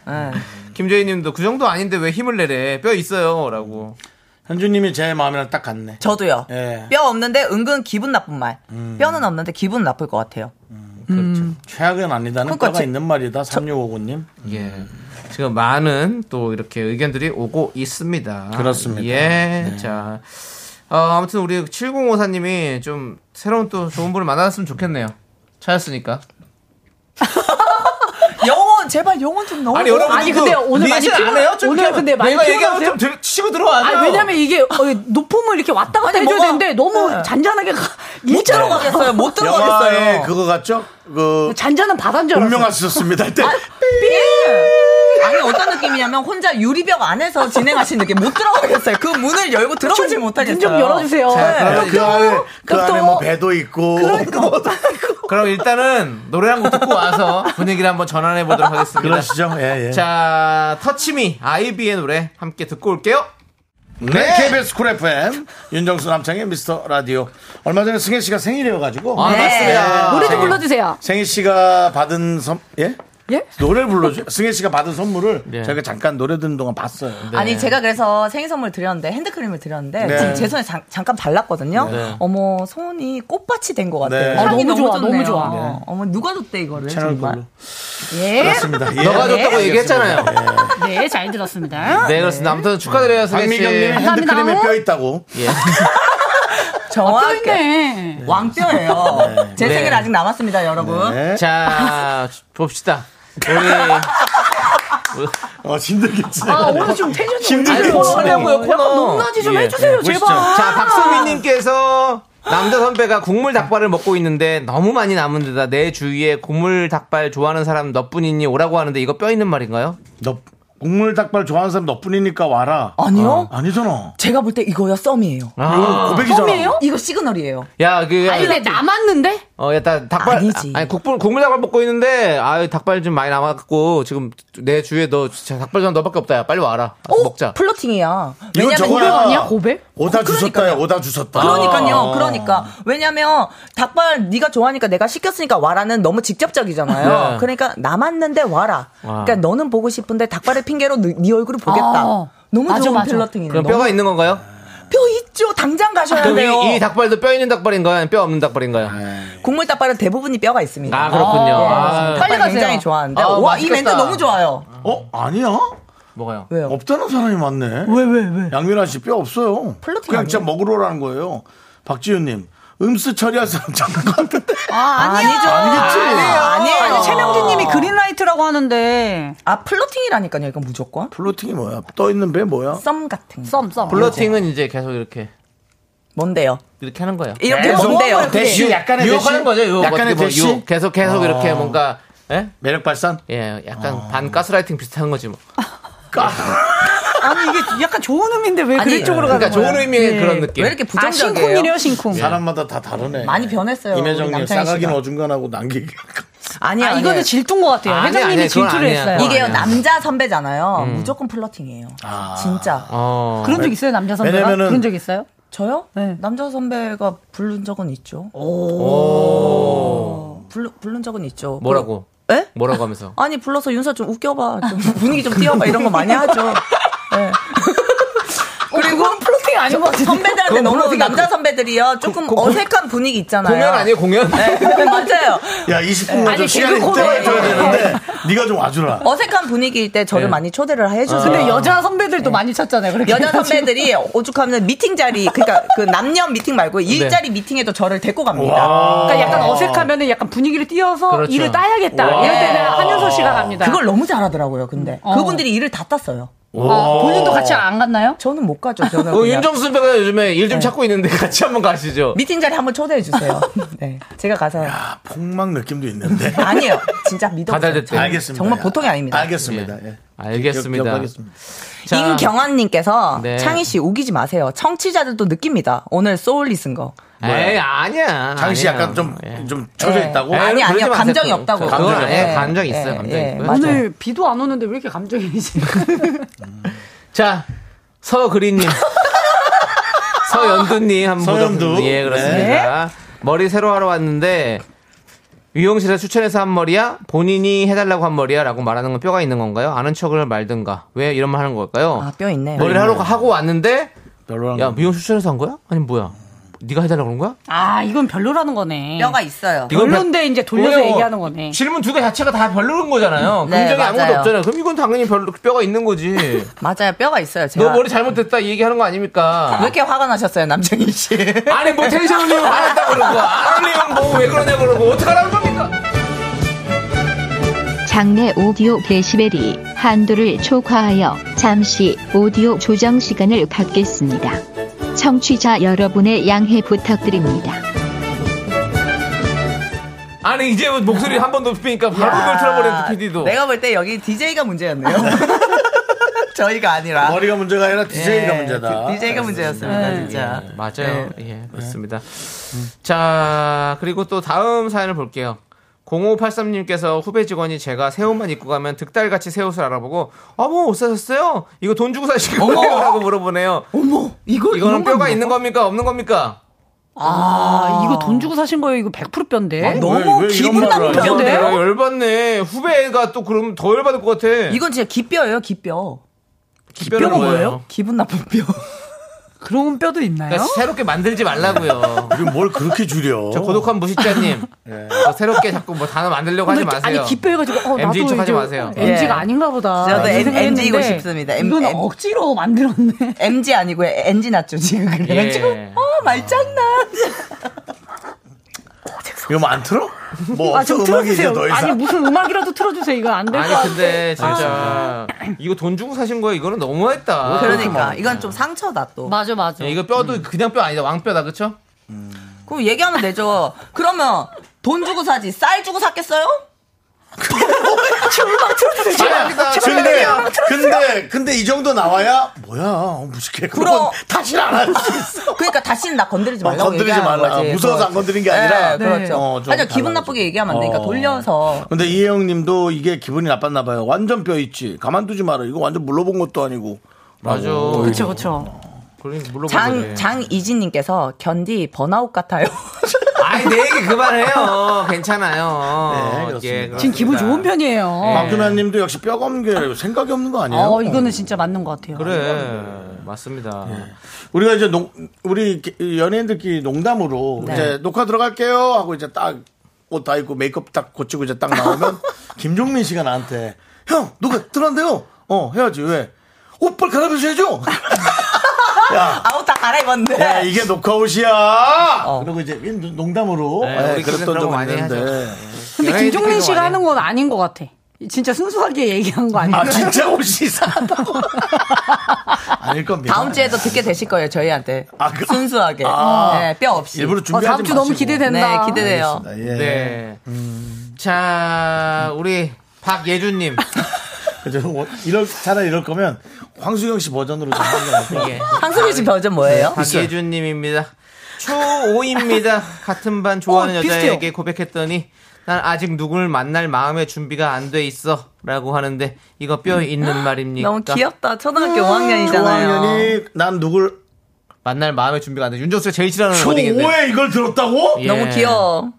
[SPEAKER 11] 예.
[SPEAKER 2] 김재희님도 그 정도 아닌데 왜 힘을 내래 뼈 있어요라고
[SPEAKER 1] 현주님이 제 마음이랑 딱 같네.
[SPEAKER 11] 저도요.
[SPEAKER 1] 예.
[SPEAKER 11] 뼈 없는데 은근 기분 나쁜 말. 뼈는 없는데 기분 나쁠 것 같아요.
[SPEAKER 1] 그렇죠. 최악은 아니다는
[SPEAKER 11] 그러니까
[SPEAKER 1] 뼈가
[SPEAKER 11] 제-
[SPEAKER 1] 있는 말이다. 3659님.
[SPEAKER 9] 음.
[SPEAKER 2] 예 지금 많은 또 이렇게 의견들이 오고 있습니다
[SPEAKER 1] 그렇습니다.
[SPEAKER 9] 네.
[SPEAKER 2] 예자 어, 아무튼 우리 7054님이 좀 새로운 또 좋은 분을 만났으면 좋겠네요 차였으니까
[SPEAKER 11] 영혼 제발 영혼 좀 넣어.
[SPEAKER 2] 아니 여러분
[SPEAKER 9] 아니, 근데 오늘 많이
[SPEAKER 2] 리액션 안
[SPEAKER 9] 피곤-
[SPEAKER 2] 해요? 좀
[SPEAKER 9] 오늘
[SPEAKER 2] 이렇게
[SPEAKER 9] 근데 많이
[SPEAKER 2] 내가 얘기하면
[SPEAKER 9] 피곤하세요?
[SPEAKER 2] 좀 들, 치고 들어와요.
[SPEAKER 9] 아니 왜냐면 이게 어, 노폼을 이렇게 왔다 갔다
[SPEAKER 11] 아니,
[SPEAKER 9] 해줘야
[SPEAKER 11] 뭐가-
[SPEAKER 9] 되는데 너무
[SPEAKER 11] 네.
[SPEAKER 9] 잔잔하게 가-
[SPEAKER 11] 못
[SPEAKER 9] 일자로 가
[SPEAKER 11] 들어가겠어요. 못
[SPEAKER 1] 영화에
[SPEAKER 11] 들어가겠어요.
[SPEAKER 1] 예, 그거 같죠? 그
[SPEAKER 9] 잔잔한 바다인 줄 알았어
[SPEAKER 1] 네. 운명하셨습니다. 할 때.
[SPEAKER 9] 삐!
[SPEAKER 11] 아니 어떤 느낌이냐면 혼자 유리벽 안에서 진행하신 느낌 못 들어가겠어요. 그 문을 열고 들어가질 못하겠어요.
[SPEAKER 9] 좀 열어주세요. 네.
[SPEAKER 6] 아,
[SPEAKER 1] 자, 그러면 그 안에 그 안에 뭐 배도 있고
[SPEAKER 2] 그럼 일단은 노래 한 곡 듣고 와서 분위기를 한번 전환해 보도록 하겠습니다.
[SPEAKER 1] 그러시죠. 예, 예.
[SPEAKER 2] 자, 터치미 아이비의 노래 함께 듣고 올게요.
[SPEAKER 1] 네. KBS 쿨 FM 윤정수 남창의 미스터 라디오 얼마 전에 승혜 씨가 생일이어가지고
[SPEAKER 2] 아, 네. 맞습니다.
[SPEAKER 6] 노래
[SPEAKER 1] 생일.
[SPEAKER 6] 좀 불러주세요.
[SPEAKER 1] 생희 씨가 받은 선 예?
[SPEAKER 6] 예?
[SPEAKER 1] 노래를 불러줘. 승혜 씨가 받은 선물을 저희가 잠깐 노래 듣는 동안 봤어요.
[SPEAKER 11] 네. 아니 제가 그래서 생일 선물 드렸는데 핸드크림을 드렸는데
[SPEAKER 1] 네.
[SPEAKER 11] 지금 제 손에 잠, 깐 발랐거든요.
[SPEAKER 1] 네.
[SPEAKER 11] 어머 손이 꽃밭이 된 것 같아요.
[SPEAKER 1] 네.
[SPEAKER 11] 향이
[SPEAKER 1] 아,
[SPEAKER 9] 너무 좋아, 너무
[SPEAKER 11] 좋네요.
[SPEAKER 9] 좋아.
[SPEAKER 1] 네.
[SPEAKER 11] 어머 누가 줬대 이거를
[SPEAKER 1] 채널
[SPEAKER 11] 정말.
[SPEAKER 1] 블루.
[SPEAKER 6] 예.
[SPEAKER 1] 그렇습니다. 예.
[SPEAKER 9] 네,
[SPEAKER 2] 너가 줬다고 얘기했잖아요.
[SPEAKER 6] 네, 잘 들었습니다.
[SPEAKER 2] 네, 그렇습니다. 아무튼
[SPEAKER 9] 음,
[SPEAKER 2] 축하드려요, 승혜 씨.
[SPEAKER 1] 박미경님
[SPEAKER 6] 감사합니다.
[SPEAKER 1] 핸드크림에 뼈 있다고.
[SPEAKER 2] 예.
[SPEAKER 9] 뭐
[SPEAKER 11] 정확해.
[SPEAKER 6] 네.
[SPEAKER 11] 왕뼈예요. 제
[SPEAKER 2] 네.
[SPEAKER 11] 생일 아직 남았습니다, 여러분.
[SPEAKER 1] 네.
[SPEAKER 2] 자, 봅시다. 우리
[SPEAKER 1] 어 힘들겠지.
[SPEAKER 9] 아, 오늘 좀 텐션 좀
[SPEAKER 2] 힘들게
[SPEAKER 9] 올려요.
[SPEAKER 2] 치려고요,
[SPEAKER 9] 약간
[SPEAKER 2] 코너.
[SPEAKER 9] 뭐 높낮이 좀
[SPEAKER 1] 예,
[SPEAKER 9] 해주세요,
[SPEAKER 1] 예, 보시죠.
[SPEAKER 9] 제발.
[SPEAKER 2] 자, 박소민님께서 남자 선배가 국물 닭발을 먹고 있는데 너무 많이 남은 데다 내 주위에 국물 닭발 좋아하는 사람 너뿐이니 오라고 하는데 이거 뼈 있는 말인가요?
[SPEAKER 1] 너 국물 닭발 좋아하는 사람 너뿐이니까 와라.
[SPEAKER 11] 아니요.
[SPEAKER 1] 어, 아니잖아.
[SPEAKER 11] 제가 볼 때 이거야 썸이에요. 어.
[SPEAKER 1] 이건
[SPEAKER 9] 음,
[SPEAKER 1] 고백이잖아.
[SPEAKER 11] 이거 시그널이에요.
[SPEAKER 2] 야, 그,
[SPEAKER 6] 아니, 근데 남았는데?
[SPEAKER 2] 어, 야, 다, 닭발.
[SPEAKER 11] 아니지.
[SPEAKER 2] 아, 니 국물, 국물 닭발 먹고 있는데, 아 닭발 좀 많이 남았고, 지금 내 주위에 너, 진짜 닭발 좋아하는 너밖에 없다. 야, 빨리 와라.
[SPEAKER 11] 오,
[SPEAKER 2] 먹자.
[SPEAKER 11] 어? 플러팅이야.
[SPEAKER 1] 이건
[SPEAKER 11] 왜냐면
[SPEAKER 1] 저거야.
[SPEAKER 11] 이거-
[SPEAKER 6] 아니야, 고백?
[SPEAKER 1] 오다 주셨다야. 오다 주셨다.
[SPEAKER 11] 그러니까요.
[SPEAKER 1] 아.
[SPEAKER 11] 그러니까 왜냐면 닭발 네가 좋아하니까 내가 시켰으니까 와라는 너무 직접적이잖아요.
[SPEAKER 2] 네.
[SPEAKER 11] 그러니까 남았는데 와라.
[SPEAKER 2] 와.
[SPEAKER 11] 그러니까 너는 보고 싶은데 닭발의 핑계로 네, 네 얼굴을 보겠다.
[SPEAKER 6] 아.
[SPEAKER 11] 너무
[SPEAKER 6] 맞아,
[SPEAKER 11] 좋은
[SPEAKER 6] 맞아.
[SPEAKER 11] 필러팅이네.
[SPEAKER 2] 그럼 뼈가 있는 건가요? 아,
[SPEAKER 11] 뼈 있죠. 당장 가셔야
[SPEAKER 2] 그럼
[SPEAKER 11] 돼요.
[SPEAKER 2] 이, 이 닭발도 뼈 있는 닭발인가요? 아니면 뼈 없는 닭발인가요?
[SPEAKER 1] 네.
[SPEAKER 11] 국물 닭발은 대부분이 뼈가 있습니다.
[SPEAKER 2] 아, 그렇군요. 아,
[SPEAKER 11] 닭발
[SPEAKER 6] 빨리
[SPEAKER 11] 굉장히
[SPEAKER 6] 가세요.
[SPEAKER 11] 좋아하는데
[SPEAKER 2] 아,
[SPEAKER 11] 와 이 멘트
[SPEAKER 2] 맛있겠다.
[SPEAKER 11] 너무 좋아요.
[SPEAKER 1] 어 아니야?
[SPEAKER 2] 뭐가요?
[SPEAKER 11] 왜요?
[SPEAKER 1] 없다는 사람이 많네. 왜 왜 왜? 양민아 씨 뼈 없어요.
[SPEAKER 11] 플러팅
[SPEAKER 1] 그냥
[SPEAKER 11] 아니에요?
[SPEAKER 1] 진짜 먹으러 오라는 거예요. 박지윤님 음수 처리할 사람 잠깐 같은데.
[SPEAKER 6] 아, 아니야.
[SPEAKER 11] 아니죠.
[SPEAKER 1] 아니겠지.
[SPEAKER 11] 아니에요.
[SPEAKER 6] 아니, 최명진 님이 그린라이트라고 하는데.
[SPEAKER 11] 아 플러팅이라니까요. 이건 무조건
[SPEAKER 1] 플로팅이 뭐야? 떠 있는 배 뭐야?
[SPEAKER 11] 썸 같은 거.
[SPEAKER 6] 썸, 썸.
[SPEAKER 2] 블러팅은 이제 계속 이렇게,
[SPEAKER 11] 뭔데요?
[SPEAKER 2] 이렇게 하는
[SPEAKER 1] 네,
[SPEAKER 2] 거예요.
[SPEAKER 9] 뭐?
[SPEAKER 11] 이렇게 뭔데요?
[SPEAKER 1] 대쉬 약간의
[SPEAKER 2] 네,
[SPEAKER 1] 대쉬.
[SPEAKER 2] 유혹하는 거죠, 유혹.
[SPEAKER 1] 약간의 아.
[SPEAKER 2] 어떻게 보면
[SPEAKER 1] 대쉬.
[SPEAKER 2] 유혹. 계속, 계속 이렇게 뭔가, 예?
[SPEAKER 1] 매력 발산.
[SPEAKER 2] 예, 약간
[SPEAKER 1] 아.
[SPEAKER 2] 반 가스라이팅 비슷한 거지 뭐.
[SPEAKER 9] 아니, 이게 약간 좋은 의미인데 왜
[SPEAKER 11] 아니,
[SPEAKER 9] 그런 쪽으로 가는
[SPEAKER 2] 그러니까
[SPEAKER 9] 거야?
[SPEAKER 2] 좋은 의미의 그런 느낌.
[SPEAKER 11] 왜 이렇게
[SPEAKER 6] 아,
[SPEAKER 11] 부정적이에요?
[SPEAKER 6] 신쿵이래요, 신쿵.
[SPEAKER 1] 사람마다 다 다르네.
[SPEAKER 11] 많이 변했어요, 우리
[SPEAKER 1] 임혜정님
[SPEAKER 11] 남창희
[SPEAKER 1] 싸가기는
[SPEAKER 11] 씨가.
[SPEAKER 1] 어중간하고 남기기.
[SPEAKER 11] 아니,
[SPEAKER 6] 아,
[SPEAKER 11] 아니,
[SPEAKER 6] 이거는 질투인 것 같아요.
[SPEAKER 2] 아니야,
[SPEAKER 6] 회장님이
[SPEAKER 2] 아니야, 그건
[SPEAKER 6] 질투를
[SPEAKER 2] 아니야.
[SPEAKER 6] 했어요.
[SPEAKER 11] 이게요 남자 선배잖아요. 무조건 플러팅이에요. 진짜
[SPEAKER 2] 어.
[SPEAKER 6] 그런 적 있어요, 남자 선배가?
[SPEAKER 1] 왜냐면은-
[SPEAKER 6] 그런 적 있어요?
[SPEAKER 11] 저요?
[SPEAKER 6] 네.
[SPEAKER 11] 남자 선배가 부른 적은 있죠.
[SPEAKER 2] 오.
[SPEAKER 11] 불, 부른 적은 있죠.
[SPEAKER 2] 뭐라고?
[SPEAKER 11] 그- 예?
[SPEAKER 2] 뭐라고 하면서?
[SPEAKER 11] 아니 불러서 윤서 좀 웃겨봐, 좀 분위기 좀 띄워봐 이런 거 많이 하죠. 예. 그리고 플러팅 아닌 것 같은데 선배들한테
[SPEAKER 2] 그건
[SPEAKER 11] 너무
[SPEAKER 2] 플러팅이야.
[SPEAKER 11] 남자 선배들이요 조금 어색한 분위기 있잖아요.
[SPEAKER 2] 공연 아니에요, 공연?
[SPEAKER 11] 네, 맞아요.
[SPEAKER 1] 야 20분 가좀
[SPEAKER 6] 아니,
[SPEAKER 1] 시간이
[SPEAKER 6] 개그
[SPEAKER 1] 때워줘야
[SPEAKER 6] 코너예요.
[SPEAKER 1] 되는데 네가 좀 와주라.
[SPEAKER 11] 어색한 분위기일 때 저를
[SPEAKER 2] 네.
[SPEAKER 11] 많이 초대를 해줘서
[SPEAKER 6] 근데 여자 선배들도 많이 쳤잖아요. 그렇게
[SPEAKER 11] 여자 선배들이 오죽하면 미팅 자리, 그러니까 그 남녀 미팅
[SPEAKER 2] 네.
[SPEAKER 11] 말고 일자리 미팅에도 저를 데리고 갑니다.
[SPEAKER 6] 그러니까 약간 어색하면은 약간 분위기를 띄워서
[SPEAKER 2] 그렇죠.
[SPEAKER 6] 일을 따야겠다. 이럴 때는 한현서 씨가 갑니다.
[SPEAKER 11] 그걸 너무 잘하더라고요. 근데 그분들이 일을 다 땄어요.
[SPEAKER 6] 아, 본인도 같이 안 갔나요?
[SPEAKER 11] 저는 못 가죠. 저는
[SPEAKER 2] 어,
[SPEAKER 11] 그냥. 네.
[SPEAKER 2] 윤정수 선배가 요즘에 일 좀 찾고 있는데 같이 한번 가시죠.
[SPEAKER 11] 미팅 자리 한번 초대해 주세요. 네, 제가 가서
[SPEAKER 1] 아, 폭망 느낌도 있는데.
[SPEAKER 11] 아니에요. 진짜 믿어.
[SPEAKER 2] 가달됐대.
[SPEAKER 1] 알겠습니다.
[SPEAKER 11] 정말
[SPEAKER 1] 예.
[SPEAKER 11] 보통이 아닙니다.
[SPEAKER 1] 알겠습니다.
[SPEAKER 2] 예.
[SPEAKER 1] 예.
[SPEAKER 2] 알겠습니다.
[SPEAKER 1] 기억- 기억하겠습니다.
[SPEAKER 2] 자,
[SPEAKER 11] 임경환님께서
[SPEAKER 2] 네.
[SPEAKER 11] 창희 씨 우기지 마세요. 청취자들도 느낍니다. 오늘 소울리 쓴 거. 네.
[SPEAKER 2] 에이, 아니야.
[SPEAKER 1] 장씨
[SPEAKER 2] 아니야.
[SPEAKER 1] 약간 좀,
[SPEAKER 2] 예.
[SPEAKER 1] 좀 쳐져 있다고?
[SPEAKER 2] 에이,
[SPEAKER 11] 뭐 아니,
[SPEAKER 2] 그러지
[SPEAKER 11] 아니요.
[SPEAKER 2] 마세요.
[SPEAKER 11] 감정이
[SPEAKER 2] 그건-
[SPEAKER 11] 없다고.
[SPEAKER 2] 그건
[SPEAKER 1] 감정이
[SPEAKER 2] 아니에요.
[SPEAKER 11] 없다고.
[SPEAKER 2] 감정이
[SPEAKER 11] 예,
[SPEAKER 2] 있어요. 감정이
[SPEAKER 11] 예,
[SPEAKER 2] 있고요.
[SPEAKER 11] 맞아요.
[SPEAKER 6] 오늘 비도 안 오는데 왜 이렇게 감정이지?
[SPEAKER 2] 자, 서그린님. 서연두님 한번
[SPEAKER 1] 서연두.
[SPEAKER 2] 보도록- 예, 그렇습니다.
[SPEAKER 11] 네.
[SPEAKER 2] 머리 새로 하러 왔는데, 미용실에서 추천해서 한 머리야? 본인이 해달라고 한 머리야? 라고 말하는 건 뼈가 있는 건가요? 아는 척을 말든가. 왜 이런 말 하는 걸까요?
[SPEAKER 11] 아 뼈 있네요.
[SPEAKER 2] 머리를 하러 하고 왔는데,
[SPEAKER 1] 별로란
[SPEAKER 2] 야,
[SPEAKER 1] 거.
[SPEAKER 2] 미용실 추천해서 한 거야? 아니, 뭐야? 네가 해달라고 그런 거야?
[SPEAKER 6] 아, 이건 별로라는 거네.
[SPEAKER 11] 뼈가 있어요.
[SPEAKER 2] 이건
[SPEAKER 6] 별론데 이제 돌려서
[SPEAKER 2] 뭐예요?
[SPEAKER 6] 얘기하는 거네. 음.
[SPEAKER 2] 질문 두 개 자체가 다 별로인 거잖아요.
[SPEAKER 11] 네,
[SPEAKER 2] 긍정이 아무것도
[SPEAKER 11] 맞아요.
[SPEAKER 2] 없잖아요. 그럼 이건 당연히 별로 뼈가 있는 거지.
[SPEAKER 11] 맞아요. 뼈가 있어요. 제가.
[SPEAKER 2] 너 머리 잘못됐다 이 얘기하는 거 아닙니까?
[SPEAKER 11] 왜 이렇게 화가 나셨어요, 남정희 씨?
[SPEAKER 6] 네.
[SPEAKER 2] 아니 뭐 텐션 올리면 화났다 그러고 안 올리면 뭐 왜 그러냐 그러고 어떡하라는 겁니까?
[SPEAKER 12] 장내 오디오 데시벨이 한도를 초과하여 잠시 오디오 조정 시간을 갖겠습니다. 청취자 여러분의 양해 부탁드립니다.
[SPEAKER 2] 아니 이제 뭐 목소리 한 번 높이니까 바로 그
[SPEAKER 11] 야,
[SPEAKER 2] 걸틀어버렸는 PD도.
[SPEAKER 11] 아, 내가 볼 때 여기 DJ가 문제였네요. 저희가 아니라.
[SPEAKER 1] 머리가 문제가 아니라 DJ 가
[SPEAKER 11] 예,
[SPEAKER 1] 문제다.
[SPEAKER 11] DJ가 문제였습니다,
[SPEAKER 2] 네.
[SPEAKER 11] 진짜. 네.
[SPEAKER 2] 예, 맞아요. 예, 그렇습니다. 자, 그리고 또 다음 사연을 볼게요. 0583님께서 후배 직원이 제가 새 옷만 입고 가면 득달같이 새 옷을 알아보고 어머 옷 사셨어요? 이거 돈 주고 사신 거예요? 라고 물어보네요.
[SPEAKER 11] 어머 이거
[SPEAKER 2] 이거는
[SPEAKER 6] 이런 건
[SPEAKER 2] 뼈가
[SPEAKER 6] 뭐야?
[SPEAKER 2] 있는 겁니까? 없는 겁니까?
[SPEAKER 6] 아, 이거 돈 주고 사신 거예요. 이거 100% 뼈인데.
[SPEAKER 1] 아,
[SPEAKER 2] 너무
[SPEAKER 6] 기분 나쁜
[SPEAKER 2] 야,
[SPEAKER 6] 뼈인데.
[SPEAKER 2] 아, 열받네. 후배가 또 그럼 더 열받을 것 같아.
[SPEAKER 11] 이건 진짜 기뼈예요, 기뼈.
[SPEAKER 2] 기뼈는 뭐예요?
[SPEAKER 11] 기분 나쁜 뼈.
[SPEAKER 6] 그런 뼈도 있나요?
[SPEAKER 2] 그러니까 새롭게 만들지 말라고요.
[SPEAKER 1] 우리 뭘 그렇게 줄여?
[SPEAKER 2] 저 고독한 무식자님. 어, 새롭게 자꾸 뭐 단어 만들려고 하지
[SPEAKER 6] 근데
[SPEAKER 2] 마세요.
[SPEAKER 6] 아니 기뼈 해가지고 어, 나도
[SPEAKER 2] MG 척하지
[SPEAKER 6] 이제
[SPEAKER 2] 마세요.
[SPEAKER 6] MG가
[SPEAKER 11] 예.
[SPEAKER 6] 아닌가 보다. 이런
[SPEAKER 11] 저도 M,
[SPEAKER 6] 생각이
[SPEAKER 11] MG이고
[SPEAKER 6] 했는데
[SPEAKER 11] 싶습니다.
[SPEAKER 6] 이건 억지로 만들었네.
[SPEAKER 11] MG 아니고 NG 났죠, 지금. 그래가지고.
[SPEAKER 2] 예.
[SPEAKER 11] 어, 말장난.
[SPEAKER 1] 이거 뭐안 틀어? 뭐
[SPEAKER 6] 아,
[SPEAKER 1] 없어
[SPEAKER 6] 좀
[SPEAKER 1] 음악이 이제
[SPEAKER 6] 틀어주세요.
[SPEAKER 1] 더
[SPEAKER 6] 아니
[SPEAKER 1] 이상.
[SPEAKER 6] 무슨 음악이라도 틀어주세요. 이거 안 될 것
[SPEAKER 2] 아니
[SPEAKER 6] 같아.
[SPEAKER 2] 근데
[SPEAKER 6] 아,
[SPEAKER 2] 진짜 이거 돈 주고 사신 거야 이거는 너무했다.
[SPEAKER 11] 그러니까. 이건 좀 상처다, 또.
[SPEAKER 6] 맞아 맞아.
[SPEAKER 2] 야, 이거 뼈도 그냥 뼈 아니다 왕뼈다 그쵸?
[SPEAKER 11] 그럼 얘기하면 되죠. 그러면 돈 주고 사지, 쌀 주고 샀겠어요?
[SPEAKER 6] 음악 틀어주세요.
[SPEAKER 2] 아니다.
[SPEAKER 1] 근데 근데 근데 이 정도 나와야 뭐야 어, 무식해. 그럼
[SPEAKER 11] 그럼.
[SPEAKER 1] 다시는 안 할 수 있어.
[SPEAKER 11] 그러니까 다시는 나 건드리지 말라고
[SPEAKER 1] 어, 건드리지
[SPEAKER 11] 얘기하는
[SPEAKER 1] 말라. 아,
[SPEAKER 11] 거지.
[SPEAKER 1] 무서워서 안 건드린 게 아니라?
[SPEAKER 11] 네,
[SPEAKER 1] 네.
[SPEAKER 11] 그렇죠.
[SPEAKER 1] 어, 좀
[SPEAKER 11] 아니 기분
[SPEAKER 1] 달라가지고.
[SPEAKER 11] 나쁘게 얘기하면 안 되니까
[SPEAKER 1] 어.
[SPEAKER 11] 돌려서
[SPEAKER 1] 근데 이혜영 님도 이게 기분이 나빴나 봐요. 완전 뼈 있지. 가만두지 마라. 이거 완전 물러본 것도 아니고.
[SPEAKER 2] 맞아. 네.
[SPEAKER 6] 그렇죠 그렇죠.
[SPEAKER 2] 그러니까 물어본
[SPEAKER 11] 장
[SPEAKER 1] 예.
[SPEAKER 2] 거지.
[SPEAKER 11] 장이진님께서 견디 번아웃 같아요.
[SPEAKER 2] 아이 내 얘기 그만해요. 괜찮아요.
[SPEAKER 1] 네,
[SPEAKER 2] 예,
[SPEAKER 1] 그렇습니다.
[SPEAKER 6] 지금 기분
[SPEAKER 2] 그렇습니다.
[SPEAKER 6] 좋은 편이에요.
[SPEAKER 2] 예.
[SPEAKER 1] 박준하 님도 역시 뼈가 없는 게 생각이 없는 거 아니에요?
[SPEAKER 6] 어 이거는 진짜 맞는 것 같아요.
[SPEAKER 2] 그래 맞습니다.
[SPEAKER 1] 네. 우리가 이제 농, 우리 연예인들끼리 농담으로
[SPEAKER 11] 네.
[SPEAKER 1] 이제 녹화 들어갈게요 하고 이제 딱 옷 다 입고 메이크업 딱 고치고 이제 딱 나오면 김종민 씨가 나한테 형 녹화 들어간대요. 어 해야지 왜? 옷빨 갈아입으셔야죠. 야,
[SPEAKER 11] 아웃 다 갈아입었는데.
[SPEAKER 1] 야 이게 녹화 옷이야.
[SPEAKER 11] 어.
[SPEAKER 1] 그러고 이제 농담으로
[SPEAKER 2] 네,
[SPEAKER 1] 예,
[SPEAKER 2] 우리
[SPEAKER 1] 그랬던
[SPEAKER 2] 그런
[SPEAKER 1] 적이
[SPEAKER 2] 거 많이
[SPEAKER 1] 있는데.
[SPEAKER 6] 근데
[SPEAKER 2] 연예인
[SPEAKER 6] 김종민
[SPEAKER 2] 대표도
[SPEAKER 6] 씨가
[SPEAKER 2] 아니에요.
[SPEAKER 6] 하는 건 아닌 것 같아. 진짜 순수하게 얘기한 거 아닌가?
[SPEAKER 1] 아 진짜 옷이 이상하다고. 아닐 겁니다.
[SPEAKER 11] 다음 주에도 듣게 되실 거예요 저희한테
[SPEAKER 1] 아, 그-
[SPEAKER 11] 순수하게
[SPEAKER 1] 아.
[SPEAKER 11] 네, 뼈 없이.
[SPEAKER 1] 일부러
[SPEAKER 6] 어,
[SPEAKER 1] 준비하지
[SPEAKER 6] 다음 주 너무
[SPEAKER 1] 마시고.
[SPEAKER 6] 기대된다.
[SPEAKER 11] 네 기대돼요.
[SPEAKER 1] 알겠습니다. 예.
[SPEAKER 2] 네. 자 우리 박예준님.
[SPEAKER 1] 그죠? 원- 이럴 차라리 이럴 거면 황수경 씨 버전으로 좀 하는 게그 낫고.
[SPEAKER 2] 예.
[SPEAKER 11] 한승희 씨 버전 뭐예요?
[SPEAKER 2] 박예준님입니다. 초5입니다. 같은 반 좋아하는
[SPEAKER 6] 어, 비슷해요.
[SPEAKER 2] 여자에게 고백했더니 난 아직 누굴 만날 마음의 준비가 안 돼 있어 라고 하는데 이거 뼈 있는
[SPEAKER 1] 네,
[SPEAKER 2] 말입니까?
[SPEAKER 11] 너무
[SPEAKER 1] 그러니까.
[SPEAKER 11] 귀엽다. 초등학교 5학년이잖아요.
[SPEAKER 1] 조학년이 난 누굴
[SPEAKER 2] 만날 마음의 준비가 안 돼. 윤정수가 제일 싫어하는 워딩인데.
[SPEAKER 1] 초오에 이걸 들었다고?
[SPEAKER 2] 예.
[SPEAKER 11] 너무 귀여워.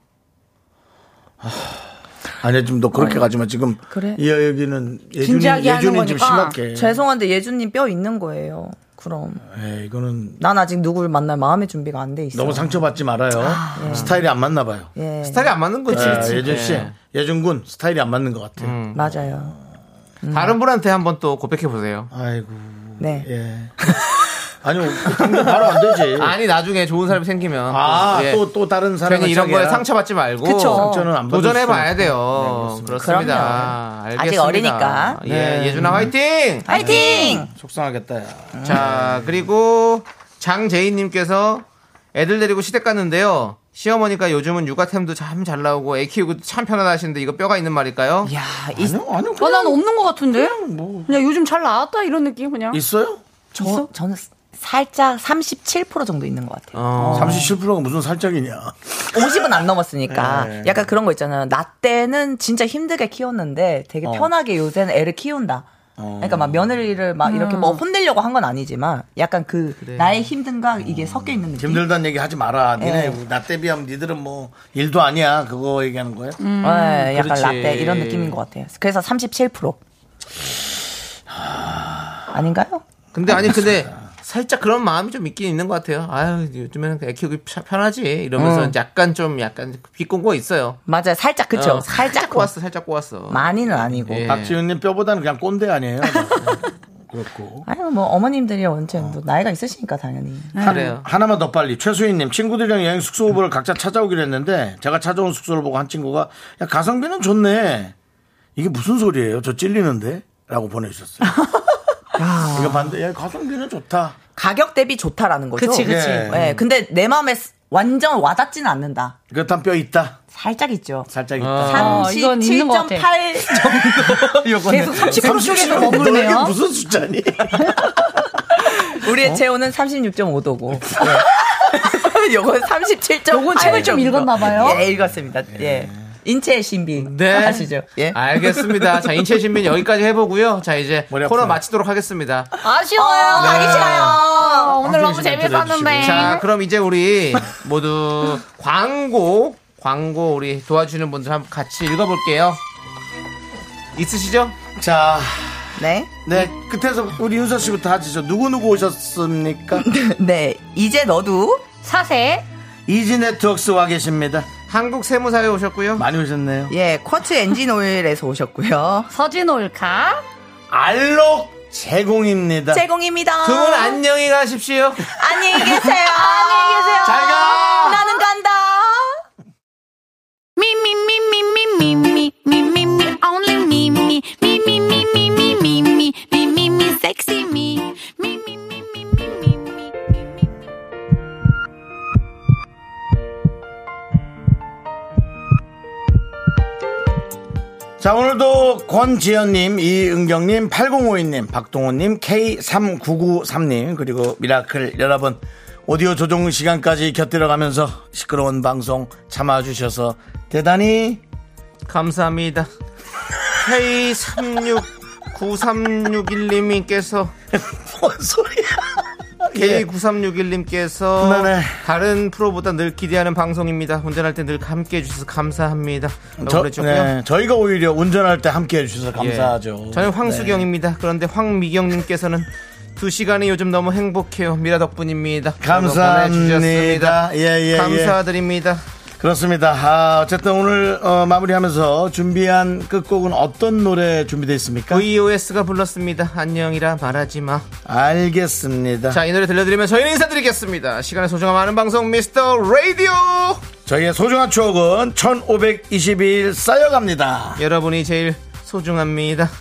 [SPEAKER 1] 아니 지금 너 그렇게 가지마 지금
[SPEAKER 11] 그래?
[SPEAKER 1] 이 여기는 예준이
[SPEAKER 6] 진지하게 하는
[SPEAKER 1] 예준이 좀
[SPEAKER 6] 거니까.
[SPEAKER 1] 심각해.
[SPEAKER 11] 죄송한데 예준님 뼈 있는 거예요. 그럼
[SPEAKER 1] 예, 이거는
[SPEAKER 11] 난 아직 누굴 만날 마음의 준비가 안 돼 있어.
[SPEAKER 1] 너무 상처받지 말아요. 스타일이 안 맞나 봐요.
[SPEAKER 11] 예
[SPEAKER 2] 스타일이 안 맞는 거지.
[SPEAKER 1] 예, 예준 씨,
[SPEAKER 2] 예.
[SPEAKER 1] 예준 군 스타일이 안 맞는 것 같아요.
[SPEAKER 11] 음. 맞아요. 음.
[SPEAKER 2] 다른 분한테 한번 또 고백해 보세요.
[SPEAKER 1] 아이고,
[SPEAKER 11] 네.
[SPEAKER 1] 예. 아니요, 당근 바로 안 되지.
[SPEAKER 2] 아니 나중에 좋은 사람이 생기면
[SPEAKER 1] 아,
[SPEAKER 2] 예.
[SPEAKER 1] 또, 또 다른 사람이
[SPEAKER 2] 괜히 이런 거에 상처받지 말고
[SPEAKER 1] 그쵸. 상처는 안 받을
[SPEAKER 2] 도전해 봐야
[SPEAKER 1] 수는-
[SPEAKER 2] 돼요. 그렇습니다.
[SPEAKER 11] 그럼요.
[SPEAKER 2] 알겠습니다.
[SPEAKER 11] 아직 어리니까.
[SPEAKER 2] 예, 예준아 화이팅.
[SPEAKER 11] 파이팅!
[SPEAKER 1] 속상하겠다. 야.
[SPEAKER 11] 네.
[SPEAKER 2] 자, 그리고 장재희님께서 애들 데리고 시댁 갔는데요. 시어머니가 요즘은 육아템도 참 잘 나오고 애 키우고 참 편하다 하시는데 이거 뼈가 있는 말일까요?
[SPEAKER 11] 야, 이
[SPEAKER 1] 아니요, 아니요.
[SPEAKER 6] 어,
[SPEAKER 1] 그냥
[SPEAKER 6] 난 없는 것 같은데? 그냥, 요즘 잘 나왔다 이런 느낌 그냥.
[SPEAKER 1] 있어요?
[SPEAKER 11] 저, 저는 살짝 37% 정도 있는 것 같아요.
[SPEAKER 2] 어.
[SPEAKER 1] 37%가 무슨 살짝이냐.
[SPEAKER 11] 50은 안 넘었으니까.
[SPEAKER 1] 네.
[SPEAKER 11] 약간 그런 거 있잖아요. 나 때는 진짜 힘들게 키웠는데 되게 편하게 요새는 애를 키운다. 그러니까 막 며느리를 막 이렇게 뭐 혼내려고 한 건 아니지만 약간 그 나의 힘든과 이게 섞여 있는 느낌.
[SPEAKER 1] 힘들다는 얘기 하지
[SPEAKER 2] 어.
[SPEAKER 1] 마라. 니네
[SPEAKER 11] 예.
[SPEAKER 1] 나 때 비하면 니들은 뭐 일도 아니야. 그거 얘기하는 거예요?
[SPEAKER 2] 음.
[SPEAKER 11] 네, 약간
[SPEAKER 2] 그렇지.
[SPEAKER 11] 라떼 이런 느낌인 것 같아요. 그래서 37%. 아닌가요?
[SPEAKER 2] 근데 아니 근데 살짝 그런 마음이 좀 있긴 있는 것 같아요. 아유 요즘에는 애 키우기 차- 편하지 이러면서 약간 좀 약간 비꼰 거 있어요.
[SPEAKER 11] 맞아요. 살짝 어. 그쵸.
[SPEAKER 2] 어,
[SPEAKER 11] 살짝
[SPEAKER 2] 꼬았어, 살짝 꼬았어.
[SPEAKER 11] 많이는 아니고.
[SPEAKER 2] 예.
[SPEAKER 1] 박지훈님 뼈보다는 그냥 꼰대 아니에요? 뭐. 그렇고.
[SPEAKER 11] 아유 뭐 어머님들이 언제 뭐 나이가 있으시니까 당연히.
[SPEAKER 2] 그래요.
[SPEAKER 1] 하나만 더 빨리. 최수희님, 친구들이랑 여행 숙소 후보를 각자 찾아오기로 했는데, 제가 찾아온 숙소를 보고 한 친구가, 야, 가성비는 좋네. 이게 무슨 소리예요? 저 찔리는데? 라고 보내주셨어요. 이거 반대, 야, 가성비는 좋다.
[SPEAKER 11] 가격 대비 좋다라는 거죠.
[SPEAKER 6] 그치, 그치.
[SPEAKER 11] 예. 근데 내 마음에 완전 와닿지는 않는다.
[SPEAKER 1] 그렇다면 뼈 있다.
[SPEAKER 11] 살짝 있죠.
[SPEAKER 1] 살짝
[SPEAKER 2] 아.
[SPEAKER 6] 어,
[SPEAKER 11] 있다. 37.8
[SPEAKER 1] 요거는.
[SPEAKER 11] 계속 39 쪽에서 머무르네요.
[SPEAKER 1] 너에게 뭐 무슨 숫자니?
[SPEAKER 6] 어?
[SPEAKER 11] 우리의 체온은 36.5도고. 예. 요건 37.8.
[SPEAKER 6] 요건 책을 좀 읽었나 봐요.
[SPEAKER 11] 예, 읽었습니다. 예. 인체의 신비.
[SPEAKER 2] 네.
[SPEAKER 11] 아시죠? 예.
[SPEAKER 2] 알겠습니다. 자, 인체 신민 여기까지 해보고요. 자, 이제 코너 마치도록 하겠습니다.
[SPEAKER 6] 아쉬워요.
[SPEAKER 2] 네.
[SPEAKER 6] 가기 싫어요. 오늘 너무
[SPEAKER 2] 방송이 시간
[SPEAKER 6] 재밌었는데.
[SPEAKER 2] 자, 그럼 이제 우리 모두 광고, 광고 우리 도와주시는 분들 한번 같이 읽어볼게요. 있으시죠?
[SPEAKER 1] 자.
[SPEAKER 11] 네.
[SPEAKER 1] 네. 끝에서 우리 윤서 씨부터 하지. 저 누구누구 오셨습니까?
[SPEAKER 11] 네. 이제 너도
[SPEAKER 14] 사세.
[SPEAKER 1] 이지 네트웍스 와 계십니다.
[SPEAKER 2] 한국 세무사에 오셨고요.
[SPEAKER 1] 많이 오셨네요.
[SPEAKER 11] 예, 쿼츠 엔진 오일에서 오셨고요.
[SPEAKER 14] 서진 올카.
[SPEAKER 1] 알록 제공입니다.
[SPEAKER 11] 제공입니다.
[SPEAKER 2] 두 분 안녕히 가십시오.
[SPEAKER 11] 안녕히 계세요. 안녕히 계세요.
[SPEAKER 2] 잘 가.
[SPEAKER 11] 나는 간다.
[SPEAKER 13] Me, me, me, me, me, me, me, me, me, me, only me, me, me, me, me, me, me, me, me, me, me, me, sexy me, me, me, me, me, me, me, me.
[SPEAKER 1] 자, 오늘도 권지현님, 이은경님, 8052님, 박동호님, K3993님, 그리고 미라클 여러분, 오디오 조종 시간까지 곁들여가면서 시끄러운 방송 참아주셔서 대단히
[SPEAKER 2] 감사합니다. K36936님께서
[SPEAKER 1] 뭔 소리야? 예.
[SPEAKER 2] K9361님께서
[SPEAKER 1] 그만해.
[SPEAKER 2] 다른 프로보다 늘 기대하는 방송입니다. 운전할 때 늘 함께 해주셔서 감사합니다. 라고
[SPEAKER 1] 저,
[SPEAKER 2] 아, 그랬었고요.
[SPEAKER 1] 네, 저희가 오히려 운전할 때 함께 해주셔서 감사하죠. 네.
[SPEAKER 2] 예. 저는 황수경입니다. 그런데 황미경님께서는 두 시간이 요즘 너무 행복해요. 미라 덕분입니다.
[SPEAKER 1] 감사합니다.
[SPEAKER 2] 라고 보내주셨습니다.
[SPEAKER 1] 예, 예,
[SPEAKER 2] 감사드립니다.
[SPEAKER 1] 네. 그렇습니다. 아, 어쨌든 오늘 어, 마무리하면서 준비한 끝곡은 어떤 노래 준비되어 있습니까?
[SPEAKER 2] VOS가 불렀습니다. 안녕이라 말하지 마.
[SPEAKER 1] 알겠습니다.
[SPEAKER 2] 자, 이 노래 들려드리면 저희는 인사드리겠습니다. 시간의 소중함 아는 방송 미스터 라디오.
[SPEAKER 1] 저희의 소중한 추억은 1522일 쌓여갑니다.
[SPEAKER 2] 여러분이 제일 소중합니다.